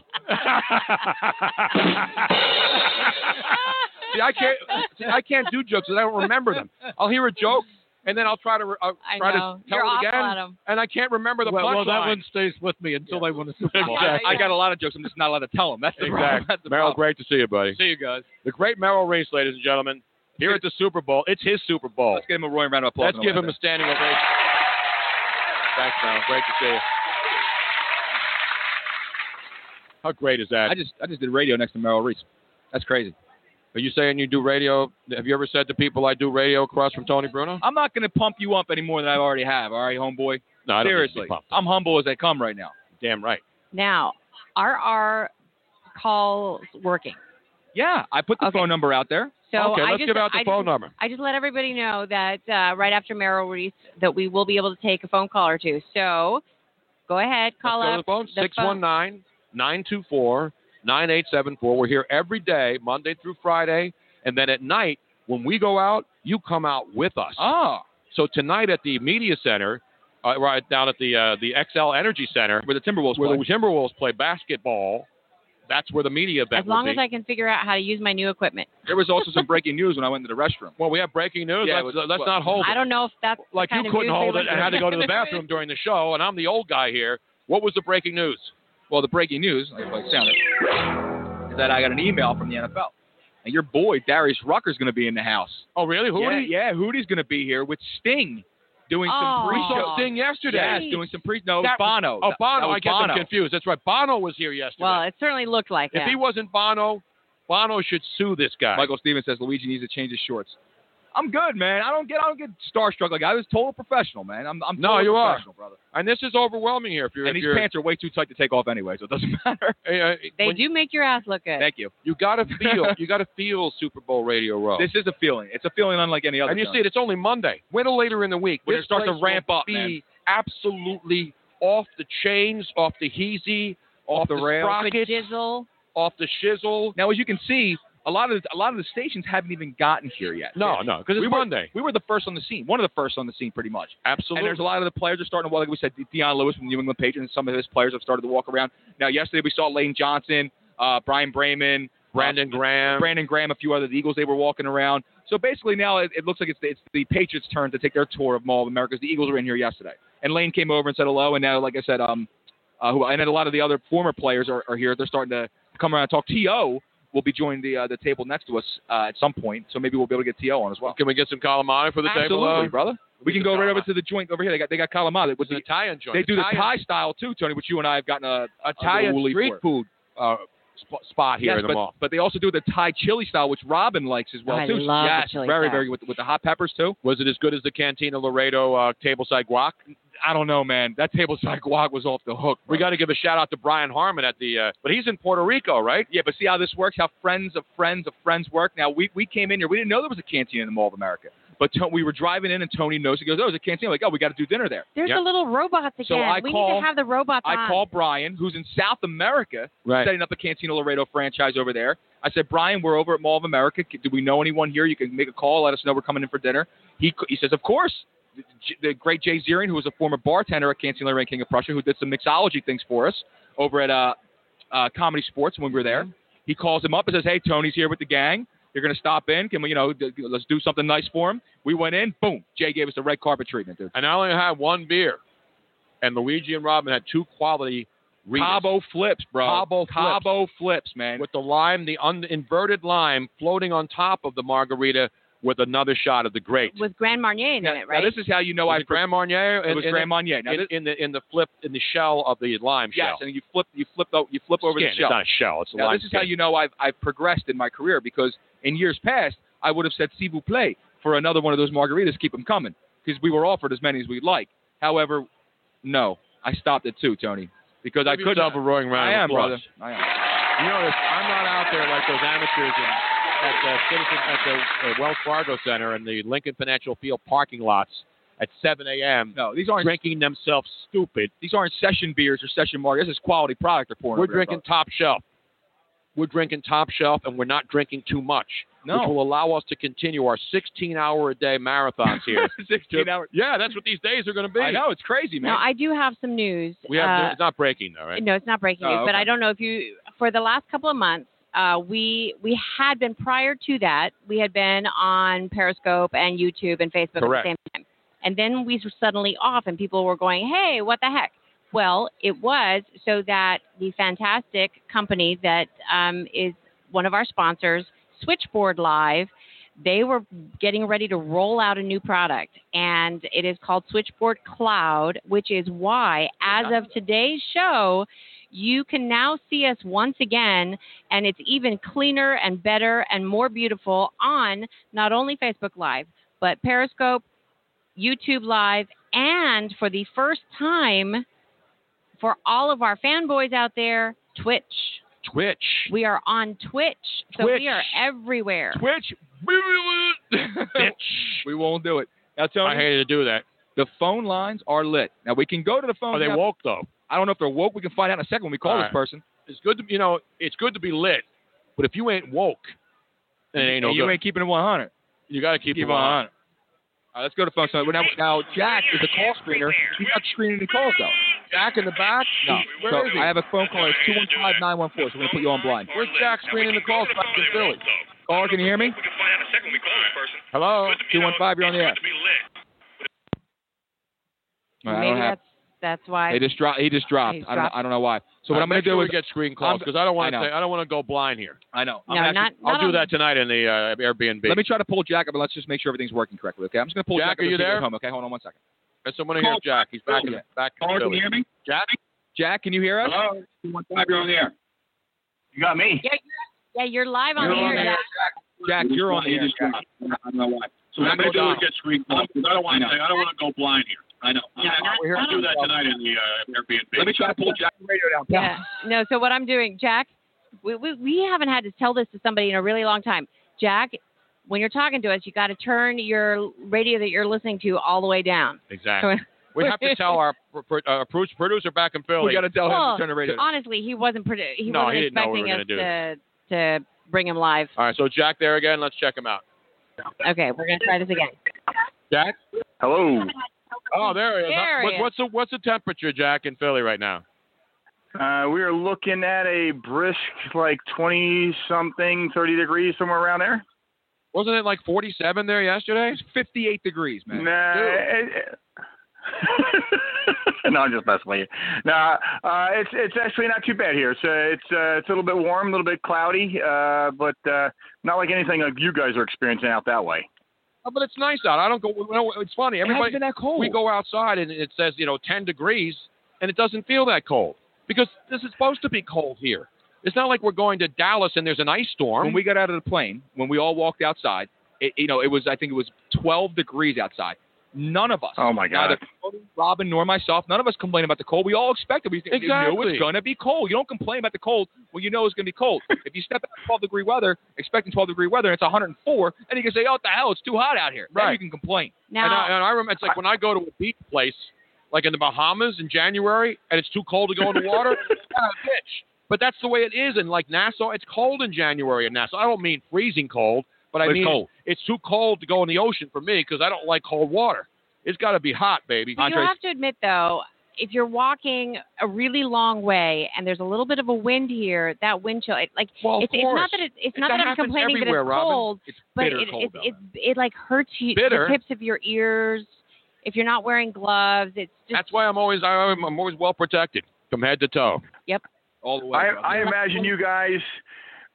C: See, I can't. See, I can't do jokes because I don't remember them. I'll hear a joke and then I'll try to re- I'll try to
D: know.
C: tell
D: You're
C: it
D: awful
C: again,
D: at 'em.
C: and I can't remember the
J: well, well, that
C: punchline.
J: one stays with me until they win a Super Bowl.
C: Exactly.
E: I got a lot of jokes. I'm just not allowed to tell them. That's the problem.
C: Exactly.
E: That's the
C: Merrill,
E: problem.
C: great to see you, buddy.
E: See you guys.
C: The great Merrill Reese, ladies and gentlemen, here at the Super Bowl. It's his Super Bowl.
E: Let's give him a roaring round of applause.
C: Let's give him a standing ovation. Thanks, Merrill. Great to see you. How great is that?
E: I just I just did radio next to Merrill Reese. That's crazy.
C: Are you saying you do radio? Have you ever said to people, I do radio across from Tony Bruno?
E: I'm not going to pump you up any more than I already have. All right, homeboy.
C: No, I don't need to be
E: seriously.
C: pumped.
E: I'm humble as they come right now.
C: Damn right.
D: Now, are our calls working?
E: Yeah, I put the phone number out there.
D: So I just, I just, I just let everybody know that uh, right after Merrill Reese that we will be able to take a phone call or two. So go ahead, call
C: Let's go to the phone.
D: up
C: 619 924 9874. We're here every day, Monday through Friday. And then at night, when we go out, you come out with us.
E: Oh.
C: So tonight at the Media Center, uh, right down at the uh, the XL Energy Center,
E: where the Timberwolves
C: where the Timberwolves play basketball, that's where the media event
D: As long
C: will
D: as
C: be.
D: I can figure out how to use my new equipment.
E: There was also some breaking news when I went to the restroom.
C: Well, we have breaking news.
E: Yeah, it
C: let's
E: was-
C: let's
E: well,
C: not hold
D: I
C: it.
D: don't know if that's the
C: Like
D: kind
C: you
D: of
C: couldn't
D: news we
C: hold it
D: would
C: and had to go to the bathroom during the show, and I'm the old guy here. What was the breaking news?
E: Well, the breaking news, like, like sound it, is that I got an email from the NFL. And your boy, Darius Rucker's going to be in the house.
C: Oh, really? Hootie?
E: Yeah, yeah Hootie's going to be here with Sting doing
C: Oh.
E: some pre
C: We
E: show.
C: saw Sting yesterday.
E: Yes,
C: Jeez.
E: doing some pre No,
C: That was-
E: Bono.
C: oh,
E: That-
C: Bono.
E: that was
C: I get
E: Bono.
C: them confused. That's right. Bono was here yesterday.
D: Well, it certainly looked like
C: if
D: that.
C: he wasn't Bono, Bono should sue this guy.
E: Michael Stevens says Luigi needs to change his shorts. I'm good, man. I don't get I don't get starstruck. Like I was total professional, man. I'm I'm
C: no,
E: total
C: you are.
E: professional, brother.
C: And this is overwhelming here. If you're,
E: And
C: if
E: these
C: you're,
E: pants are way too tight to take off anyway, so it doesn't matter.
C: uh,
D: they
C: when-
D: do make your ass look good.
E: Thank you.
C: You gotta feel. you gotta feel Super Bowl Radio Row.
E: This is a feeling. It's a feeling unlike any other.
C: and you
E: John.
C: see it. It's only Monday. Wait till later in the week
E: When
C: this
E: it starts to
C: place
E: ramp
C: will
E: up,
C: Be
E: man.
C: absolutely off the chains, off the heezy, off,
E: the rails.
C: sprocket,
D: jizzle.
C: off the shizzle.
E: Now, as you can see, a lot of the, a lot of the stations haven't even gotten here yet.
C: No, no, because it's
E: we were,
C: Monday.
E: We were the first on the scene, one of the first on the scene, pretty much.
C: Absolutely.
E: And there's a lot of the players are starting to walk. Like we said, De- Deion Lewis from the New England Patriots, and some of his players have started to walk around. Now, yesterday we saw Lane Johnson, uh, Brian Brayman,
C: Brandon Graham.
E: Brandon Graham, a few other the Eagles. They were walking around. So basically, now it, it looks like it's the, it's the Patriots' turn to take their tour of Mall of America. 'cause The Eagles were in here yesterday, and Lane came over and said hello. And now, like I said, um, uh, who and then a lot of the other former players are, are here. They're starting to come around and talk. To will be joining the uh, the table next to us uh, at some point, so maybe we'll be able to get To on as well.
C: Can we get some calamari for the table?
E: Absolutely,
C: uh,
E: brother. We can go right over to the joint over here. They got they got calamari, which
C: It's an
E: is
C: Italian joint.
E: they do the Thai
C: Italian,
E: style too, Tony, which you and I have gotten a a
C: Italian
E: little woolly
C: street
E: for.
C: food uh, sp- spot here
E: yes,
C: in the
E: but,
C: mall.
E: but they also do the Thai chili style, which Robin likes as well
D: I
E: too.
D: love the
E: yes,
D: chili
E: very
D: style.
E: very with, with the hot peppers too.
C: Was it as good as the Cantina Laredo uh, tableside guac?
E: I don't know, man. That tableside guac was off the hook.
C: We
E: bro.
C: got to give a shout out to Brian Harmon at the, uh, but he's in Puerto Rico, right?
E: yeah, but see how this works? How friends of friends of friends work? Now we we came in here, we didn't know there was a canteen in the Mall of America, but to, we were driving in and Tony knows he goes, oh, there's a canteen. I'm like, oh, we got to do dinner there.
D: There's
C: Yep.
D: the little robots again.
E: So I
D: we need
E: call-
D: to have the robots
E: I
D: on.
E: call Brian, who's in South America,
C: Right.
E: setting up a Cantina Laredo franchise over there. I said, Brian, we're over at Mall of America. Do we know anyone here? You can make a call. Let us know we're coming in for dinner. He he says, of course. The, the great Jay Zerian, who was a former bartender at Cantina Laredo King of Prussia, who did some mixology things for us over at uh, uh, Comedy Sports when we were
C: Mm-hmm.
E: there. He calls him up and says, "Hey, Tony's here with the gang. You're gonna stop in. Can we, you know, d- let's do something nice for him?" We went in. Boom. Jay gave us the red carpet treatment, dude.
C: And I only had one beer, and Luigi and Robin had two quality readers
E: Cabo flips, bro.
C: Cabo flips.
E: Cabo flips, man.
C: with the lime, the un- inverted lime floating on top of the margarita with another shot of the grape.
D: with Grand Marnier in
E: Now,
D: it, right?
E: now this is how you know
C: was
E: I
C: it Grand Marnier?
E: it was
C: in,
E: Grand Marnier. Now
C: in,
E: this,
C: in the in the flip in the shell of the lime
E: yes,
C: shell.
E: and you flip you flip o- you flip over
C: Skin,
E: the shell.
C: It's not a shell. It's a
E: now
C: lime.
E: this is how you know I've I've progressed in my career because in years past I would have said "s'il vous plaît" for another one of those margaritas. Keep them coming because we were offered as many as we'd like. However, no, I stopped at two, Tony, because I
C: Give
E: could.
C: yourself a roaring round
E: I
C: of
E: am,
C: applause.
E: brother. I am.
C: You notice I'm not out there like those amateurs in, at the Citizen at the uh, Wells Fargo Center and the Lincoln Financial Field parking lots at 7 a.m.
E: No, these aren't
C: drinking themselves stupid.
E: these aren't session beers or session margaritas. This is quality product they're pouring.
C: We're
E: over here,
C: drinking top shelf. We're drinking top shelf, and we're not drinking too much,
E: No.
C: which will allow us to continue our 16-hour-a-day marathons here.
E: brother. 16 hours.
C: yeah, that's what these days are going to be.
E: I know it's crazy, man.
D: now I do have some news.
C: We have
D: uh,
C: it's not breaking though, right?
D: No, it's not breaking
E: Oh,
D: news, but
E: okay.
D: I don't know if you for the last couple of months, uh, we we had been prior to that, we had been on Periscope and YouTube and Facebook at
C: Correct.
D: the same time. And then we were suddenly off, and people were going, hey, what the heck? Well, it was so that the fantastic company that um, is one of our sponsors, Switchboard Live, they were getting ready to roll out a new product, and it is called Switchboard Cloud, which is why, as of today's show, you can now see us once again, and it's even cleaner and better and more beautiful on not only Facebook Live, but Periscope, YouTube Live, and for the first time, for all of our fanboys out there, Twitch.
C: Twitch.
D: We are on Twitch, so
E: Twitch.
D: we are everywhere.
E: Twitch. we won't do it. Now, Tony.
D: I
E: hated to do that. The phone lines are lit. Now we can go to the phone.
C: Are they woke, though?
E: I don't know if they're woke. We can find out in a second when we call
C: All
E: this
C: right.
E: person.
C: It's good to you know. It's good to be lit, but if you ain't woke, then it ain't no
E: And you
C: good.
E: ain't keeping it 100.
C: you got to keep,
E: Keep
C: it
E: it
C: on.
E: 100. All right, let's go to the phone. So now, now Jack is a call screener. He's not screening the calls though. Jack in the back. No.
C: Where
E: so
C: is he?
E: I have a phone call. It's two one five nine one four. So we're gonna put you on blind.
C: Where's Jack screening the calls back to Philly?
E: Caller, can you hear me? Hello, two one five. You're on the air. All right, I
D: Maybe
E: don't have.
D: that's that's why.
E: They just dropped. He just dropped.
D: He
E: I don't. Know,
D: dropped.
E: I don't know why. So
C: All
E: what
C: right,
E: I'm gonna
C: make
E: do
C: sure we
E: is
C: get screen calls,
E: I'm-
C: 'cause I don't wanna
E: know.
C: say- I don't want to go blind here.
E: I know.
C: No,
E: I'm
C: not-
E: actually-
C: not I'll do on- that tonight in the uh, Airbnb.
E: Let me try to pull Jack up, and let's just make sure everything's working correctly. Okay, I'm just gonna pull
C: Jack,
E: Jack. up
C: are
E: and
C: you
E: see if he's
C: there?
E: Home. Okay, hold on one secin
C: There's someone in here, Jack. He's back in the back. in
E: Caller, can
C: Philly.
E: you hear me?
C: Jack.
E: Jack, can you hear us?
C: Hello?
E: you're on the air.
C: You got me.
D: Yeah, you're, yeah, you're live on
E: You're
D: the
E: on
D: air.
E: the air, Jack,
D: Jack.
E: you're on the air. Jack. I don't know why.
L: So what I'm going to do is get screen calls. 'cause I don't want
E: I
L: to.
E: know.
L: I don't want to go blind here. I know.
E: Yeah,
L: I'm
E: we're here.
L: going to do that tonight in the uh, Airbnb.
E: Let me try to pull Jack radio down.
D: Yeah. No, so what I'm doing, Jack, we, we, we haven't had to tell this to somebody in a really long time. Jack, when you're talking to us, you got to turn your radio that you're listening to all the way down.
C: Exactly.
D: So-
C: We have to tell our pro- pro- uh, pro- producer back in Philly.
D: We gotta Well, Honestly, he wasn't pretty, he
C: No,
D: wasn't
C: he didn't know we
D: expecting
C: were gonna
D: us
C: do
D: to to bring him live.
C: All right, so Jack there again. Let's check him out.
D: Okay, we're gonna try this again.
C: Jack. Hello. Oh, there he is.
D: There he
C: What-
D: is.
C: what's the what's the temperature, Jack, in Philly right now?
M: Uh, we are looking at a brisk, like 20 something, 30 degrees, somewhere around there.
C: Wasn't it like 47 there yesterday? It's
E: 58 degrees, man.
M: Nah, no, I'm just messing with you. No, uh, it's it's actually not too bad here. So it's uh, it's a little bit warm, a little bit cloudy, uh, but uh, not like anything like you guys are experiencing out that way.
C: Oh, but it's nice out. I don't go. You know, it's funny.
M: hasn't
C: Everybody,
M: been that cold.
C: we go outside and it says you know 10 degrees, and it doesn't feel that cold because this is supposed to be cold here. It's not like we're going to Dallas and there's an ice storm.
E: When we got out of the plane, when we all walked outside, it, you know, it was I think it was 12 degrees outside. None of us.
M: Oh my God.
E: Neither Tony, Robin nor myself. None of us complained about the cold. We all expected. We we knew
C: Exactly.
E: it's gonna be cold. You don't complain about the cold when you know it's gonna be cold. if you step out in 12 degree weather, expecting 12 degree weather, and it's 104, and you can say, "Oh, what the hell, it's too hot out here." Then
C: Right.
E: you can complain.
D: Now-
C: and, I, and I remember it's like when I go to a beach place, like in the Bahamas in January, and it's too cold to go in the water. yeah, bitch. But that's the way it is in like Nassau. It's cold in January in Nassau. I don't mean freezing cold, but I
E: But it's
C: mean
E: cold.
C: it's too cold to go in the ocean for me because I don't like cold water. It's got to be hot, baby.
D: But you have to admit, though, if you're walking a really long way and there's a little bit of a wind here, that wind chill, it, like
C: Well, of
D: it's, it's
C: course.
D: not that it, it's not
C: That
D: that, I'm
C: happens
D: complaining that
C: everywhere,
D: it's
C: Robin.
D: cold,
C: It's
D: but
C: bitter
D: it,
C: cold down
D: it, it, it like hurts you
C: Bitter.
D: the tips of your ears if you're not wearing gloves. It's just
C: That's why I'm always I'm, I'm always well protected from head to toe.
D: yep.
C: All the way.
M: I,
C: Robin.
M: I imagine you guys,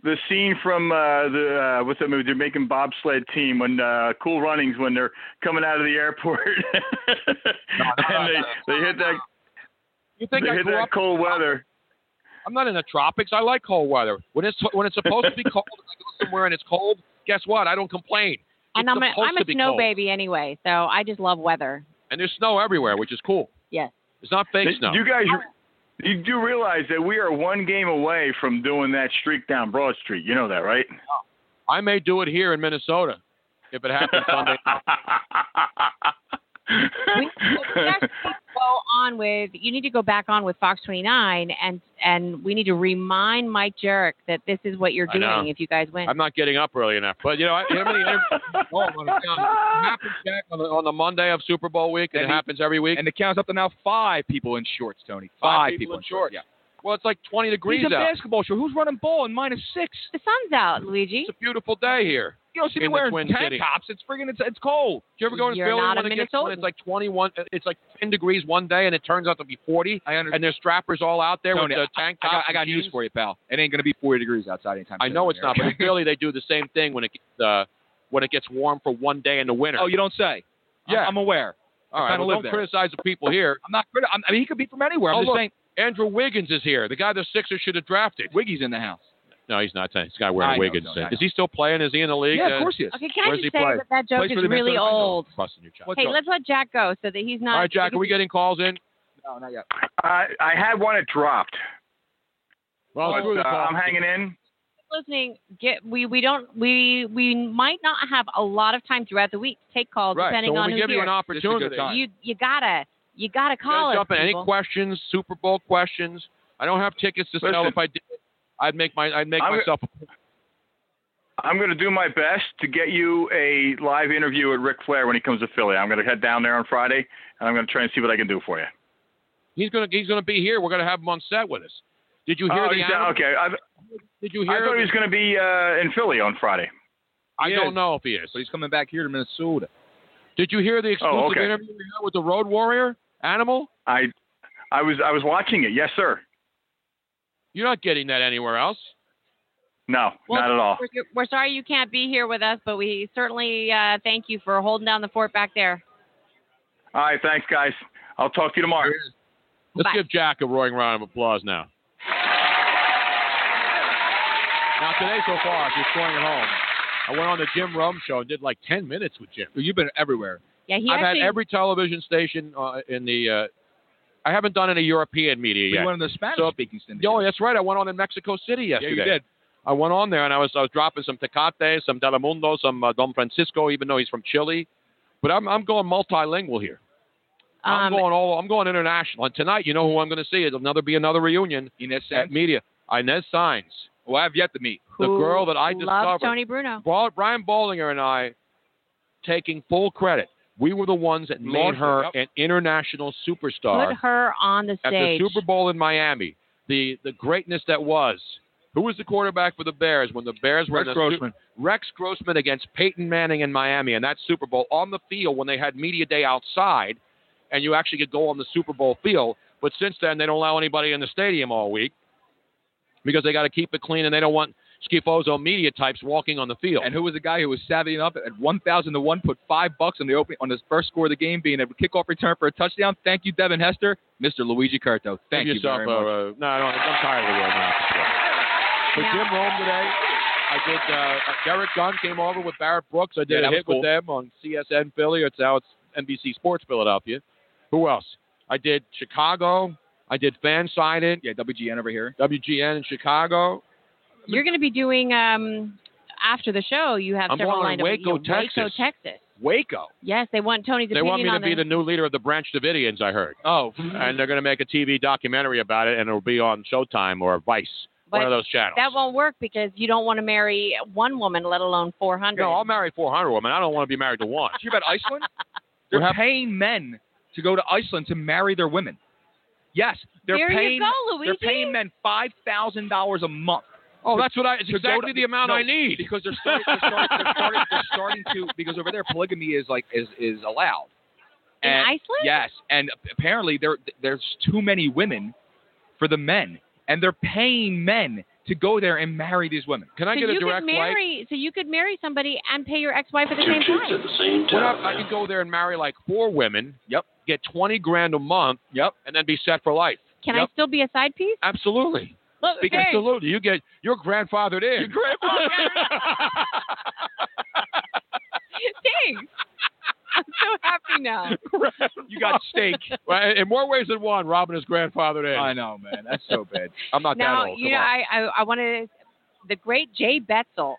M: the scene from uh, the uh, what's that movie? They're making bobsled team when uh, Cool Runnings when they're coming out of the airport and they they hit that
C: You think
M: they
C: I
M: hit
C: grew
M: that
C: up-
M: cold weather.
C: I'm not in the tropics. I like cold weather. When it's when it's supposed to be cold, and I go somewhere and it's cold. Guess what? I don't complain.
D: And
C: It's
D: I'm a,
C: supposed
D: I'm a
C: to be
D: snow
C: cold.
D: baby anyway, so I just love weather.
C: And there's snow everywhere, which is cool.
D: Yes.
C: It's not fake snow.
M: You guys, you do realize that we are one game away from doing that streak down Broad Street. You know that, right?
C: I may do it here in Minnesota if it happens Sunday.
D: We actually go on with you need to go back on with Fox 29 and and we need to remind Mike Jarek that this is what you're
C: I know.
D: doing if you guys win.
C: I'm not getting up early enough, but you know, I, you know how many interviews- oh, I'm gonna count. It happens Jack, on, the, on the Monday of Super Bowl week. and it
E: And he-
C: happens every week.
E: And the count's up to now five people in shorts, Tony.
C: Five
E: Five,
C: people in
E: shorts. Yeah.
C: Well, it's like 20 degrees
E: He's a
C: out.
E: basketball short. Who's running ball in minus six?
D: The sun's out, Luigi.
C: It's a beautiful day here.
E: Yo, see me
C: in the
E: wearing
C: Twin
E: tank
C: Cities.
E: tops. It's friggin' it's, it's cold. Do you ever go to
C: You're
E: Philly
C: not
E: when
C: a
E: it gets when
C: Minnesotan.
E: it's like 21? It's like 10 degrees one day and it turns out to be 40. I understand.
C: And there's strappers all out there
E: Tony,
C: with the
E: I-
C: tank
E: I got-
C: tops
E: I
C: and
E: got news
C: jeans.
E: for you, pal. It ain't gonna be 40 degrees outside anytime.
C: I
E: soon
C: know
E: over
C: it's
E: here.
C: not, but in Philly they do the same thing when it gets, uh, when it gets warm for one day in the winter.
E: Oh, you don't say.
C: Yeah.
E: I'm, I'm aware.
C: All right,
E: kinda live
C: well, don't
E: there.
C: criticize the people here.
E: I'm not criti- I'm, I mean, he could be from anywhere. I'm
C: oh,
E: just
C: look,
E: saying.
C: Andrew Wiggins is here, the guy the Sixers should have drafted.
E: Wiggy's in the house.
C: No, he's not. This guy
E: I
C: wearing
E: know,
C: Wiggins.
E: Tony, I know.
C: is he still playing? Is he in the league?
E: Yeah, of
C: Uh,
E: course he is.
D: Okay, can I
C: Where's he
D: just say
C: play?
D: that that joke
C: Plays for
D: is
C: the
D: really
C: Minnesota Timberwolves.
D: old?
C: Busting your chops.
D: hey, let's let Jack go so that he's not.
C: All right, Jack, are we getting calls in?
E: No, not yet.
M: I I had one that dropped.
C: Well,
M: but,
C: screw the
M: uh,
C: call.
M: I'm hanging in.
D: listening, get we we don't we we might not have a lot of time throughout the week to take calls
C: Right,
D: depending
C: so when
D: on
C: we
D: who's
C: give you
D: here.
C: an opportunity,
D: This is a good
C: time.
D: you you gotta you gotta call
C: Gotta
D: us.
C: jump in. Any
D: people.
C: questions? Super Bowl questions? I don't have tickets to sell.
M: Listen.
C: If I did, I'd make my I'd make
M: I'm-
C: myself. A,
M: I'm going to do my best to get you a live interview with Ric Flair when he comes to Philly. I'm going to head down there on Friday, and I'm going to try and see what I can do for you.
C: he's gonna he's gonna be here. We're gonna have him on set with us. Did you hear
M: oh,
C: the
M: he's
C: animal?
M: down- okay. I,
C: Did you
M: I
C: hear?
M: thought he was going to be uh, in Philly on Friday.
C: I
E: He
C: don't
E: is.
C: know if he is.
E: But he's coming back here to Minnesota.
C: Did you hear the exclusive
M: Oh, okay.
C: interview we had with the Road Warrior Animal?
M: I I was I was watching it. Yes, sir.
C: You're not getting that anywhere else.
M: No,
D: Well,
M: not at all.
D: We're, we're sorry you can't be here with us, but we certainly uh, thank you for holding down the fort back there.
M: All right, thanks, guys. I'll talk to you tomorrow.
C: Let's
D: Bye.
C: give Jack a roaring round of applause now. Now today so far, if you're scoring at home, I went on the Jim Rome show and did like 10 minutes with Jim.
E: You've been everywhere.
D: Yeah, he
C: I've
D: actually
C: had every television station uh, in the. Uh, I haven't done any European media
E: You
C: yet.
E: went in the Spanish speaking syndicate.
C: Oh, that's right. I went on in Mexico City yesterday.
E: Yeah, you did.
C: I went on there and I was I was dropping some Tecate, some Telemundo, some uh, Don Francisco, even though he's from Chile. But I'm I'm going multilingual here. I'm
D: um,
C: going all I'm going international. And tonight, you know who I'm going to see? It'll another be another reunion
E: Ines
C: at
E: Sanz.
C: media. Inez Signs,
E: Well, I have yet to meet.
C: the
D: who
C: girl that I
D: loves
C: discovered.
D: Tony Bruno.
C: Bra- Brian Baldinger and I taking full credit. We were the ones that made
E: Launched it,
C: her
E: yep.
C: an international superstar
D: Put her on the
C: at the
D: stage.
C: Super Bowl in Miami. The the greatness that was. Who was the quarterback for the Bears when the Bears were in
E: Rex
C: the Su-
E: Grossman.
C: Rex Grossman against Peyton Manning in Miami, and that Super Bowl on the field when they had media day outside, and you actually could go on the Super Bowl field. But since then, they don't allow anybody in the stadium all week because they got to keep it clean, and they don't want schifozo media types walking on the field.
E: And who was the guy who was savvy enough at 1,000 to 1 put 5 bucks on the opening on his first score of the game being a kickoff return for a touchdown? Thank you, Devin Hester. Mr. Luigi Curto. Thank
C: Give
E: you
C: yourself
E: very
C: a-
E: much.
C: a- uh, no, I don't, I'm tired of the word. now. But
D: Yeah.
C: Jim Rome today, I did. Uh, Derek Gunn came over with Barrett Brooks. I
E: Yeah,
C: did
E: that
C: a
E: was
C: hit
E: cool.
C: with them on CSN Philly. It's now it's NBC Sports Philadelphia. Who else? I did Chicago. I did Fansided,
E: yeah, WGN over here.
C: WGN in Chicago.
D: You're going to be doing um, after the show. You have
C: I'm
D: several
C: going
D: lined
C: to
D: up.
C: Waco,
D: You know, Waco,
C: Texas.
D: Texas.
C: Waco.
D: Yes, they want Tony's
C: They
D: opinion
C: want me to
D: on
C: be
D: this.
C: the new leader of the Branch Davidians. I heard.
E: Oh,
C: And they're going to make a TV documentary about it, and it'll be on Showtime or Vice,
D: But
C: one of those channels.
D: That won't work because you don't want to marry one woman, let alone 400.
C: no, I'll marry 400 women. I don't want to be married to one.
E: Did you hear about Iceland? They're
C: happened?
E: paying men to go to Iceland to marry their women. Yes, they're
D: There you
E: paying.
D: go, Luigi.
E: They're paying men five thousand dollars a month.
C: Oh, that's what I. It's
E: to go
C: exactly
E: to-
C: the amount
E: no,
C: I need.
E: because they're starting, they're, starting, they're, starting, they're starting to because over there polygamy is like is is allowed.
D: In
E: And-
D: Iceland?
E: Yes, and apparently there there's too many women for the men, and they're paying men to go there and marry these women.
C: Can I
D: so
C: get a
D: you
C: direct
D: could
C: flight?
D: marry, So you could marry somebody and pay your ex-wife at the
I: Two
D: same
I: chicks at
D: time.
I: the same
C: What
I: time.
C: up? I could go there and marry like four women.
E: Yep.
C: Get twenty grand a month.
E: Yep.
C: And then be set for life.
D: Can
E: Yep.
D: I still be a side piece?
C: Absolutely.
D: Look, hey,
C: Absolutely. You get your grandfathered in. Your
D: thanks. I'm so happy now.
E: You got steak.
C: in more ways than one, Robin is grandfathered in.
E: I know, man. That's so bad.
C: I'm not
D: now,
C: that old.
D: you
C: Come
D: know,
C: on.
D: I, I, I want to. The great Jay Betzel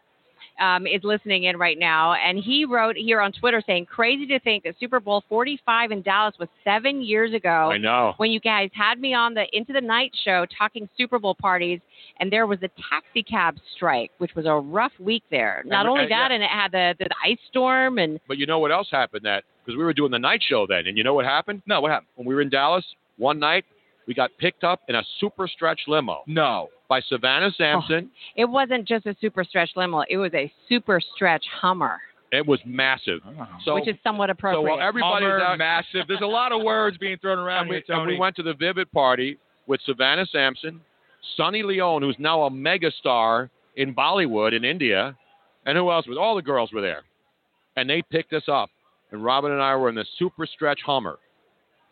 D: um, is listening in right now, and he wrote here on Twitter saying, "Crazy to think that Super Bowl 45 in Dallas was seven years ago."
C: I know.
D: When you guys had me on the Into the Night show talking Super Bowl parties, and there was a taxi cab strike, which was a rough week there. Not
C: Remember-
D: only
C: uh, yeah.
D: that, and it had the, the ice storm, and
C: But you know what else happened? That because we were doing the night show then, and you know what happened?
E: No, what happened?
C: When we were in Dallas one night, We got picked up in a super stretch limo.
E: No. Oh.
C: By Savannah Sampson.
D: It wasn't just a super stretch limo; it was a super stretch Hummer,
C: It was massive.
E: Oh.
C: So
D: which is somewhat
C: so
D: appropriate.
C: while everybody's out,
E: massive. There's a lot of words being thrown around
C: and we,
E: here,
C: and we
E: Tony.
C: went to the Vivid party with Savannah Sampson, Sonny Leone, who's now a megastar in Bollywood in India, and who else? With all the girls were there, and they picked us up, and Robin and I were in the super stretch Hummer,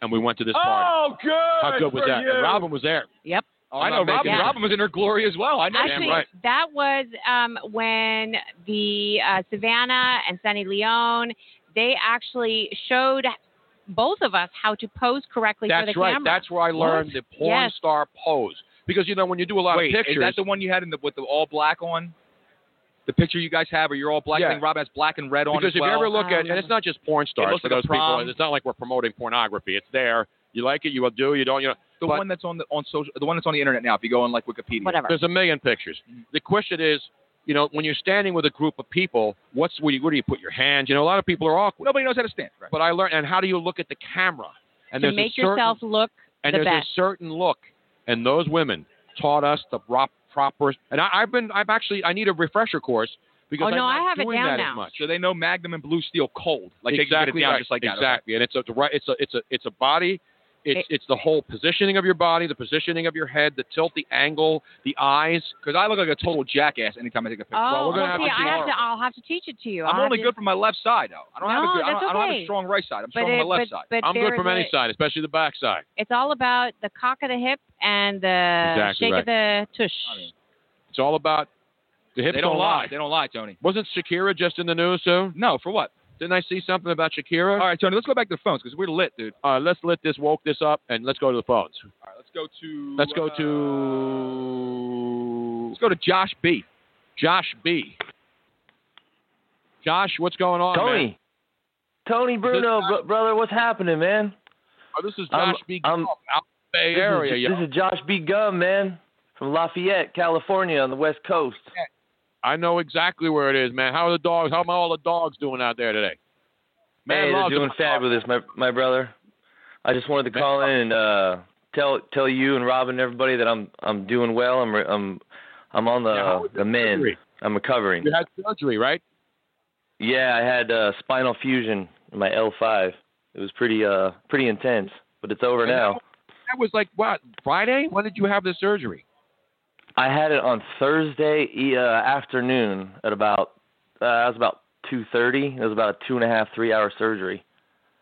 C: and we went to this party.
F: Oh, good.
C: How good was
F: for
C: that?
F: You.
C: And Robin was there.
D: Yep.
E: I know Robin. Robin was in her glory as well. I know.
D: Actually, that was um, when the uh, Savannah and Sunny Leone they actually showed both of us how to pose correctly
C: That's
D: for the
C: right.
D: camera.
C: That's where I learned the porn
D: Yes.
C: star pose because you know when you do a lot
E: Wait,
C: of pictures.
E: is that the one you had in the with the all black on? The picture you guys have, or you're all black.
C: Yeah.
E: I think Rob has black and red on.
C: Because
E: as
C: if
E: well.
C: you ever
D: Oh,
C: look at, and it's not just porn stars
E: looks
C: for
E: like a
C: those
E: prom.
C: people. It's not like we're promoting pornography. It's there. You like it, you will do. You don't. You know.
E: the
C: but
E: one that's on the on social, the one that's on the internet now. If you go on like Wikipedia,
C: There's a million pictures. The question is, you know, when you're standing with a group of people, what's where do you, where do you put your hands? You know, a lot of people are awkward.
E: Nobody knows how to stand. Right.
C: But I learned, and how do you look at the camera? And
D: to
C: there's a
D: make
C: certain-
D: yourself look
C: and
D: the
C: there's
D: best.
C: a certain look, and those women taught us the prop, proper. And I, I've been, I've actually, I need a refresher course because
D: Oh,
C: I'm
D: no,
C: not
D: I have it
C: doing
D: down
C: that
D: now.
C: as much.
E: So they know Magnum and Blue Steel cold. Like they can get
C: exactly
E: it down
C: right.
E: just like that. okay.
C: exactly, and it's a direct, it's a it's a it's a body. It's it's the whole positioning of your body, the positioning of your head, the tilt, the angle, the eyes.
E: Because I look like a total jackass anytime I take a picture.
D: Oh,
C: we're gonna have
D: see,
C: to
D: I
C: do
D: have
C: our-
D: to. I'll have to teach it to you.
E: I'm
D: I'll
E: only
D: have
E: good from my left side though. I don't have
D: No,
E: a good. I don't,
D: that's
E: I don't have
D: okay.
E: a strong right side. I'm
D: But
E: strong on my
D: it-
E: left
D: but-
E: side.
D: but
C: I'm good
D: there
C: from
D: is
C: any
D: a-
C: side, especially the back side.
D: to- It's all about the cock of the hip and the
C: Exactly
D: shake
C: right.
D: of the tush.
C: It's all about the hips
E: They don't
C: don't
E: lie. They don't lie, Tony.
C: Wasn't Shakira just in the news too?
E: No, for what?
C: Didn't I see something about Shakira?
E: All right, Tony, let's go back to the phones because we're lit, dude.
C: Uh, let's let this woke this up and let's go to the phones.
E: All right, let's go to.
C: Let's go
E: uh,
C: to
E: let's go to Josh B.
C: Josh B. Josh, what's going on,
N: Tony.
C: man?
N: Tony Bruno, bro- brother, what's happening, man?
C: Oh, this is
N: I'm-
C: Josh B.
N: I'm-
C: Gum, out the Bay
N: This is-
C: Area. yo.
N: This is Josh B. Gum, man, from Lafayette, California, on the West Coast.
C: I know exactly where it is, man. How are the dogs? How am all the dogs doing out there today? Man
N: hey, they're
C: loves
N: doing
C: them.
N: fabulous, my my brother. I just wanted to call in and uh, tell tell you and Rob and everybody that I'm I'm doing well. I'm re- I'm I'm on the
C: Yeah, how was
N: the mend.
C: surgery?
N: I'm recovering.
C: You had surgery, right?
N: Yeah, I had uh, spinal fusion in my L5. It was pretty uh pretty intense, but it's over
C: And
N: now.
C: that- That was like what Friday? When did you have the surgery?
N: I had it on Thursday e- uh, afternoon at about uh, I was about two thirty. It was about a two and a half three hour surgery.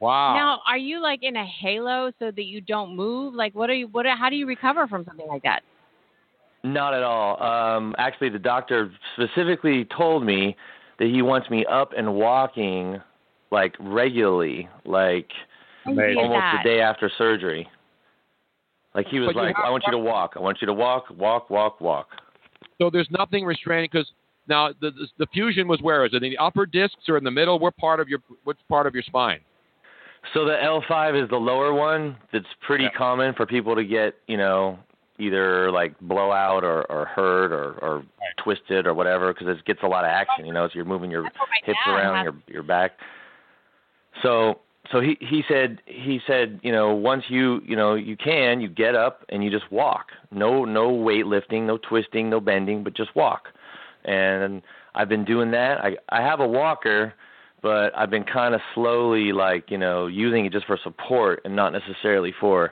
C: Wow.
D: Now,
E: ah.
D: are you like in a halo so that you don't move? Like, what are you? What? Are, how do you recover from something like that?
N: Not at all. Um, actually, the doctor specifically told me that he wants me up and walking like regularly, like
D: I hear
N: almost
D: that.
N: the day after surgery. Like he was
C: But you
N: like,
C: have-
N: "I want you to walk. I want you to walk, walk, walk, walk."
C: So there's nothing restraining because now the, the the fusion was where is it in the upper discs or in the middle? What part of your what's part of your spine?
N: So the L5 is the lower one that's pretty common for people to get, you know, either like blowout or, or hurt or, or twisted or whatever because it gets a lot of action, you know, so you're moving your hips
D: dad
N: around,
D: has-
N: your, your back. So, so he, he said, he said, you know, once you, you know, you can, you get up and you just walk. No, no weightlifting, no twisting, no bending, but just walk. And I've been doing that. I, I have a walker but I've been kind of slowly like you know using it just for support and not necessarily for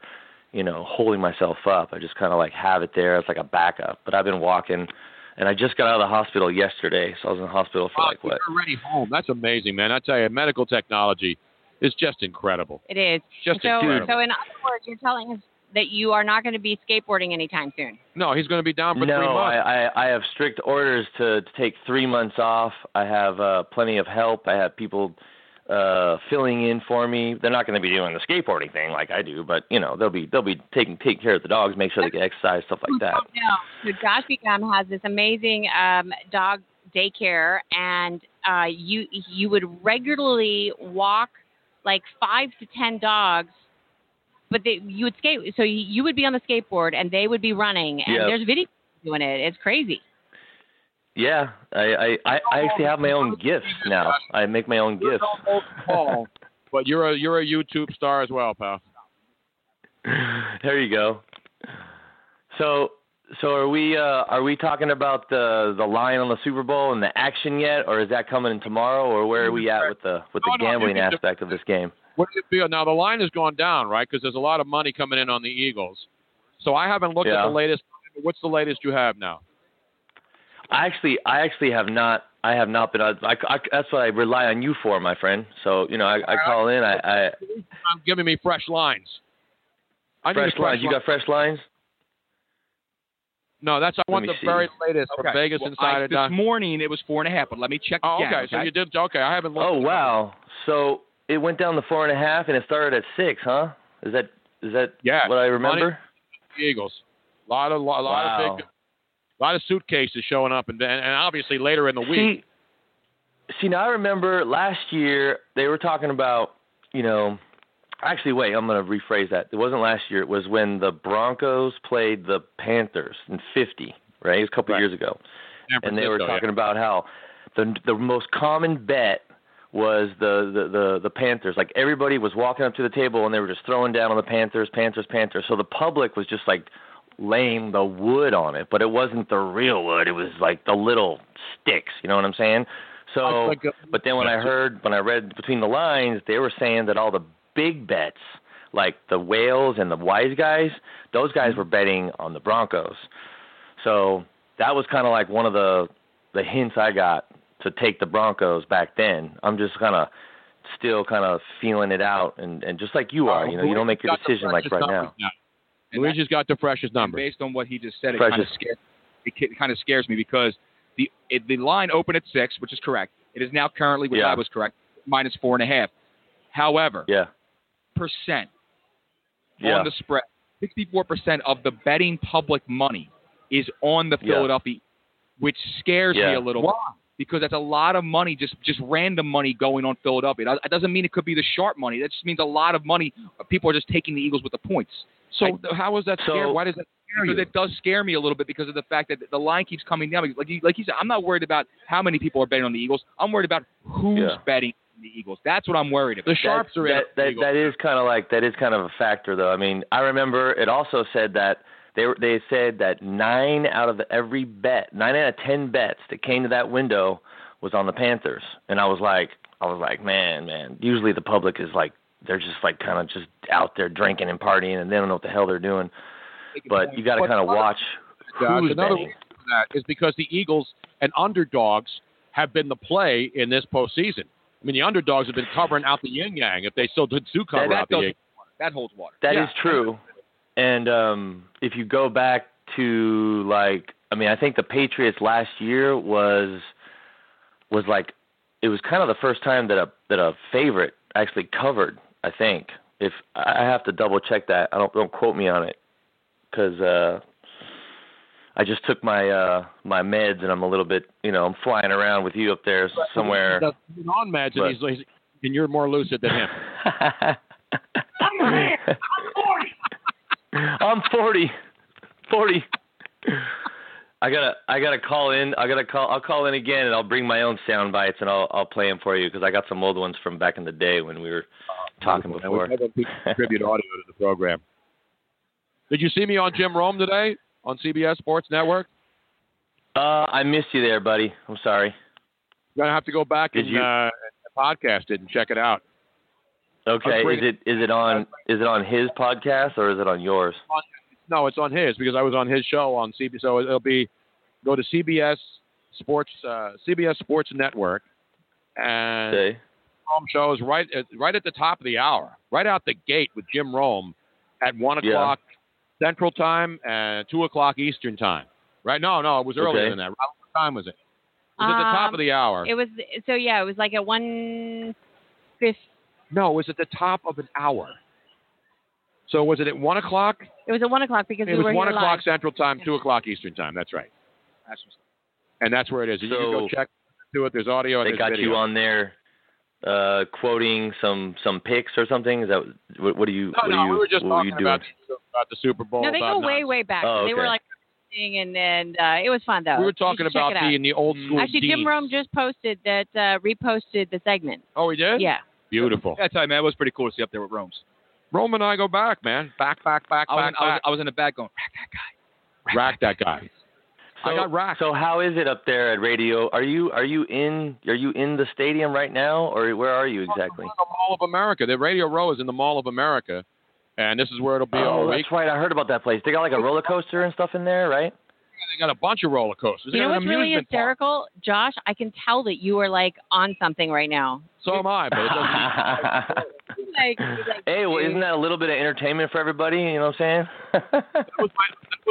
N: you know holding myself up. I just kind of like have it there. It's like a backup. But I've been walking, and I just got out of the hospital yesterday, so I was in the hospital for like what?
C: You're already home. That's amazing, man. I tell you, medical technology is just incredible.
D: It is.
C: Just
D: so,
C: incredible.
D: so in other words, you're telling us that you are not going to be skateboarding anytime soon.
C: No, he's going to be down for
N: no,
C: three months.
N: I, I I have strict orders to, to take three months off. I have uh, plenty of help. I have people uh filling in for me. They're not going to be doing the skateboarding thing like I do, but you know they'll be they'll be taking taking care of the dogs, make sure they get exercise, stuff like that.
D: No. So Josh Beckham has this amazing um, dog daycare, and uh, you you would regularly walk like five to ten dogs, but they, you would skate. So you- you would be on the skateboard, and they would be running, and
N: Yeah.
D: there's video doing it. It's crazy.
N: Yeah, I I I, I actually have my own gifts now. I make my own gifts.
C: Paul, but you're a you're a YouTube star as well, pal.
N: There you go. So so are we uh, are we talking about the the line on the Super Bowl and the action yet, or is that coming tomorrow, or where are we at with the with the
C: No, no,
N: gambling
C: you can-
N: aspect of this game?
C: What do you feel? Now the line has gone down, right? Because there's a lot of money coming in on the Eagles. So I haven't looked
N: Yeah.
C: at the latest. What's the latest you have now?
N: I actually I actually have not I have not been I, I, that's what I rely on you for, my friend. So you know I, I call in I, I
C: I'm giving me fresh lines. I need
N: fresh,
C: a fresh
N: lines. You got fresh lines?
C: No, that's I
N: Let
C: want
N: me
C: the
N: see.
C: very latest from
N: Okay.
C: Vegas
N: Well, I-
C: Insider.
N: this
C: morning it was four and a half, but let me check. Oh,
N: again,
C: okay. So
N: okay?
C: you did. Okay, I haven't looked.
N: Oh wow! So it went down to four and a half, and it started at six, huh? Is that is that
C: yeah,
N: what I remember?
C: The Eagles. A lot of lot, lot
N: wow.
C: of big, lot of suitcases showing up, and then and obviously later in the week.
N: See, see, now I remember last year they were talking about, you know, actually, wait, I'm going to rephrase that. It wasn't last year. It was when the Broncos played the Panthers in 50, right? It was a couple years ago.
C: San
N: And they were
C: Francisco, yeah.
N: talking about how the the most common bet was the, the the the Panthers. Like everybody was walking up to the table and they were just throwing down on the Panthers, Panthers, Panthers. So the public was just like laying the wood on it, but it wasn't the real wood. It was like the little sticks. You know what I'm saying? So,
C: It's like
N: but then when I heard, when I read between the lines, they were saying that all the big bets, like the whales and the wise guys, those
C: Mm-hmm.
N: guys were betting on the Broncos. So that was kind of like one of the the hints I got to take the Broncos back then. I'm just kind of still kind of feeling it out, and and just like you are, you know, you don't make your
C: Oh, Got the
N: decision like
C: freshest
N: right now.
C: numbers Luigi's got the freshest
E: number. Based on what he just said, it
N: Precious.
E: kind of scares it ki- kind of scares me because the it, the line opened at six, which is correct. It is now currently, which
N: Yeah.
E: I was correct, minus four and a half. However,
N: Yeah,
E: percent
N: yeah.
E: on the spread, sixty-four percent of the betting public money is on the
N: Yeah.
E: Philadelphia, which scares me
N: Yeah.
E: a little. bit Because that's a lot of money, just just random money going on Philadelphia. That- That doesn't mean it could be the sharp money. That just means a lot of money. uh, People are just taking the Eagles with the points. So how is that
N: So-
E: scare? Why does that scare you? Because it does scare me a little bit because of the fact that the line keeps coming down. Because Like you, like you said, I'm not worried about how many people are betting on the Eagles. I'm worried about who's
N: Yeah.
E: betting on the Eagles. That's what I'm worried about.
N: That- that, that, that is kind of like that is kind of a factor though. I mean, I remember it also said that they were, they said that nine out of every bet, nine out of ten bets that came to that window was on the Panthers, and I was like, I was like, man, man. Usually the public is like they're just like kind of just out there drinking and partying, and they don't know what the hell they're doing. But you got to
C: But
N: kind of
C: another-
N: watch
C: Josh.
N: who's
C: Another
N: betting.
C: reason for that is because the Eagles and underdogs have been the play in this postseason. I mean, the underdogs have been covering out the yin yang if they still do do cover
N: That-
C: out the yin.
E: That holds water.
N: That is
C: Yeah.
N: true. And um, if you go back to like, I mean, I think the Patriots last year was was like it was kind of the first time that a that a favorite actually covered. I think if I I have to double check that, I don't don't quote me on it because uh, I just took my uh, my meds and I'm a little bit, you know, I'm flying around with you up there somewhere.
C: He's on meds and, he's, he's, and you're more lucid than him.
N: I'm 40. 40. I gotta, I gotta call in. I gotta call. I'll call in again, and I'll bring my own sound bites, and I'll, I'll play them for you because I got some old ones from back in the day when we were talking
C: And Uh-huh. we
N: before.
C: have people contribute audio to the program. Did you see me on Jim Rome today on CBS Sports Network?
N: Uh, I missed you there, buddy. I'm sorry.
C: You're gonna have to go back
N: Did
C: and,
N: you-
C: uh, and podcast it and check it out.
N: Okay,
C: I'll bring
N: is it, is it on, is it on his podcast or is it on yours?
C: No, it's on his because I was on his show on CBS. So it'll be go to CBS Sports, uh, CBS Sports Network, and
N: Okay.
C: Rome shows right at, right at the top of the hour, right out the gate with Jim Rome at one
N: Yeah.
C: o'clock Central Time and two o'clock Eastern Time. Right? No, no, it was earlier
N: Okay.
C: than that. Right, What time was it? It was at the top
D: Um,
C: of the hour.
D: It was so yeah. It was like at one fifty.
C: no, it was at the top of an hour. So was it at one o'clock?
D: It was at one o'clock because
C: It
D: we
C: was
D: were
C: one
D: here
C: o'clock
D: live.
C: Central Time, two o'clock Eastern Time. That's right. and that's where it is. You can go
N: So-
C: check to it. There's audio. And
N: They
C: there's
N: got
C: video.
N: you on there, uh, quoting some some picks or something. Is that what, what do you?
C: No,
N: what do
C: no,
N: you,
C: we were just
N: what were
C: talking
N: you doing?
C: about, about the Super Bowl.
D: No, they go
C: about
D: way
C: nonsense.
D: way back.
N: Oh,
D: They were
N: okay.
D: like and and uh, it was fun though.
C: We
D: You
C: were
D: should
C: talking
D: check
C: about
D: it out.
C: the in the
E: Mm.
C: old school.
D: Actually, Jim
C: deans.
D: Rome just posted that uh, reposted the segment.
C: Oh, he did.
D: Yeah.
C: Beautiful.
E: That's how man, it was pretty cool to see up there with Rome's.
C: Rome and I go back, man. Back, back, back,
E: I was,
C: back,
E: I was,
C: back.
E: I was in the back going, "Rack, rack,
C: rack that guy.
N: So, I got racked. So how is it up there at radio? Are you are you in are you in the stadium right now, or where are you exactly?
C: The Mall of America. The Radio Row is in the Mall of America, and this is where it'll be all
N: Oh,
C: week.
N: that's right. I heard about that place. They got like a roller coaster and stuff in there, right?
C: They got a bunch of roller coasters. They
D: You know
C: got an
D: what's really
C: amusement park.
D: hysterical, Josh? I can tell that you are like on something right now.
C: So am I, but it doesn't-
D: Like, like,
N: hey, well, isn't that a little bit of entertainment for everybody? You know what I'm saying?
C: was-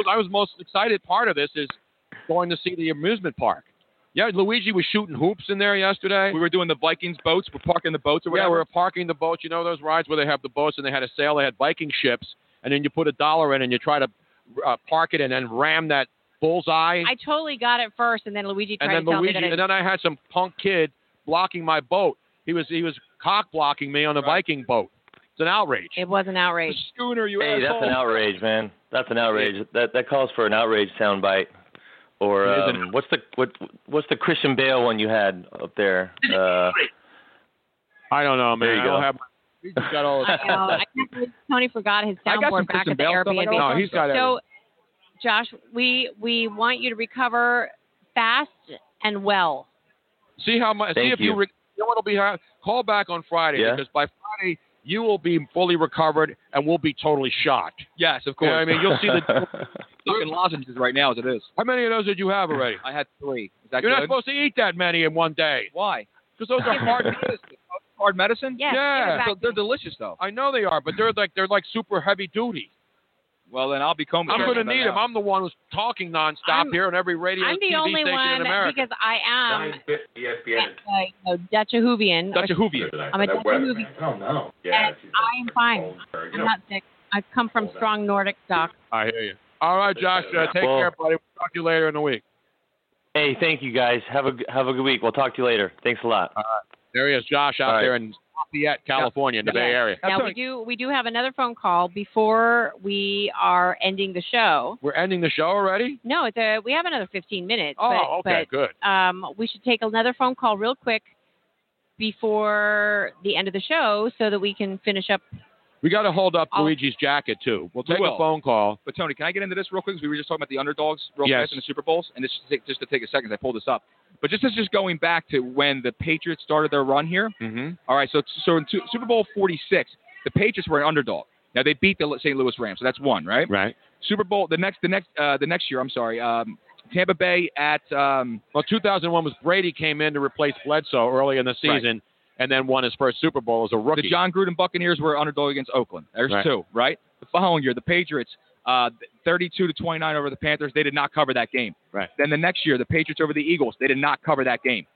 C: I was most excited part of this is going to see the amusement park. Yeah, Luigi was shooting hoops in there yesterday. We
E: were doing the Vikings boats. We're parking the boats or
C: Yeah,
E: whatever.
C: we were parking the boats. You know those rides where they have the boats and they had a sale. They had Viking ships, and then you put a dollar in and you try to uh, park it and then ram that bullseye.
D: I totally got it first, and then Luigi tried
C: and then
D: to tell
C: Luigi,
D: me that.
C: and then I had some punk kid blocking my boat. He was he was cock blocking me on the Viking boat. It's an outrage.
D: It was an outrage.
C: Schooner, you
N: hey, that's an outrage, man. That's an outrage. That that calls for an outrage soundbite. Or
C: It is
N: um, what's the what what's the Christian Bale one you had up there? Uh,
C: I don't know, man.
N: There you
C: I
N: go.
C: don't have my- he's got all-
D: I know. I can't believe Tony forgot his
C: I got some
D: soundboard back
C: Kristen
D: at the
C: Bell stuff. I
D: Airbnb.
C: got all No, he's got
D: so, Josh, we we want you to recover fast and well.
C: See how much. See
D: Thank
C: if you.
D: you.
C: re- you know what'll be ha- call back on Friday
N: Yeah.
C: because by Friday you will be fully recovered and we'll be totally shocked.
E: Yes, of
C: You
E: course.
C: know what I mean, you'll see the
E: fucking lozenges right now as it is.
C: How many of those did you have already?
E: I had three. Is that
C: You're not
E: good?
C: supposed to eat that many in one day.
E: Why?
C: Because those are hard. medicines.
E: Hard medicine?
C: Yes, Yeah. give it back
E: So they're delicious though.
C: I know they are, but they're like they're like super heavy duty.
E: Well, then I'll be comatose.
C: I'm going to
E: by
C: need
E: now.
C: them. I'm the one who's talking nonstop here on every radio
D: I'm
C: and
D: the
C: TV
D: only
C: station
D: one
C: in America.
D: because um, I am
I: ESPN.
D: like you know, Dachahuvian. I'm a Dachahuvian.
I: Oh no.
D: and I am fine. I'm not sick. I come from strong Nordic stock.
C: I hear you. All right, Josh. Uh, take
N: Well-
C: care, buddy. We'll talk to you later in the week.
N: hey, thank you guys. Have a g- have a good week. We'll talk to you later. Thanks a lot.
C: There he is, Josh, out
N: All right.
C: there in Lafayette, California, in the Bay Area.
D: Now we do we do have another phone call before we are ending the show.
C: We're ending the show already.
D: No, it's a, we have another 15 minutes.
C: Oh,
D: but,
C: okay,
D: but,
C: good.
D: Um, we should take another phone call real quick before the end of the show so that we can finish up.
C: We got to hold up Luigi's jacket too. We'll
E: We
C: take
E: will.
C: a phone call.
E: But Tony, can I get into this real quick? 'Cause we were just talking about the underdogs real
C: Yes.
E: fast in the Super Bowls, and this should take, just to take a second, 'cause I pulled this up. But just this is just going back to when the Patriots started their run here.
C: Mm-hmm.
E: All right, so so in two, Super Bowl 46, the Patriots were an underdog. Now they beat the St. Louis Rams, so that's one, right?
C: Right.
E: Super Bowl the next the next uh, the next year. I'm sorry, um, Tampa Bay at um,
C: Well, 2001 was Brady came in to replace Bledsoe early in the
E: Right.
C: season, and then won his first Super Bowl as a rookie.
E: the John Gruden Buccaneers were underdog against Oakland. There's
C: Right.
E: two, right? The following year, the Patriots, uh, 32 to 29 over the Panthers. They did not cover that game.
C: Right.
E: Then the next year, the Patriots over the Eagles. They did not cover that game.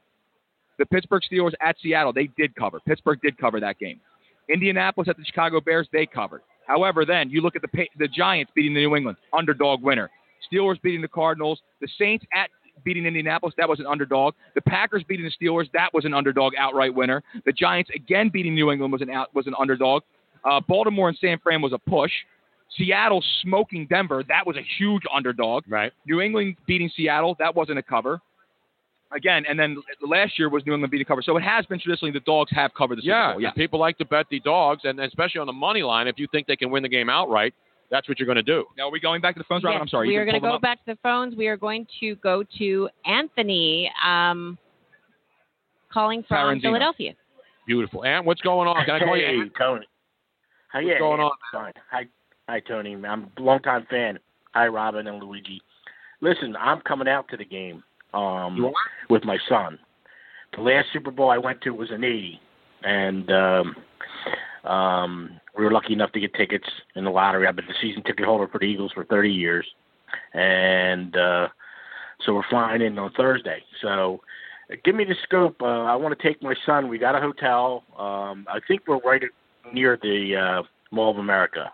E: The Pittsburgh Steelers at Seattle. They did cover. Pittsburgh did cover that game. Indianapolis at the Chicago Bears. They covered. However, then you look at the pa- the Giants beating the New England underdog winner. Steelers beating the Cardinals. The Saints at beating Indianapolis. That was an underdog. The Packers beating the Steelers. That was an underdog outright winner. The Giants again beating New England was an out, was an underdog. Uh, Baltimore and San Fran was a push. Seattle smoking Denver. That was a huge underdog.
C: Right.
E: New England beating Seattle. That wasn't a cover. Again, and then last year was New England beating cover. So it has been traditionally the dogs have covered the Super
C: yeah,
E: Bowl. Yeah.
C: and people like to bet the dogs, and especially on the money line, if you think they can win the game outright, that's what you're going to do.
E: Now are we going back to the phones, Robin?
D: Yes,
E: I'm sorry.
D: We
E: you
D: are
E: can
D: going to
E: pull them
D: go
E: up.
D: back to the phones. We are going to go to Anthony um, calling from
C: Tarantino.
D: Philadelphia.
C: Beautiful. And what's going on? Can I call you?
O: Hey,
C: Ant?
O: Tony. Hi,
C: What's
O: yeah,
C: going
O: yeah,
C: on?
O: Tony. Hi, hi, Tony. I'm a longtime fan. Hi, Robin and Luigi. Listen, I'm coming out to the game um,
P: You are?
O: with my son. The last Super Bowl I went to was in '80, and um, um, we were lucky enough to get tickets in the lottery. I've been the season ticket holder for the Eagles for 30 years, and uh, so we're flying in on Thursday. So give me the scoop. Uh, I want to take my son. We got a hotel. Um, I think we're right near the uh, Mall of America.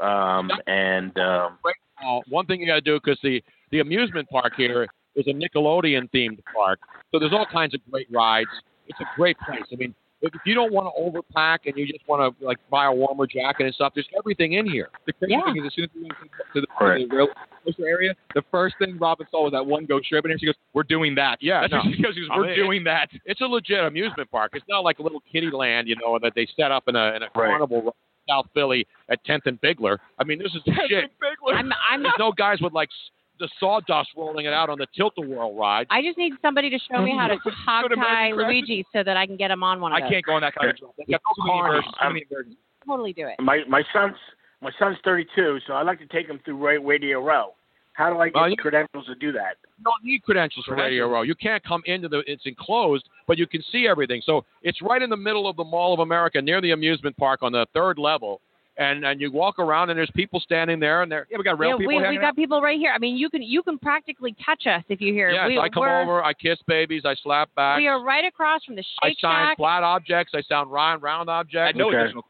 O: Um, and um,
C: Uh, one thing you got to do because the the amusement park here is a Nickelodeon themed park, so there's all kinds of great rides. It's a great place. I mean, if if you don't want to overpack and you just want to like buy a warmer jacket and stuff, there's everything in here.
E: The crazy
C: Yeah.
E: thing is, as soon as we went to the, to the roller coaster area, the first thing Robin saw was that one go strip, and she goes, "We're doing that."
C: Yeah,
E: That's
C: no.
E: what she goes, she goes,
C: I
E: "We're
C: mean,
E: doing that."
C: It's a legit amusement park. It's not like a little kiddie land, you know, that they set up in a in a carnival. South Philly at 10th and Bigler. I mean, this is legit.
D: I'm, I'm,
C: There's no guys with like s- the sawdust rolling it out on the tilt a whirl ride.
D: I just need somebody to show me how Mm-hmm. to hog tie Luigi so that I can get him on one of
C: I
D: those.
C: can't go on that kind of job. They've got too many
O: Carney.
C: versions, too many versions.
D: Totally do it.
O: My my son's my son's 32, so I like to take him through Ra- Radio Row. How do I get
C: Well, you-
O: credentials to do that?
C: You don't need credentials for Radio Row. You can't come into the. It's enclosed, but you can see everything. So it's right in the middle of the Mall of America, near the amusement park, on the third level. And and you walk around, and there's people standing there, and there. Yeah, we got real
D: Yeah,
C: people
D: we, we
C: hanging
D: got
C: out.
D: people right here. I mean, you can you can practically touch us if you hear.
C: Yes,
D: we,
C: I come
D: we're-
C: over, I kiss babies, I slap back,
D: We are right across from the
C: I
D: Shake
C: shine
D: Shack,
C: flat objects, I sound round round objects.
D: At no Okay. additional-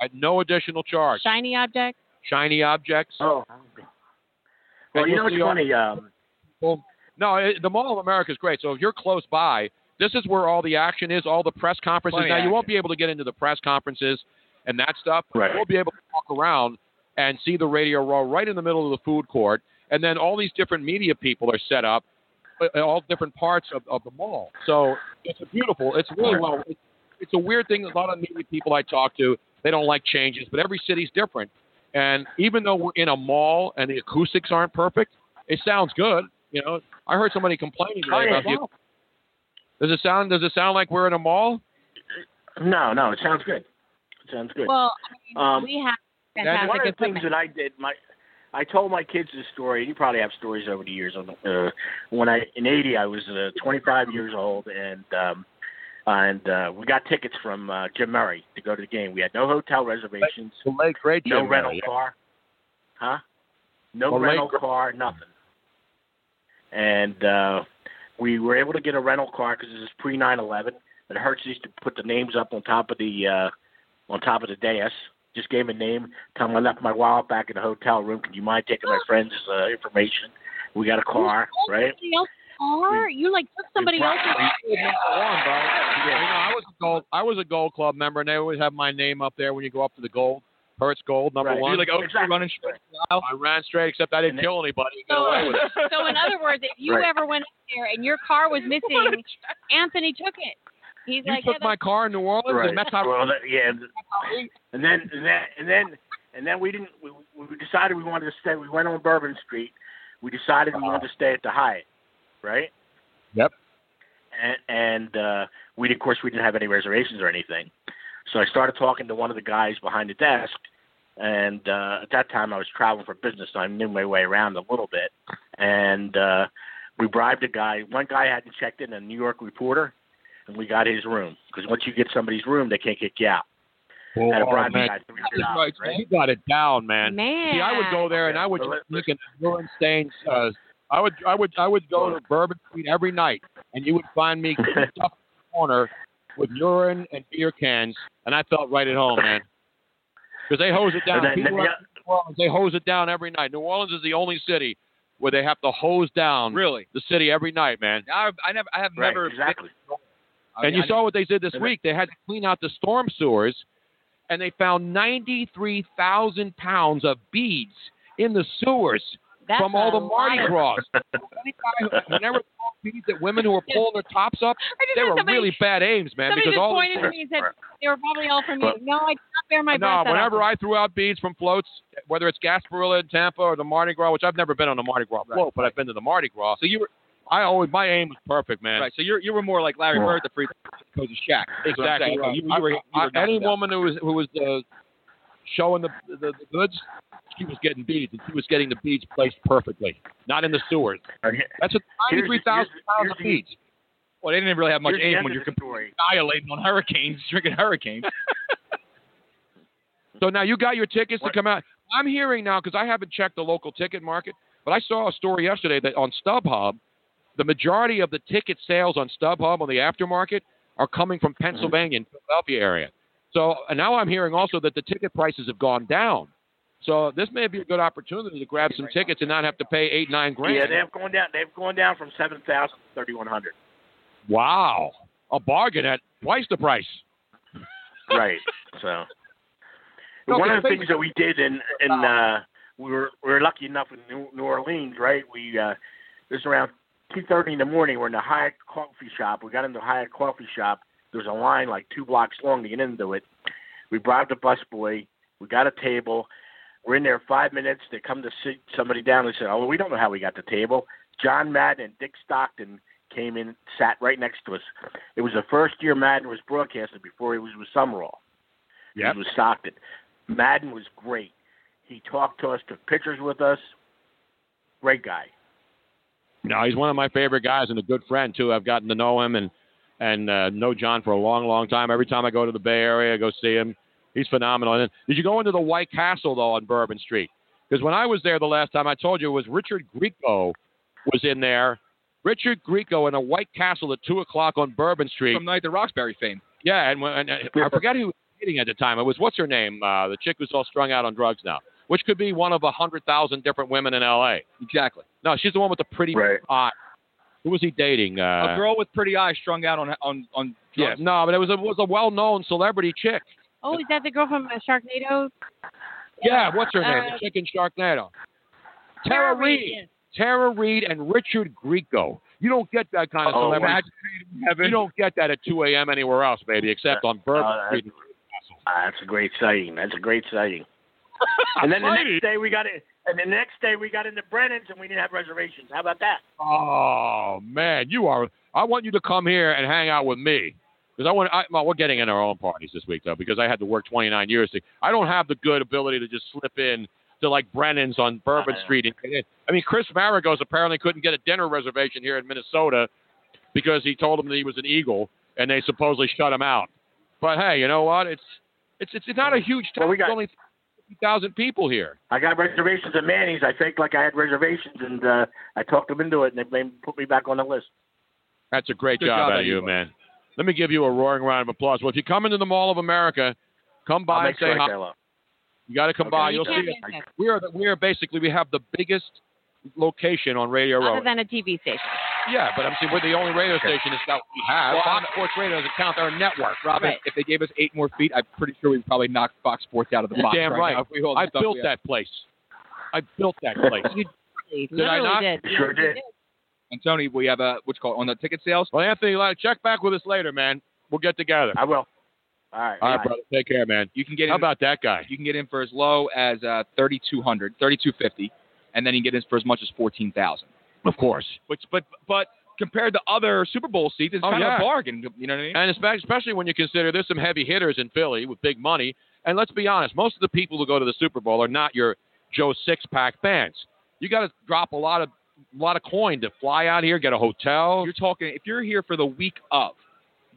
C: at no additional charge.
D: shiny object.
C: Shiny objects.
O: Oh.
D: Well, you know what's funny,
O: Um,
C: well, no, it, the Mall of America is great. So if you're close by, this is where all the action is, all the press conferences.
J: Plenty
C: now
J: of
C: you won't be able to get into the press conferences and that stuff.
J: Right.
C: We'll be able to walk around and see the Radio Row right in the middle of the food court, and then all these different media people are set up, uh, in all different parts of, of the mall. So it's a beautiful. It's really well. It's, it's a weird thing. A lot of media people I talk to, they don't like changes, but every city's different. And even though we're in a mall and the acoustics aren't perfect, it sounds good. You know, I heard somebody complaining
O: Oh,
C: today
O: yeah,
C: about the.
O: wow.
C: Does it sound? Does it sound like we're in a mall?
O: No, no, it sounds good. It sounds good.
D: Well, I mean,
O: Um,
D: we have
O: That's
D: fantastic
O: one of the things
D: equipment.
O: that I did. My, I told my kids this story. and You probably have stories over the years. On the, uh, when I in '80, I was uh, 25 years old, and um, and uh, we got tickets from uh, Jim Murray to go to the game. We had no hotel reservations,
C: great
O: no
C: Jim
O: rental
C: Murray, yeah.
O: car, huh? No
C: The late
O: rental car, nothing. And uh, we were able to get a rental car because this is pre 9/11, and Hertz used to put the names up on top of the uh, on top of the dais. Just gave him a name. Tell him I left my wallet back in the hotel room. Can you mind taking my friend's uh, information? We got a car, right?
D: Somebody else's car? You like took somebody else's.
C: You know, I was a gold. I was a gold club member, and they always have my name up there when you go up to the gold. Hertz Gold number
J: Right.
C: one.
J: You're like, oh, Exactly.
C: running straight. I ran straight, except I didn't kill anybody. Get
D: So,
C: away with it.
D: so in other words, if you
C: Right.
D: ever went up there and your car was missing, Anthony took it. He's
C: You
D: like,
C: took
D: yeah,
C: my car in New Orleans,
O: Right.
C: and that's how.
O: Well, that- yeah, And then and then and then and then we didn't. We, we decided we wanted to stay. We went on Bourbon Street. We decided we wanted to stay at the Hyatt, right?
C: Yep.
O: And, and uh, we of course we didn't have any reservations or anything. So I started talking to one of the guys behind the desk, and uh, at that time I was traveling for business, so I knew my way around a little bit. And uh, we bribed a guy. One guy hadn't checked in, a New York reporter, and we got his room because once you get somebody's room, they can't kick you out.
C: Oh,
O: Had a bribe
C: man.
O: guy, three
C: That is
O: hundred
C: right.
O: dollars, right?
C: You got it down, man.
D: Man.
C: See, I would go there and I would
O: Yeah,
C: just look at urine stains. Uh, I would, I would, I would go to Bourbon Street every night, and you would find me in a tough corner with urine and beer cans, and I felt right at home, man. Because they hose it down.
O: And then-
C: People
O: then
C: up in New Orleans, they hose it down every night. New Orleans is the only city where they have to hose down really the city every night, man.
E: I, I never, I have
C: Right,
E: never
O: exactly.
E: I
C: and
E: mean,
C: you
E: I
C: saw what they did this
E: and
C: week. They had to clean out the storm sewers, and they found 93,000 pounds of beads in the sewers
D: That's
C: from all
D: a
C: the Mardi
D: liar.
C: Gras. Any guy who- Whenever they found beads at women who were pulling their tops up,
D: just
C: they
D: had
C: were
D: somebody-
C: really bad aims, man.
D: somebody
C: Because
D: just
C: all
D: pointed to me and said they were probably all from you.
C: But-
D: No, I did not bear my
C: Uh, no,
D: breath. that
C: whenever
D: often.
C: I threw out beads from floats, whether it's Gasparilla in Tampa or the Mardi Gras, which I've never been on the Mardi Gras float, but I've been to the Mardi Gras. So you were, I always my aim was perfect, man.
E: Right, so you're, you were more like Larry
C: Yeah.
E: Bird, the free coach of Shaq. That's what I'm
C: Exactly.
E: saying.
C: right.
E: You, you were, you
C: I-
E: were
C: I- any
E: knocking down.
C: woman who was who was uh, showing the, the the goods, she was getting beads, and she was getting the beads placed perfectly, not in the sewers. That's a
E: Here's-
C: ninety-three thousand
E: here's-
C: pounds
E: here's
C: of
E: the-
C: beads.
E: Well, they didn't really have much
O: Here's the
E: aim
O: end
E: when
O: of
E: you're
O: the
E: completely annihilating on hurricanes, drinking hurricanes.
C: So now you got your tickets to come out. I'm hearing now because I haven't checked the local ticket market, but I saw a story yesterday that on StubHub, the majority of the ticket sales on StubHub on the aftermarket are coming from Pennsylvania and Philadelphia area. So and now I'm hearing also that the ticket prices have gone down. So this may be a good opportunity to grab some tickets and not have to pay eight nine grand.
O: Yeah, they've gone down. They've gone down from seven thousand to thirty-one hundred.
C: wow, a bargain at twice the price.
O: Right. So
C: No,
O: one
C: but
O: of the
C: think-
O: things that we did in in uh, we were we were lucky enough in New, New Orleans, right? We uh, it was around two thirty in the morning. We're in the Hyatt coffee shop. We got into the Hyatt coffee shop. There was a line like two blocks long to get into it. We bribed a busboy. We got a table. We're in there five minutes. They come to sit somebody down and say, "Oh, we don't know how we got the table." John Madden and Dick Stockton came in, sat right next to us. It was the first year Madden was broadcasted before he was with Summerall.
H: Yep.
O: He was with Stockton. Madden was great. He talked to us, took pictures with us. Great guy.
C: No, he's one of my favorite guys and a good friend too. I've gotten to know him and and uh, know John for a long, long time. Every time I go to the Bay Area, I go see him. He's phenomenal. And then, did you go into the White Castle though on Bourbon Street? Because when I was there the last time, I told you it was Richard Grieco was in there. Richard Grieco in a White Castle at two o'clock on Bourbon Street.
E: From Night the Roxbury fame.
C: Yeah, and, when- and, and I forgot who was dating at the time. It was what's her name, uh, the chick who's all strung out on drugs now, which could be one of a hundred thousand different women in L.A.
E: Exactly.
C: No, she's the one with the pretty eye. Who was he dating? Uh,
E: a girl with pretty eyes strung out on on on.
C: Yeah, no, but it was a was a well known celebrity chick.
D: Oh, is that the girl from uh, Sharknado?
C: Yeah, what's her name?
D: Uh,
C: the chick in Sharknado. Tara Reid. Tara Reid and Richard Grieco. You don't get that kind of
E: Oh,
C: celebrity.
E: Magic Heaven.
C: You don't get that at 2 a.m. anywhere else, maybe, except on Bourbon
O: Uh,
C: Street.
O: Ah, that's a great sighting. That's a great sighting. and then the
C: Mighty.
O: next day we got it. And the next day we got into Brennan's and we didn't have reservations. How about that?
C: Oh man, you are. I want you to come here and hang out with me because I want. I, well, we're getting in our own parties this week though because I had to work 29 years. To, I don't have the good ability to just slip in to like Brennan's on Bourbon
O: Uh-huh.
C: Street. And, get in. I mean, Chris Maragos apparently couldn't get a dinner reservation here in Minnesota because he told them that he was an Eagle and they supposedly shut him out. But hey, you know what? It's it's it's not a huge town.
O: we got-
C: It's only 50,000 people here.
O: I got reservations at Manny's. I faked like I had reservations and uh, I talked them into it and they blamed, put me back on the list.
C: That's a great
O: Good
C: job,
O: job
C: out
O: out
C: of
O: of
C: you, man. Let me give you a roaring round of applause. Well, if you come into the Mall of America, come by
O: I'll
C: and
O: make
C: say
O: sure I
C: hi.
O: show up.
C: You got to come
O: Okay.
C: by.
O: You
C: You'll
O: can't
C: see
D: miss
C: it. We are the- we are basically we have the biggest location on Radio
D: Other
C: Row.
D: than a TV station.
C: yeah, but I'm saying we're the only radio
E: Okay.
C: station that's got we have.
E: Well,
C: Fox Sports Radio doesn't count. They're a network.
E: Robin,
C: Right.
E: if they gave us eight more feet, I'm pretty sure we'd probably knock Fox Sports out of the
C: You're
E: box.
C: damn
E: right.
C: right.
E: now if we hold the
C: I
E: stuff
C: built
E: we have.
C: that place. I built that place. Did I
E: Literally
C: not?
E: did. Sure did. And Tony, we have a what's called on the ticket sales.
C: Well, Anthony, like, check back with us later, man. We'll get together.
O: I will. All right.
C: All right, brother. Take care, man.
E: You can get
C: How
E: in-
C: about that guy?
E: You can get in for as low as uh, 3,200, 3,250, and then you can get in for as much as 14,000.
C: Of course.
E: Which, but but compared to other Super Bowl seats, it's
C: Oh,
E: kind
C: yeah.
E: of a bargain. You know what I mean?
C: And espe- especially when you consider there's some heavy hitters in Philly with big money. And let's be honest, most of the people who go to the Super Bowl are not your Joe Six Pack fans. You got to drop a lot of lot of coin to fly out here, get a hotel.
E: You're talking if you're here for the week of,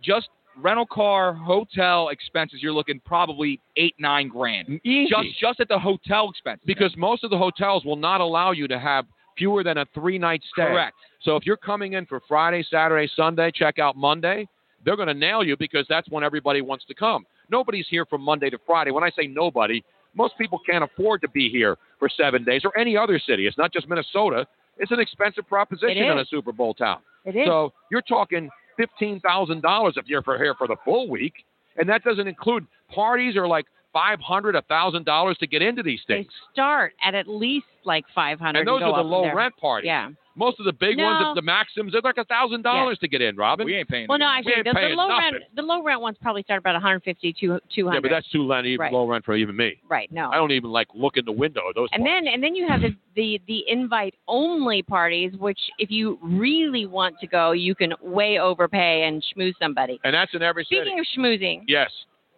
E: just rental car, hotel expenses, you're looking probably eight nine grand.
C: Easy.
E: Just just at the hotel expenses.
C: because most of the hotels will not allow you to have fewer than a three night stay.
E: Correct.
C: So if you're coming in for Friday, Saturday, Sunday, check out Monday, they're going to nail you because that's when everybody wants to come. Nobody's here from Monday to Friday. When I say nobody, most people can't afford to be here for seven days or any other city. It's not just Minnesota. It's an expensive proposition
E: It
C: in a
E: is.
C: Super Bowl town.
E: It is.
C: So you're talking fifteen thousand dollars if you're for here for the full week, and that doesn't include parties or like five hundred, a thousand dollars to get into these things.
D: Start at at least like 500.
C: And those
D: go
C: are
D: up
C: the
D: from
C: low
D: there.
C: rent parties.
D: Yeah.
C: Most of the big ones,
D: No.
C: the Maxims, they're like a thousand dollars to get in. Robin, we
E: ain't paying.
D: Well, no, actually,
C: ain't
D: the, the
C: paying
D: low
C: nothing.
D: rent the low rent ones probably start about 150 to 200.
C: Yeah, but that's too low,
D: Right.
C: low rent for even me.
D: right. No.
C: I don't even like look in the window. at Those
D: And
C: parties.
D: then and then you have the, the the invite only parties, which if you really want to go, you can way overpay and schmooze somebody.
C: and that's in every city.
D: Speaking of schmoozing,
C: yes,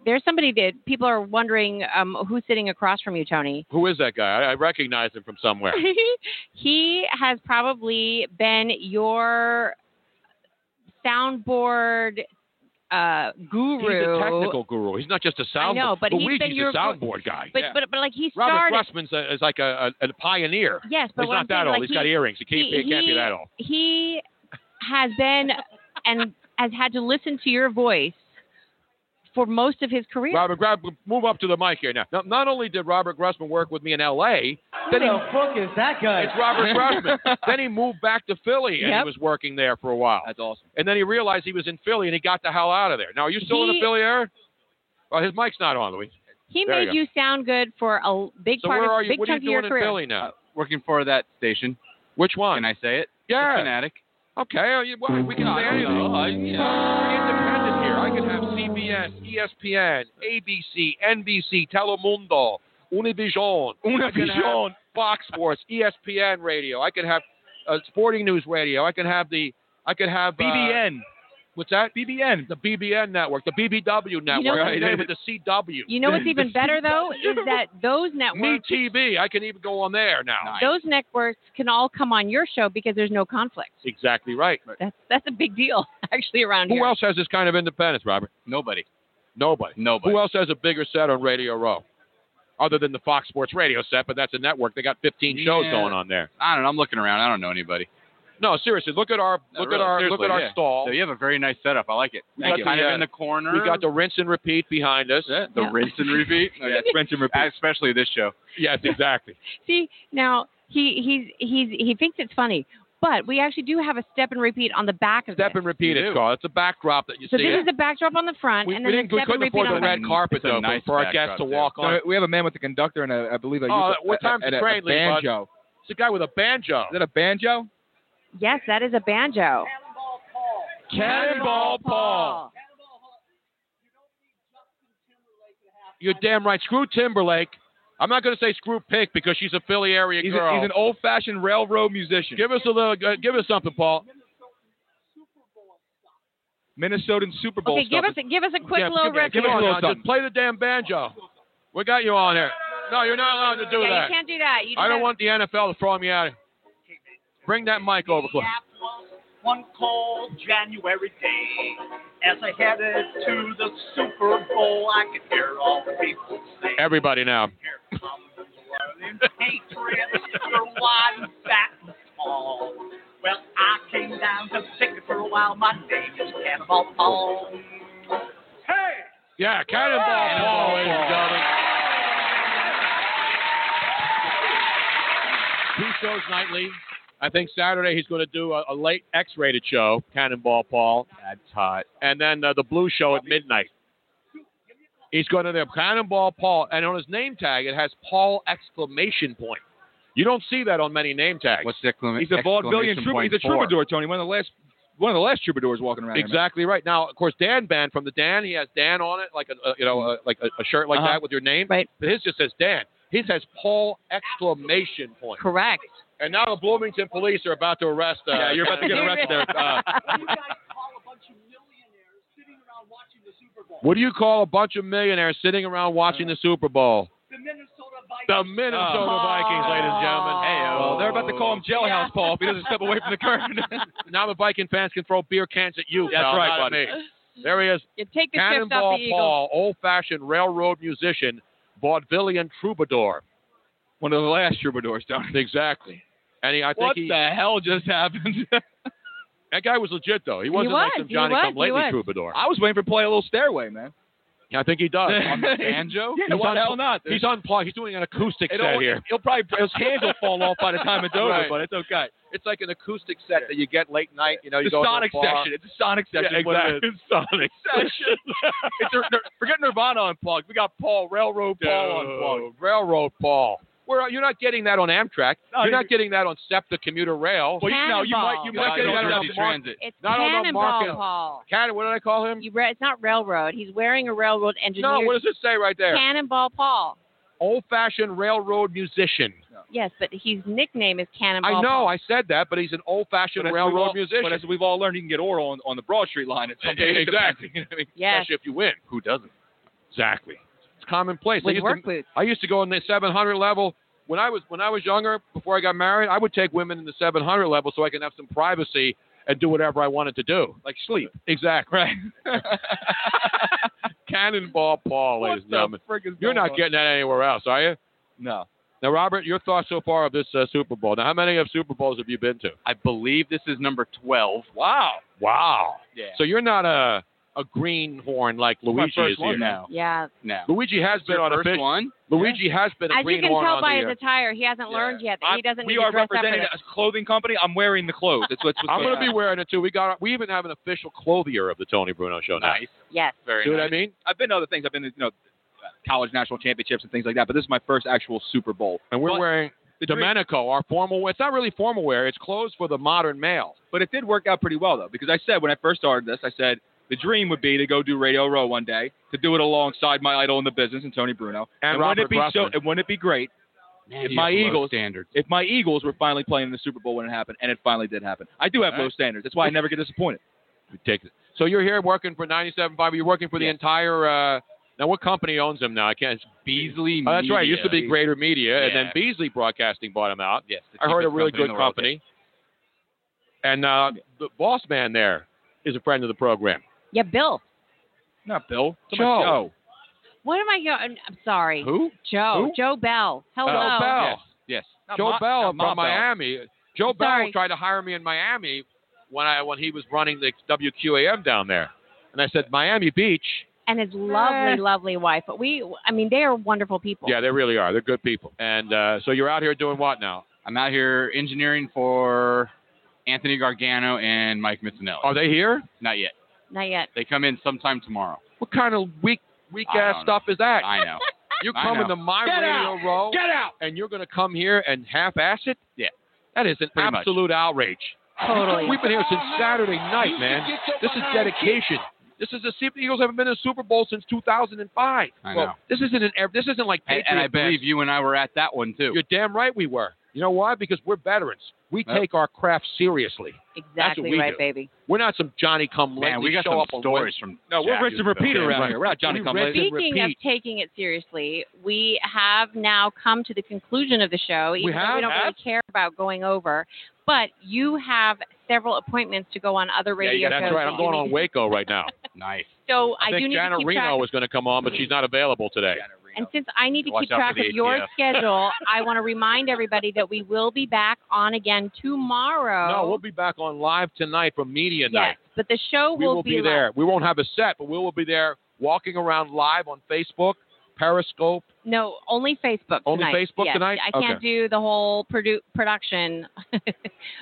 D: there's somebody that people are wondering um, who's sitting across from you, Tony.
C: who is that guy? I, I recognize him from somewhere.
D: he has probably been your soundboard uh,
C: He's
D: guru.
C: a technical guru. He's not just a soundboard.
D: I know, but he's
C: Luigi's
D: been your
C: a soundboard guy.
D: But, but but like he
C: Robert
D: started.
C: Russman's a, is like a, a, a pioneer.
D: Yes, but
C: he's
D: what
C: not
D: I'm
C: that
D: saying,
C: old.
D: like,
C: he's got
D: he-
C: earrings. He can't, be,
D: he-
C: it can't be
D: he-
C: that old.
D: He has been and has had to listen to your voice for most of his career.
C: Robert, grab, move up to the mic here now. now. Not only did Robert Grussman work with me in L.A., then he,
P: fuck is that guy?
C: it's Robert Grussman. then he moved back to Philly and he
P: Yep.
C: was working there for a while.
E: That's awesome.
C: And then he realized he was in Philly and he got the hell out of there. Now, are you still in the
D: He-
C: Philly area? Well, his mic's not on, Louis.
D: he
C: There
D: made
C: you
D: you, sound good for a big
C: So
D: part
C: where
D: of
C: are you?
D: big
C: What are
D: chunk
C: you
D: of your
C: doing in
D: career.
C: Philly now?
E: Uh, working for that station.
C: Which one?
E: Can I say it?
C: Yeah.
E: The Fanatic. Oh,
C: Okay, well, we can say anything.
E: I, you know,
C: We're independent here. I can have CBS. ESPN, ESPN, ABC, NBC, Telemundo, Univision, I can have
E: Univision.
C: Fox Sports, E ESPN Radio. I can have uh, Sporting News Radio. I can have the I can have uh,
Q: BBN.
C: What's that? BBN. The BBN network, the BBW network,
D: Right.
C: I can name it the CW.
D: You know what's even better though is that those
C: Me
D: networks,
C: TV. I can even go on there now.
D: those networks can all come on your show because there's no conflict.
C: Exactly right.
D: That's that's a big deal actually around
C: Who
D: here.
C: else has this kind of independence, Robert?
Q: Nobody.
C: Nobody.
Q: Nobody.
C: Who else has a bigger set on Radio Row? Other than the Fox Sports Radio set, but that's a network. They got 15 shows
Q: Yeah.
C: going on there.
E: I don't know. I'm looking around. I don't know anybody.
C: No, seriously, look at our
E: No,
C: look at
E: really,
C: our
E: seriously,
C: look at our
E: yeah.
C: stall.
E: So you have a very nice setup. I like it.
C: We
E: Thank
C: got
E: you.
C: the,
E: Kind
C: uh,
E: of in the corner.
C: We got the rinse and repeat behind us.
E: the rinse and repeat. Oh, yeah, it's rinse and repeat. Especially this show.
C: Yes, exactly.
D: See now he he's he's he thinks it's funny, but we actually do have a step and repeat on the back of
C: Step
D: this.
C: and repeat it's called. It's a backdrop that you
D: So
C: see.
D: this is the backdrop on the front,
C: we,
D: and
C: we
D: then
C: didn't,
D: the
C: we
D: step and
C: couldn't
D: repeat
C: afford
D: on
C: the
D: the
C: red carpet
E: It's a
C: though
E: nice
C: for our guests
E: backdrop,
C: to walk
E: too.
C: on.
E: No, we have a man with a conductor and a, I believe a, ukulele-
C: Oh, what time's
E: and
C: the
E: a,
C: train
E: a
C: leave, bud?
E: banjo.
C: It's a guy with a banjo.
E: Is that a banjo?
D: Yes, that is a banjo.
C: Cannonball Paul. You're damn right. Screw Timberlake. I'm not going to say screw Pink because she's a Philly area
E: He's,
C: girl.
E: a, he's an old-fashioned railroad musician.
C: give us a little. Uh, give us something, Paul.
E: Minnesotan Super Bowl
D: Okay, give us
E: stuff.
D: a, give us a quick
C: Yeah,
D: little
C: give,
D: record.
C: give us a little something. Just play the damn banjo. We got you on here. No, you're not allowed to do
D: yeah,
C: that.
D: you can't do that. You
C: I don't
D: just-
C: want the NFL to throw me out. Bring that mic over, Cliff.
O: One cold January day, as I headed to the Super Bowl, I could hear all the people say,
C: Everybody now.
O: Patriots, you're wide and fat and tall. Well, I came down to pick it for a while, my name is Cannonball Paul.
C: Yeah, cannonball, Paul, ladies and gentlemen. Two shows nightly. I think Saturday he's going to do a, a late X-rated show, Cannonball Paul. That's hot. And then uh, the Blue Show at midnight. He's going to do Cannonball Paul, and on his name tag it has Paul exclamation point. You don't see that on many name tags. What's the
E: He's a vaudevillian troubadour. He's a troubadour, Tony. One of the last, one of the last troubadours walking around. here, man.
C: Exactly right. Now, of course, Dan Band from the Dan, he has Dan on it, like a, a you know, a, like a, a shirt like
E: Uh-huh.
C: that with your name. Right. But his just says Dan. His has Paul exclamation point.
D: Correct.
C: And now the Bloomington police are about to arrest. Uh,
E: Yeah, you're about to get arrested there, uh.
C: what do you call a bunch of millionaires sitting around watching the Super Bowl?
O: The Minnesota Vikings.
C: The Minnesota
E: Oh.
C: Vikings, ladies and gentlemen. Hey, uh,
E: well, they're about to call him Jailhouse Paul if he doesn't step away from the curtain.
C: now the Viking fans can throw beer cans at you.
E: That's
C: pal,
E: right,
C: not at
E: buddy.
C: me. There he is.
D: You take the chips off
C: Cannonball
D: the Eagles.
C: Paul, old-fashioned railroad musician, vaudevillian troubadour.
E: One of the last troubadours, Tony.
C: Exactly. And he, I think
E: What
C: he,
E: the hell just happened?
C: that guy was legit though. He wasn't
E: was,
C: like some
E: he
C: Johnny
E: was,
C: Come
E: he
C: Lately
E: was.
C: troubadour.
E: I was waiting for play a little stairway, man.
C: I think he does.
E: On the banjo? Yeah, why the hell not?
C: He's unplugged. He's doing an acoustic
E: It
C: set
E: all-
C: here.
E: He'll probably his hands will fall off by the time it's over,
C: Right.
E: but it's okay.
C: It's like an acoustic set that you get late night. You know, you
E: the
C: go to a
E: Sonic
C: bar.
E: section. It's a Sonic
C: Yeah,
E: section. is what it
C: exactly.
E: is.
C: Sonic
E: section. it's a, Nir- forget Nirvana unplugged. We got Paul Railroad Paul
C: Dude.
E: unplugged.
C: Railroad Paul. Where you're not getting that on Amtrak.
E: No,
C: you're
E: you-
C: not getting that on SEPTA commuter rail.
E: Well, you- no, you might- you might
C: You're
E: get
C: not
E: that on
C: getting
E: the
C: mar-
E: transit.
D: It's
C: Not on the
D: Cannonball
C: market.
D: Paul.
C: Cannon, what did I call him?
D: You re- it's not railroad. He's wearing a railroad engineer.
C: No, what does it say right there?
D: Cannonball Paul.
C: Old-fashioned railroad musician.
D: Yes, but his nickname is Cannonball.
C: I know,
D: Paul.
C: I said that, but he's an old-fashioned
E: But as
C: railroad
E: we've all-
C: musician.
E: But as we've all learned, you can get oral on, on the Broad Street line at some
C: E-
E: point.
C: exactly.
E: You know what I mean?
D: Yes.
C: Especially if you win.
E: Who doesn't?
C: Exactly. It's commonplace. I
D: With
C: used
D: work
C: to,
D: boots.
C: I used to go in the 700 level when I was when I was younger before I got married. I would take women in the 700 level so I can have some privacy and do whatever I wanted to do.
E: Like sleep.
C: Exactly.
E: Right.
C: Cannonball Paul, ladies and gentlemen. You're not getting that anywhere else, are you?
E: No.
C: Now, Robert, your thoughts so far of this uh, Super Bowl. Now, how many of Super Bowls have you been to?
E: I believe this is number 12. Wow.
C: Wow.
E: Yeah.
C: So you're not a a greenhorn like
E: my
C: Luigi
E: first
C: is
E: one
C: here.
E: now.
D: Yeah.
E: No.
C: Luigi has
E: It's
C: been
E: your
C: on a
E: first
C: fish-
E: one?
C: Luigi has been a
D: As you can
C: greenhorn
D: tell
C: on
D: by
C: the,
D: his
C: uh,
D: attire, he doesn't learn yet that
E: I-
D: he doesn't
E: we
D: need
E: are
D: to dress up for
E: representing
D: this.
E: a clothing company. I'm wearing the clothes. That's what's.
C: I'm going to be wearing it too. We got we even have an official clothier of the Tony Bruno show now.
E: nice.
D: Yes.
E: Very
C: See what
E: nice.
C: I mean?
E: I've been to other things. I've been to you know college national championships and things like that. But this is my first actual Super Bowl.
C: And we're
E: But-
C: wearing
E: The drink-
C: Domenico, our formal wear. It's not really formal wear. It's clothes for the modern male.
E: But it did work out pretty well though, because I said when I first started this, I said The dream would be to go do Radio Row one day, to do it alongside my idol in the business and Tony Bruno. wouldn't
C: And
E: it
C: Robert
E: be
C: Grossman.
E: so? And wouldn't it be great if
C: you
E: my
C: have low
E: Eagles
C: standards.
E: if my Eagles were finally playing in the Super Bowl when it happened, and it finally did happen? I do have
C: All right.
E: low standards. That's why I never get disappointed.
C: Ridiculous. So you're here working for 97.5. You're working for the entire. Uh, now what company owns them now? I can't.
K: Beasley.
C: Oh, that's right. It used to be
K: Media.
C: Greater Media, and then
K: Yeah.
C: Beasley Broadcasting bought them out. Yes,
K: the
C: I heard a
K: cheapest
C: really
K: company in
C: good
K: the world,
C: company. And uh, the boss man there is a friend of the program.
D: Yeah, Bill.
E: Not Bill.
C: Joe.
D: What am I going? I'm sorry.
C: Who?
D: Joe.
C: Who?
D: Joe Bell. Hello.
C: Joe Uh, Bell. Yes.
D: Not
C: Joe
D: Ma-
C: Bell
D: not
C: from
D: Ma Bell.
C: Miami. Joe Bell
D: Sorry.
C: tried to hire me in Miami when I when he was running the WQAM down there, and I said Miami Beach.
D: And his lovely,
C: Eh.
D: lovely wife. But we, I mean, they are wonderful people.
C: Yeah, they really are. They're good people. And uh, so you're out here doing what now?
K: I'm out here engineering for Anthony Gargano and Mike Mitsinelli.
C: Are they here?
K: Not yet.
D: Not yet.
K: They come in sometime tomorrow.
C: What kind of weak weak
K: I
C: ass
K: don't
C: stuff is that?
K: I know.
C: You're
K: I
C: coming
K: know.
C: to my
K: Get
C: radio
K: out.
C: row. Get out. And you're going to come here and half ass it? Yeah. That is an
K: Pretty much.
C: absolute outrage.
D: Totally.
C: We've been here since Saturday night, man. This is dedication. This is the Super- the Eagles haven't been in the Super Bowl since 2005.
K: I
C: Well,
K: know.
C: this isn't an ev- this isn't like
K: And,
C: Patriot
K: and I
C: Band.
K: believe you and I were at that one too.
C: You're damn right we were. You know why? Because we're veterans. We
K: Yep.
C: take our craft seriously. That's what
D: Exactly
C: we
D: right,
C: do.
D: baby.
C: We're not some Johnny come lately.
K: Man, we got
C: show
K: some
C: up on
K: stories
C: Wednesday.
K: from
C: No, we're
K: Jack
C: rinse
K: who's
C: and repeat
K: damn
C: around
K: right.
C: here. We're not Johnny
K: We
C: come
K: rinse
C: lately.
D: Speaking of
C: repeat.
D: taking it seriously, we have now come to the conclusion of the show, even
C: We
D: though
C: have?
D: we don't
C: Have?
D: really care about going over. But you have several appointments to go on other radio
C: that's
D: shows.
C: right. I'm
D: that
C: going
D: you
C: on
D: need-
C: Waco right now.
K: nice.
D: So I,
C: I
D: do
C: think
D: need
C: Jana
D: to keep
C: Reno
D: track.
C: was going to come on, but she's not available today.
D: And since I need to
C: Watch
D: keep
C: out for
D: track of
C: the
D: your
C: ATF.
D: schedule, I want to remind everybody that we will be back on again tomorrow.
C: No, we'll be back on live tonight from media
D: yes,
C: night.
D: but the show
C: we will be
D: live.
C: there. We won't have a set, but we will be there walking around live on Facebook, Periscope.
D: No, only Facebook.
C: Only
D: tonight.
C: Facebook
D: Yes.
C: tonight?
D: I can't
C: Okay.
D: do the whole produ- production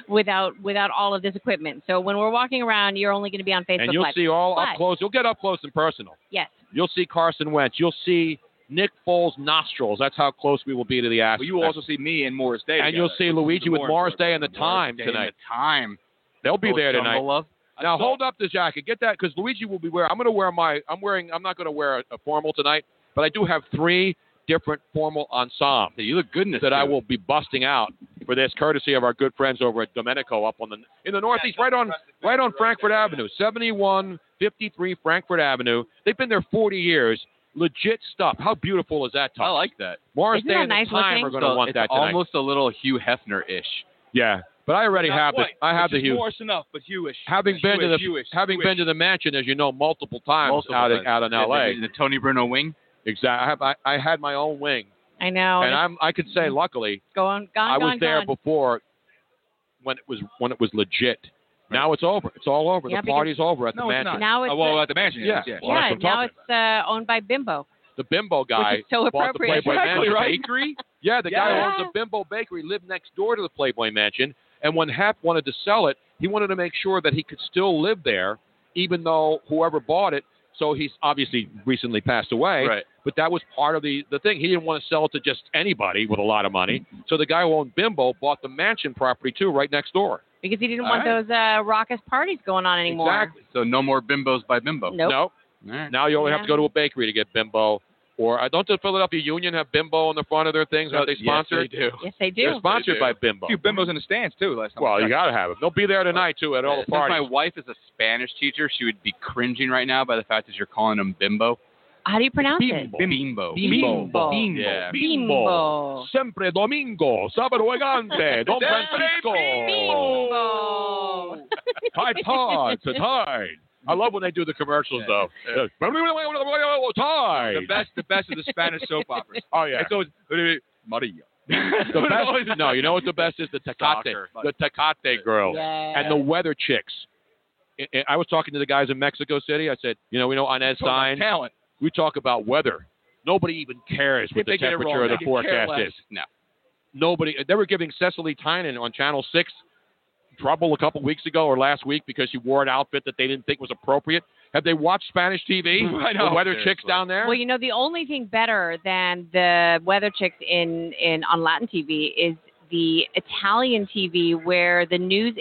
D: without without all of this equipment. So when we're walking around, you're only going to be on Facebook
C: and you'll
D: Live.
C: see all up
D: But-
C: close. You'll get up close and personal.
D: Yes,
C: You'll see Carson Wentz. You'll see Nick Foles' nostrils. That's how close we will be to the Astros.
K: Well, you will also see me and Morris Day.
C: and you'll see Luigi with Morris Day and the Time
K: Day and
C: tonight.
K: The time.
C: They'll be
K: Most
C: there tonight.
K: jumble of-
C: Now hold up the jacket. Get that because Luigi will be wearing. I'm going to wear my. I'm wearing. I'm not going to wear a, a formal tonight, but I do have three different formal ensembles. You look goodness that I will be busting out for this, courtesy of our good friends over at Domenico up on the in the Northeast, right on right on Frankfurt Avenue, 7153 Frankfurt Avenue. They've been there 40 years. Legit stuff. How beautiful is that? Tom? I like that. Morris
K: Isn't
C: Day
K: that
C: and the
K: nice
C: Time
K: looking?
C: are going to
K: So
C: want
K: it's
C: that tonight.
K: almost a little Hugh Hefner-ish.
C: Yeah, but I already
K: Not
C: have
K: quite,
C: the I have
K: which
C: the
K: is
C: Hugh.
K: Morris enough, but Hewish.
C: Having been to the having been to the mansion, as you know, multiple times
K: Multiple
C: out
K: times.
C: in out in
K: Yeah,
C: L.A.
K: the- the Tony Bruno wing.
C: Exactly. I have I, I had my own wing,
D: I know.
C: and I'm I could say luckily
D: Mm-hmm. go on, gone,
C: I was
D: gone,
C: there
D: gone.
C: before when it was when it was legit. Now it's over. It's all over.
D: Yeah,
C: the
D: because-
C: party's over at the mansion.
D: Now it's Uh, the-
C: Yeah. Well,
D: yeah.
C: that's what I'm
D: now
C: talking
D: it's uh, owned by Bimbo.
C: about. the bimbo guy
D: Which is so
C: bought the
D: appropriate.
C: Playboy
D: Exactly,
C: Mansion
D: right?
C: bakery. Yeah, the guy
D: Yeah.
C: who owns the Bimbo Bakery lived next door to the Playboy Mansion, and when Hep wanted to sell it, he wanted to make sure that he could still live there, even though whoever bought it. So he's obviously recently passed away,
K: Right.
C: but that was part of the the thing. He didn't want to sell it to just anybody with a lot of money. So the guy who owned Bimbo bought the mansion property too, right next door.
D: Because he didn't
C: All
D: want
C: right.
D: those uh, raucous parties going on anymore.
C: Exactly.
K: So no more bimbos by bimbo.
D: Nope.
C: No. Now you only have to go to a bakery to get bimbo. Or uh, don't the Philadelphia Union have bimbo on the front of their things? Aren't they
K: Yes, they
C: sponsored?
K: do.
D: Yes, they do.
C: They're sponsored by
K: A
C: Bimbo.
K: few bimbos in the stands too. Last time.
C: Well, you gotta have them. They'll be there tonight too at all the
K: Since my
C: parties.
K: wife is a Spanish teacher, she would be cringing right now by the fact that you're calling him bimbo.
D: How do you pronounce it?
K: Bimbo. Bimbo.
C: Bimbo.
K: Bimbo.
C: Bimbo.
K: Yeah.
D: Bimbo.
C: Siempre domingo, sábado elegante, Don Francisco.
D: Bimbo.
C: Tide Pod, to Tide. I love when they do the commercials though. Tide.
K: The best, the best of the Spanish soap operas.
C: Oh yeah.
K: It's always Maria.
C: The best, no, you know what the best is? The Tecate.
K: Soccer.
C: The Tecate girls.
K: Yeah.
C: And the weather chicks. I- I- I was talking to the guys in Mexico City. I said, you know, we know Inez
K: Talk about
C: Stein.
K: talent.
C: We talk about weather. Nobody even cares what
K: If they
C: the
K: get it
C: temperature
K: wrong,
C: or
K: they
C: the
K: could care
C: forecast
K: less.
C: is.
K: No.
C: Nobody. They were giving Cecily Tynan on Channel 6 trouble a couple weeks ago or last week because she wore an outfit that they didn't think was appropriate. Have they watched Spanish TV?
K: I know.
C: The weather chicks
K: Seriously.
C: down there?
D: Well, you know, the only thing better than the weather chicks in, in on Latin TV is the Italian TV where the news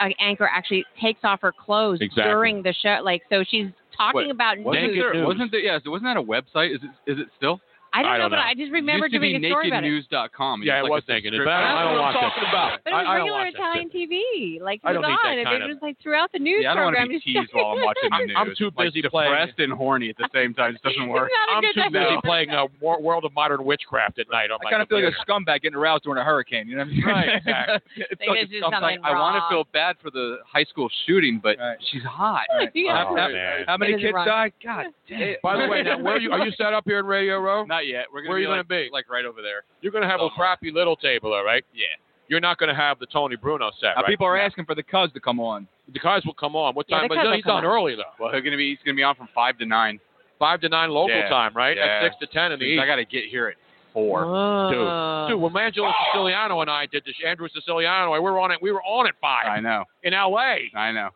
D: uh, anchor actually takes off her clothes
E: Exactly.
D: during the show. Like, so she's talking
E: Wait,
D: about
E: wasn't
D: naked
E: there,
D: news.
E: Wasn't there, yeah, so wasn't that a website? Is it is it still?
D: I don't know, but I just remember
E: it used to
D: doing
E: be
D: a story about it.
E: nakednews.com.
C: Yeah,
E: it
C: it
E: was
C: was
E: Uh, like
C: naked.
E: a
C: But I don't- I
E: That's
C: don't
E: what I'm
C: watch
E: talking
C: that
E: about.
D: But
E: I,
D: it was
E: I don't
D: regular
E: watch that shit.
D: Italian TV. Like it
E: I don't
D: was
E: think that
D: on. It
E: kind
D: was
E: of-
D: like throughout the news
E: Yeah, I don't want
D: program.
E: to be
D: it's
E: teased while I'm watching the news.
C: I'm too busy
E: like,
C: playing-
E: depressed and horny at the same time. It doesn't work.
D: not
C: I'm
D: a good
C: too busy
D: idea.
C: playing uh, Wor- World of Modern Witchcraft at night on
E: I
C: my
E: kind of feel like a
C: computer.
E: scumbag getting aroused during a hurricane. You know what I mean?
C: Right, exactly.
E: It's
D: They
E: like
D: just
E: a
D: did
E: scumbag. I
D: something
E: want
D: wrong.
E: to feel bad for the high school shooting, but she's hot.
D: Yeah.
E: How, how-
D: man.
E: how many
D: Oh,
E: kids
D: It is wrong.
E: died? God damn.
C: By the way, now where are you? Are you set up here in Radio Row?
E: Not yet. We're gonna
C: Where
E: be
C: you
E: like,
C: gonna be?
E: Like right over there.
C: You're gonna have a
E: Somewhere.
C: crappy little table, all right?
E: Yeah.
C: You're not gonna have the Tony Bruno set,
E: Uh,
C: right?
E: People are asking for the cuz to come on.
C: The guys will come on. What
E: Yeah,
C: time?
E: the
C: but
E: guys
C: no,
E: will
C: he's
E: come
C: on
E: on.
C: early though.
E: Well, he's gonna be he's gonna be on from five to nine.
C: Five to nine local
E: Yeah.
C: time, right?
E: Yeah.
C: At six to ten in the
E: Dude,
C: east.
E: I gotta get here at four. Ah.
C: Dude, dude, when Angelo Siciliano and I did this, Andrew Siciliano, we were on it. We were on at five.
E: I know.
C: In L.A.
E: I know.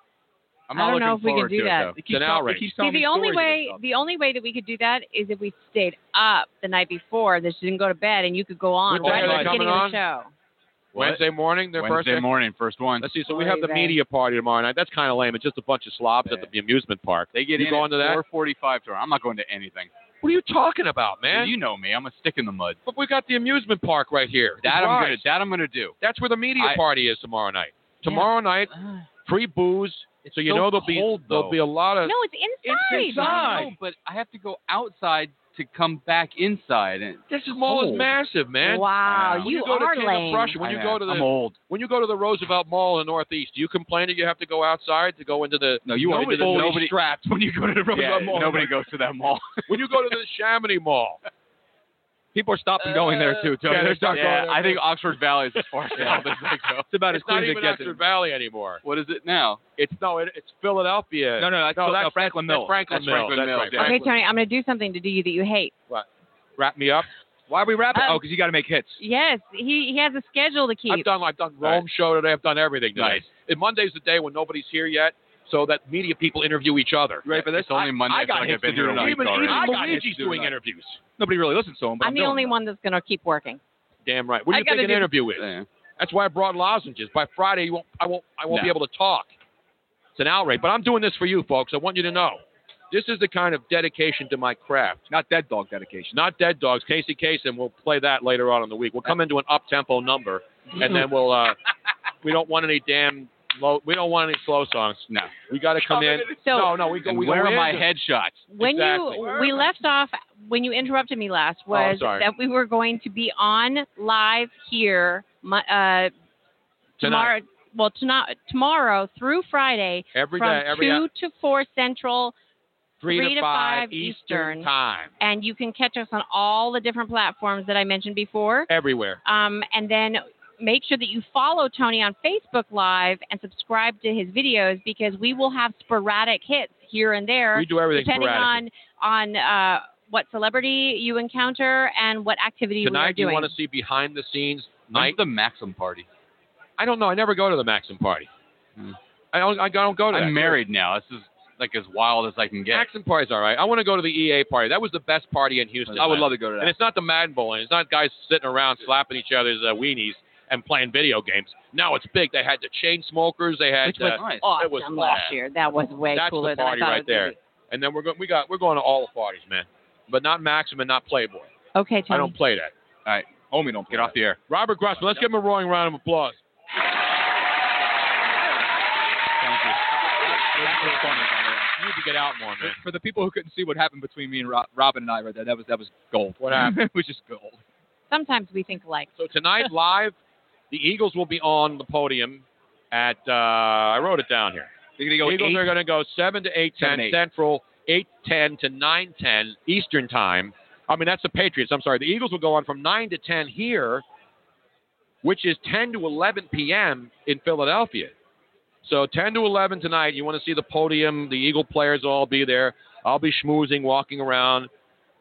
E: I'm
D: I
E: not
D: don't know
E: looking
D: if we can
E: forward
D: do
E: to
D: that.
E: It, though.
C: It keeps It's an tell- it outrage. keeps
D: See, the only way the only way that we could do that is if we stayed up the night before, that she didn't go to bed, and you could go on
C: What day
D: right
C: are
D: at
C: they
D: the beginning
C: coming
D: of the show.
C: Wednesday morning, their first
E: Wednesday morning, first one.
C: Let's see. So we have the media party tomorrow night. That's kind of lame. It's just a bunch of slobs at the amusement park.
E: They get
C: you
E: in
C: going
E: at
C: to that?
E: 4:45 tomorrow. I'm not going to anything.
C: What are you talking about, man?
E: You know me. I'm a stick in the mud.
C: but we got the amusement park right here.
E: That
C: The
E: I'm
C: Rise.
E: gonna. That I'm gonna do.
C: That's where the media
E: I-
C: party is tomorrow night. Tomorrow night,
D: Ah.
C: free booze. so you
E: so
C: know there'll
E: cold,
C: be
E: though.
C: there'll be a lot of
D: No, it's inside.
E: I know, but I have to go outside to come back inside. And oh.
C: This is mall is
E: cold.
C: massive, man.
D: Wow,
C: When
D: you,
C: you, go
D: are
C: to King
D: lame.
C: of Prussia, when
E: I
C: you
E: know.
C: go to the
E: I'm old.
C: when you go to the Roosevelt Mall in the Northeast, do you complain that you have to go outside to go into the
E: No, you are
C: into the-
E: fully
C: nobody-
E: strapped when you go to the Roosevelt
C: Yeah,
E: Mall.
C: nobody
E: goes to that mall.
C: when you go to the Chamonix Mall?
E: People are stopping going there too. Tony.
C: yeah, they're stopped going there,
E: I
C: too.
E: think Oxford Valley is as far
C: Yeah.
E: south as I go. It's
C: it's not even Oxford Valley anymore.
E: What is it now?
C: It's no, it, it's Philadelphia.
E: No, no, that's- no,
C: that's
E: Franklin
C: that's
E: Mills.
C: Franklin
E: That's
C: Mills.
E: Franklin
C: that's
E: Mills,
C: right.
E: yeah.
D: Okay, Tony, I'm going to do something to you that you hate.
C: Wrap me up.
E: Why are we wrapping?
D: Um,
E: oh, because you got to make hits.
D: Yes, he he has a schedule to keep.
C: I've done I've done Rome show today. I've done everything today.
E: Nice.
C: And Monday's the day when nobody's here yet, so that media people interview each other.
E: Right, but that's only Monday. feel
C: I got
E: like
C: hits
E: I've been
C: to do
E: here a
C: tonight.
E: week
C: Even-
E: already.
C: even
E: I got hits
C: Luigi's
E: to do
C: doing
E: tonight.
C: interviews.
E: Nobody really listens to him. But
D: I'm the
E: doing
D: only
E: it.
D: one that's going to keep working.
C: Damn right. What do
D: I
C: you
D: gotta
C: think an
D: do-
C: interview is?
E: Yeah.
C: That's why I brought lozenges. By Friday, you won't, I won't, I
E: No.
C: won't be able to talk. It's an outrage, but I'm doing this for you, folks. I want you to know, this is the kind of dedication to my craft.
E: Not dead dog dedication.
C: Not Dead Dogs. Casey Kasem. We'll play that later on in the week. We'll come into an up tempo number, and then we'll. Uh, we don't want any damn. Low, we don't want any slow songs.
E: No.
C: We got to come in.
D: So-
C: no, no. We go.
E: And
C: We
E: Oh, where
C: go
E: are my
C: into-
E: headshots?
D: When
C: Exactly.
D: you we left off when you interrupted me last
C: Oh, I'm
D: was
C: sorry.
D: that we were going to be on live here mo- uh, tomorrow. Well, tonight, tomorrow through Friday
C: Every
D: from
C: day, every
D: two
C: hour.
D: to four central,
C: three,
D: three
C: to
D: to
C: five
D: five
C: Eastern
D: Eastern.
C: time.
D: and you can catch us on all the different platforms that I mentioned before.
C: Everywhere.
D: Um, and then make sure that you follow Tony on Facebook Live and subscribe to his videos because we will have sporadic hits here and there,
C: We do everything
D: depending
C: sporadically.
D: on on uh, what celebrity you encounter and what activity we are
C: Tonight, you
D: doing.
C: want to see behind the scenes night?
E: When's the Maxim party?
C: I don't know. I never go to the Maxim party.
E: Hmm.
C: I don't. I don't go to. that.
E: I'm married now. This is like as wild as I can get.
C: Maxim party's all right. I want to go to the EA party. That was the best party in Houston.
E: I would
C: last
E: love to go to
C: And
E: that.
C: it's not the Madden Bowl, and it's not guys sitting around slapping each other's uh, weenies and playing video games. Now it's big. They had the chain smokers. They had.
E: Which was
C: uh,
E: nice.
C: It was
D: awesome last
C: rad.
D: year. That was way
C: That's
D: cooler
C: the party
D: than I thought
C: right
D: it was
C: there.
D: gonna
C: And then we're going. We got. We're going to all the parties, man. But not Maxim and not Playboy.
D: be. Okay, Tony.
C: I don't play that.
E: All right, homie, don't get off the air.
C: Robert Grossman. Let's give him a roaring round of applause.
E: Thank you. That was funny, by the way.
C: You need to get out more, man.
E: For the people who couldn't see what happened between me and Rob, Robin and I right there, that was that was gold.
C: What happened?
E: it was just gold.
D: Sometimes we think alike.
C: So tonight, live, the Eagles will be on the podium at. Uh, I wrote it down here.
E: They're gonna go
C: Eagles
E: eight.
C: are going to go seven to eight ten
E: Seven, eight.
C: Central, eight ten to nine ten Eastern time. I mean that's the Patriots. I'm sorry, the Eagles will go on from nine to ten here, which is ten to eleven p.m. in Philadelphia. So ten to eleven tonight. You want to see the podium? The Eagle players will all be there. I'll be schmoozing, walking around.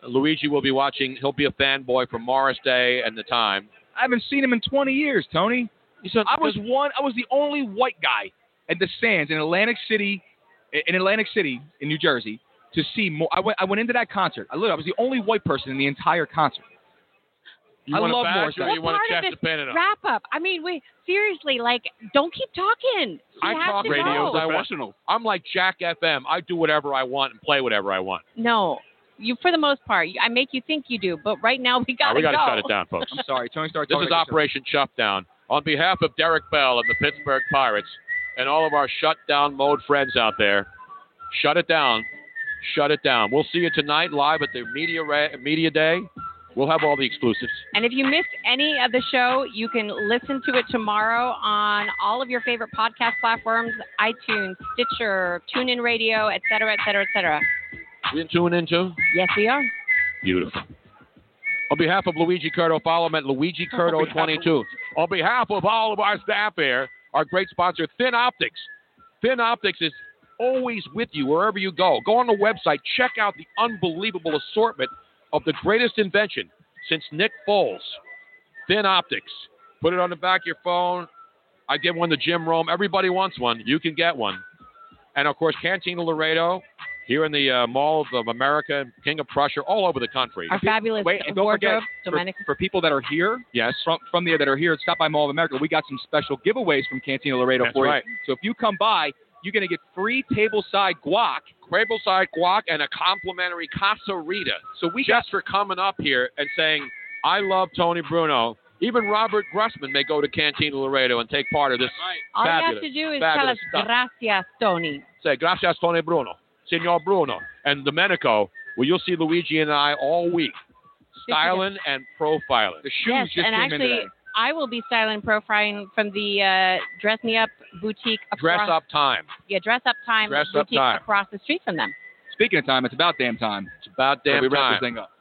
C: Luigi will be watching. He'll be a fanboy for Morris Day and the time.
E: I haven't seen him in 20 years, Tony. I was one. I was the only white guy at the Sands in Atlantic City, in Atlantic City, in New Jersey, to see more. I went. I went into that concert. I literally, I was the only white person in the entire concert.
C: You
D: I
C: want to
D: love
C: badge
D: more
C: or you
D: What
C: want to
D: part
C: check
D: of
C: the
D: this
C: pin up?
D: Wrap up. I mean, we seriously like don't keep talking. You
C: I
D: have
C: talk
D: to
C: radio
D: know.
C: as I want. I'm like Jack FM. I do whatever I want and play whatever I want.
D: No, you for the most part. you- I make you think you do, but right now we
C: All
D: got
C: right, Uh, we
D: go.
C: gotta shut it down, folks. I'm
K: sorry, Tony Stark.
C: This
K: talking
C: is
K: about yourself.
C: Operation Shutdown. On behalf of Derek Bell and the Pittsburgh Pirates and all of our shutdown mode friends out there, shut it down. Shut it down. We'll see you tonight live at the media ra- media day. We'll have all the exclusives.
D: And if you missed any of the show, you can listen to it tomorrow on all of your favorite podcast platforms: iTunes, Stitcher, TuneIn Radio, et cetera, et cetera, et cetera.
C: We in tune into?
D: Yes, we are.
C: Beautiful. On behalf of Luigi Curto, follow him at Luigi Curto22. On behalf of all of our staff here, our great sponsor, Thin Optics. Thin Optics is always with you wherever you go. Go on the website, check out the unbelievable assortment of the greatest invention since Nick Foles. Thin Optics. Put it on the back of your phone. I give one to Jim Rome. Everybody wants one. You can get one. And of course, Cantina Laredo here in the uh, Mall of America, King of Prussia, all over the country.
D: Our fabulous
K: Wait, and don't
D: wardrobe,
K: forget, for,
D: Domenico.
K: for people that are here,
C: yes,
K: from, from there that are here at Stop by Mall of America, we got some special giveaways from Cantina Laredo
C: That's
K: for
C: right.
K: you. So if you come by, you're going to get free tableside guac.
C: Tableside guac and a complimentary Casa Rita. So we just for coming up here and saying, I love Tony Bruno. Even Robert Grussman may go to Cantina Laredo and take part of this.
D: All
C: fabulous,
D: you have to do is tell us
C: fabulous stuff.
D: gracias, Tony.
C: Say, gracias, Tony Bruno, Senor Bruno, and Domenico. Well, you'll see Luigi and I all week, styling and profiling. The shoes
D: yes, and actually, I will be styling profiling from the uh, Dress Me Up boutique. Across,
C: Dress up time.
D: Yeah, Dress Up Time
K: Dress Up
D: boutique
K: Time.
D: across the street from them.
K: Speaking of time, it's about damn time. It's
C: about damn
K: we wrap
C: time.
K: this thing up.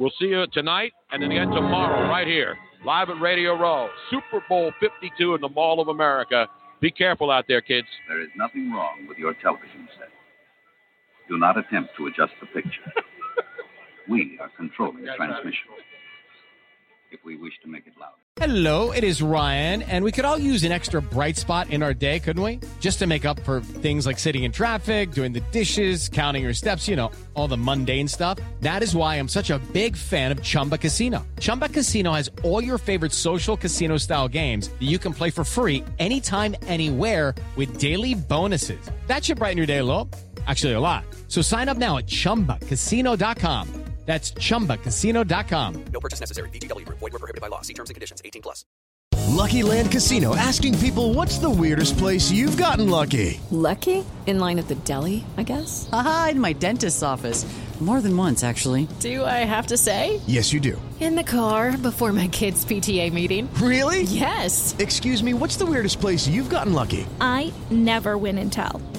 C: We'll see you tonight and then again tomorrow right here, live at Radio Row, Super Bowl 52 in the Mall of America. Be careful out there, kids.
A: There is nothing wrong with your television set. Do not attempt to adjust the picture. we are controlling the transmission. If we wish to make it loud.
R: Hello, it is Ryan, and we could all use an extra bright spot in our day, couldn't we? Just to make up for things like sitting in traffic, doing the dishes, counting your steps, you know, all the mundane stuff. That is why I'm such a big fan of Chumba Casino. Chumba Casino has all your favorite social casino style games that you can play for free anytime, anywhere with daily bonuses. That should brighten your day, a little. Actually, a lot. So sign up now at chumbacasino.com. That's chumbacasino.com.
S: No purchase necessary. VGW Group. Void were prohibited by law. See terms and conditions. 18 plus.
T: Lucky Land Casino asking people what's the weirdest place you've gotten lucky?
U: Lucky? In line at the deli, I guess? Aha, in my dentist's office. More than once, actually. Do I have to say?
T: Yes, you do.
U: In the car before my kids' PTA meeting.
T: Really?
U: Yes.
T: Excuse me, what's the weirdest place you've gotten lucky?
V: I never win and tell.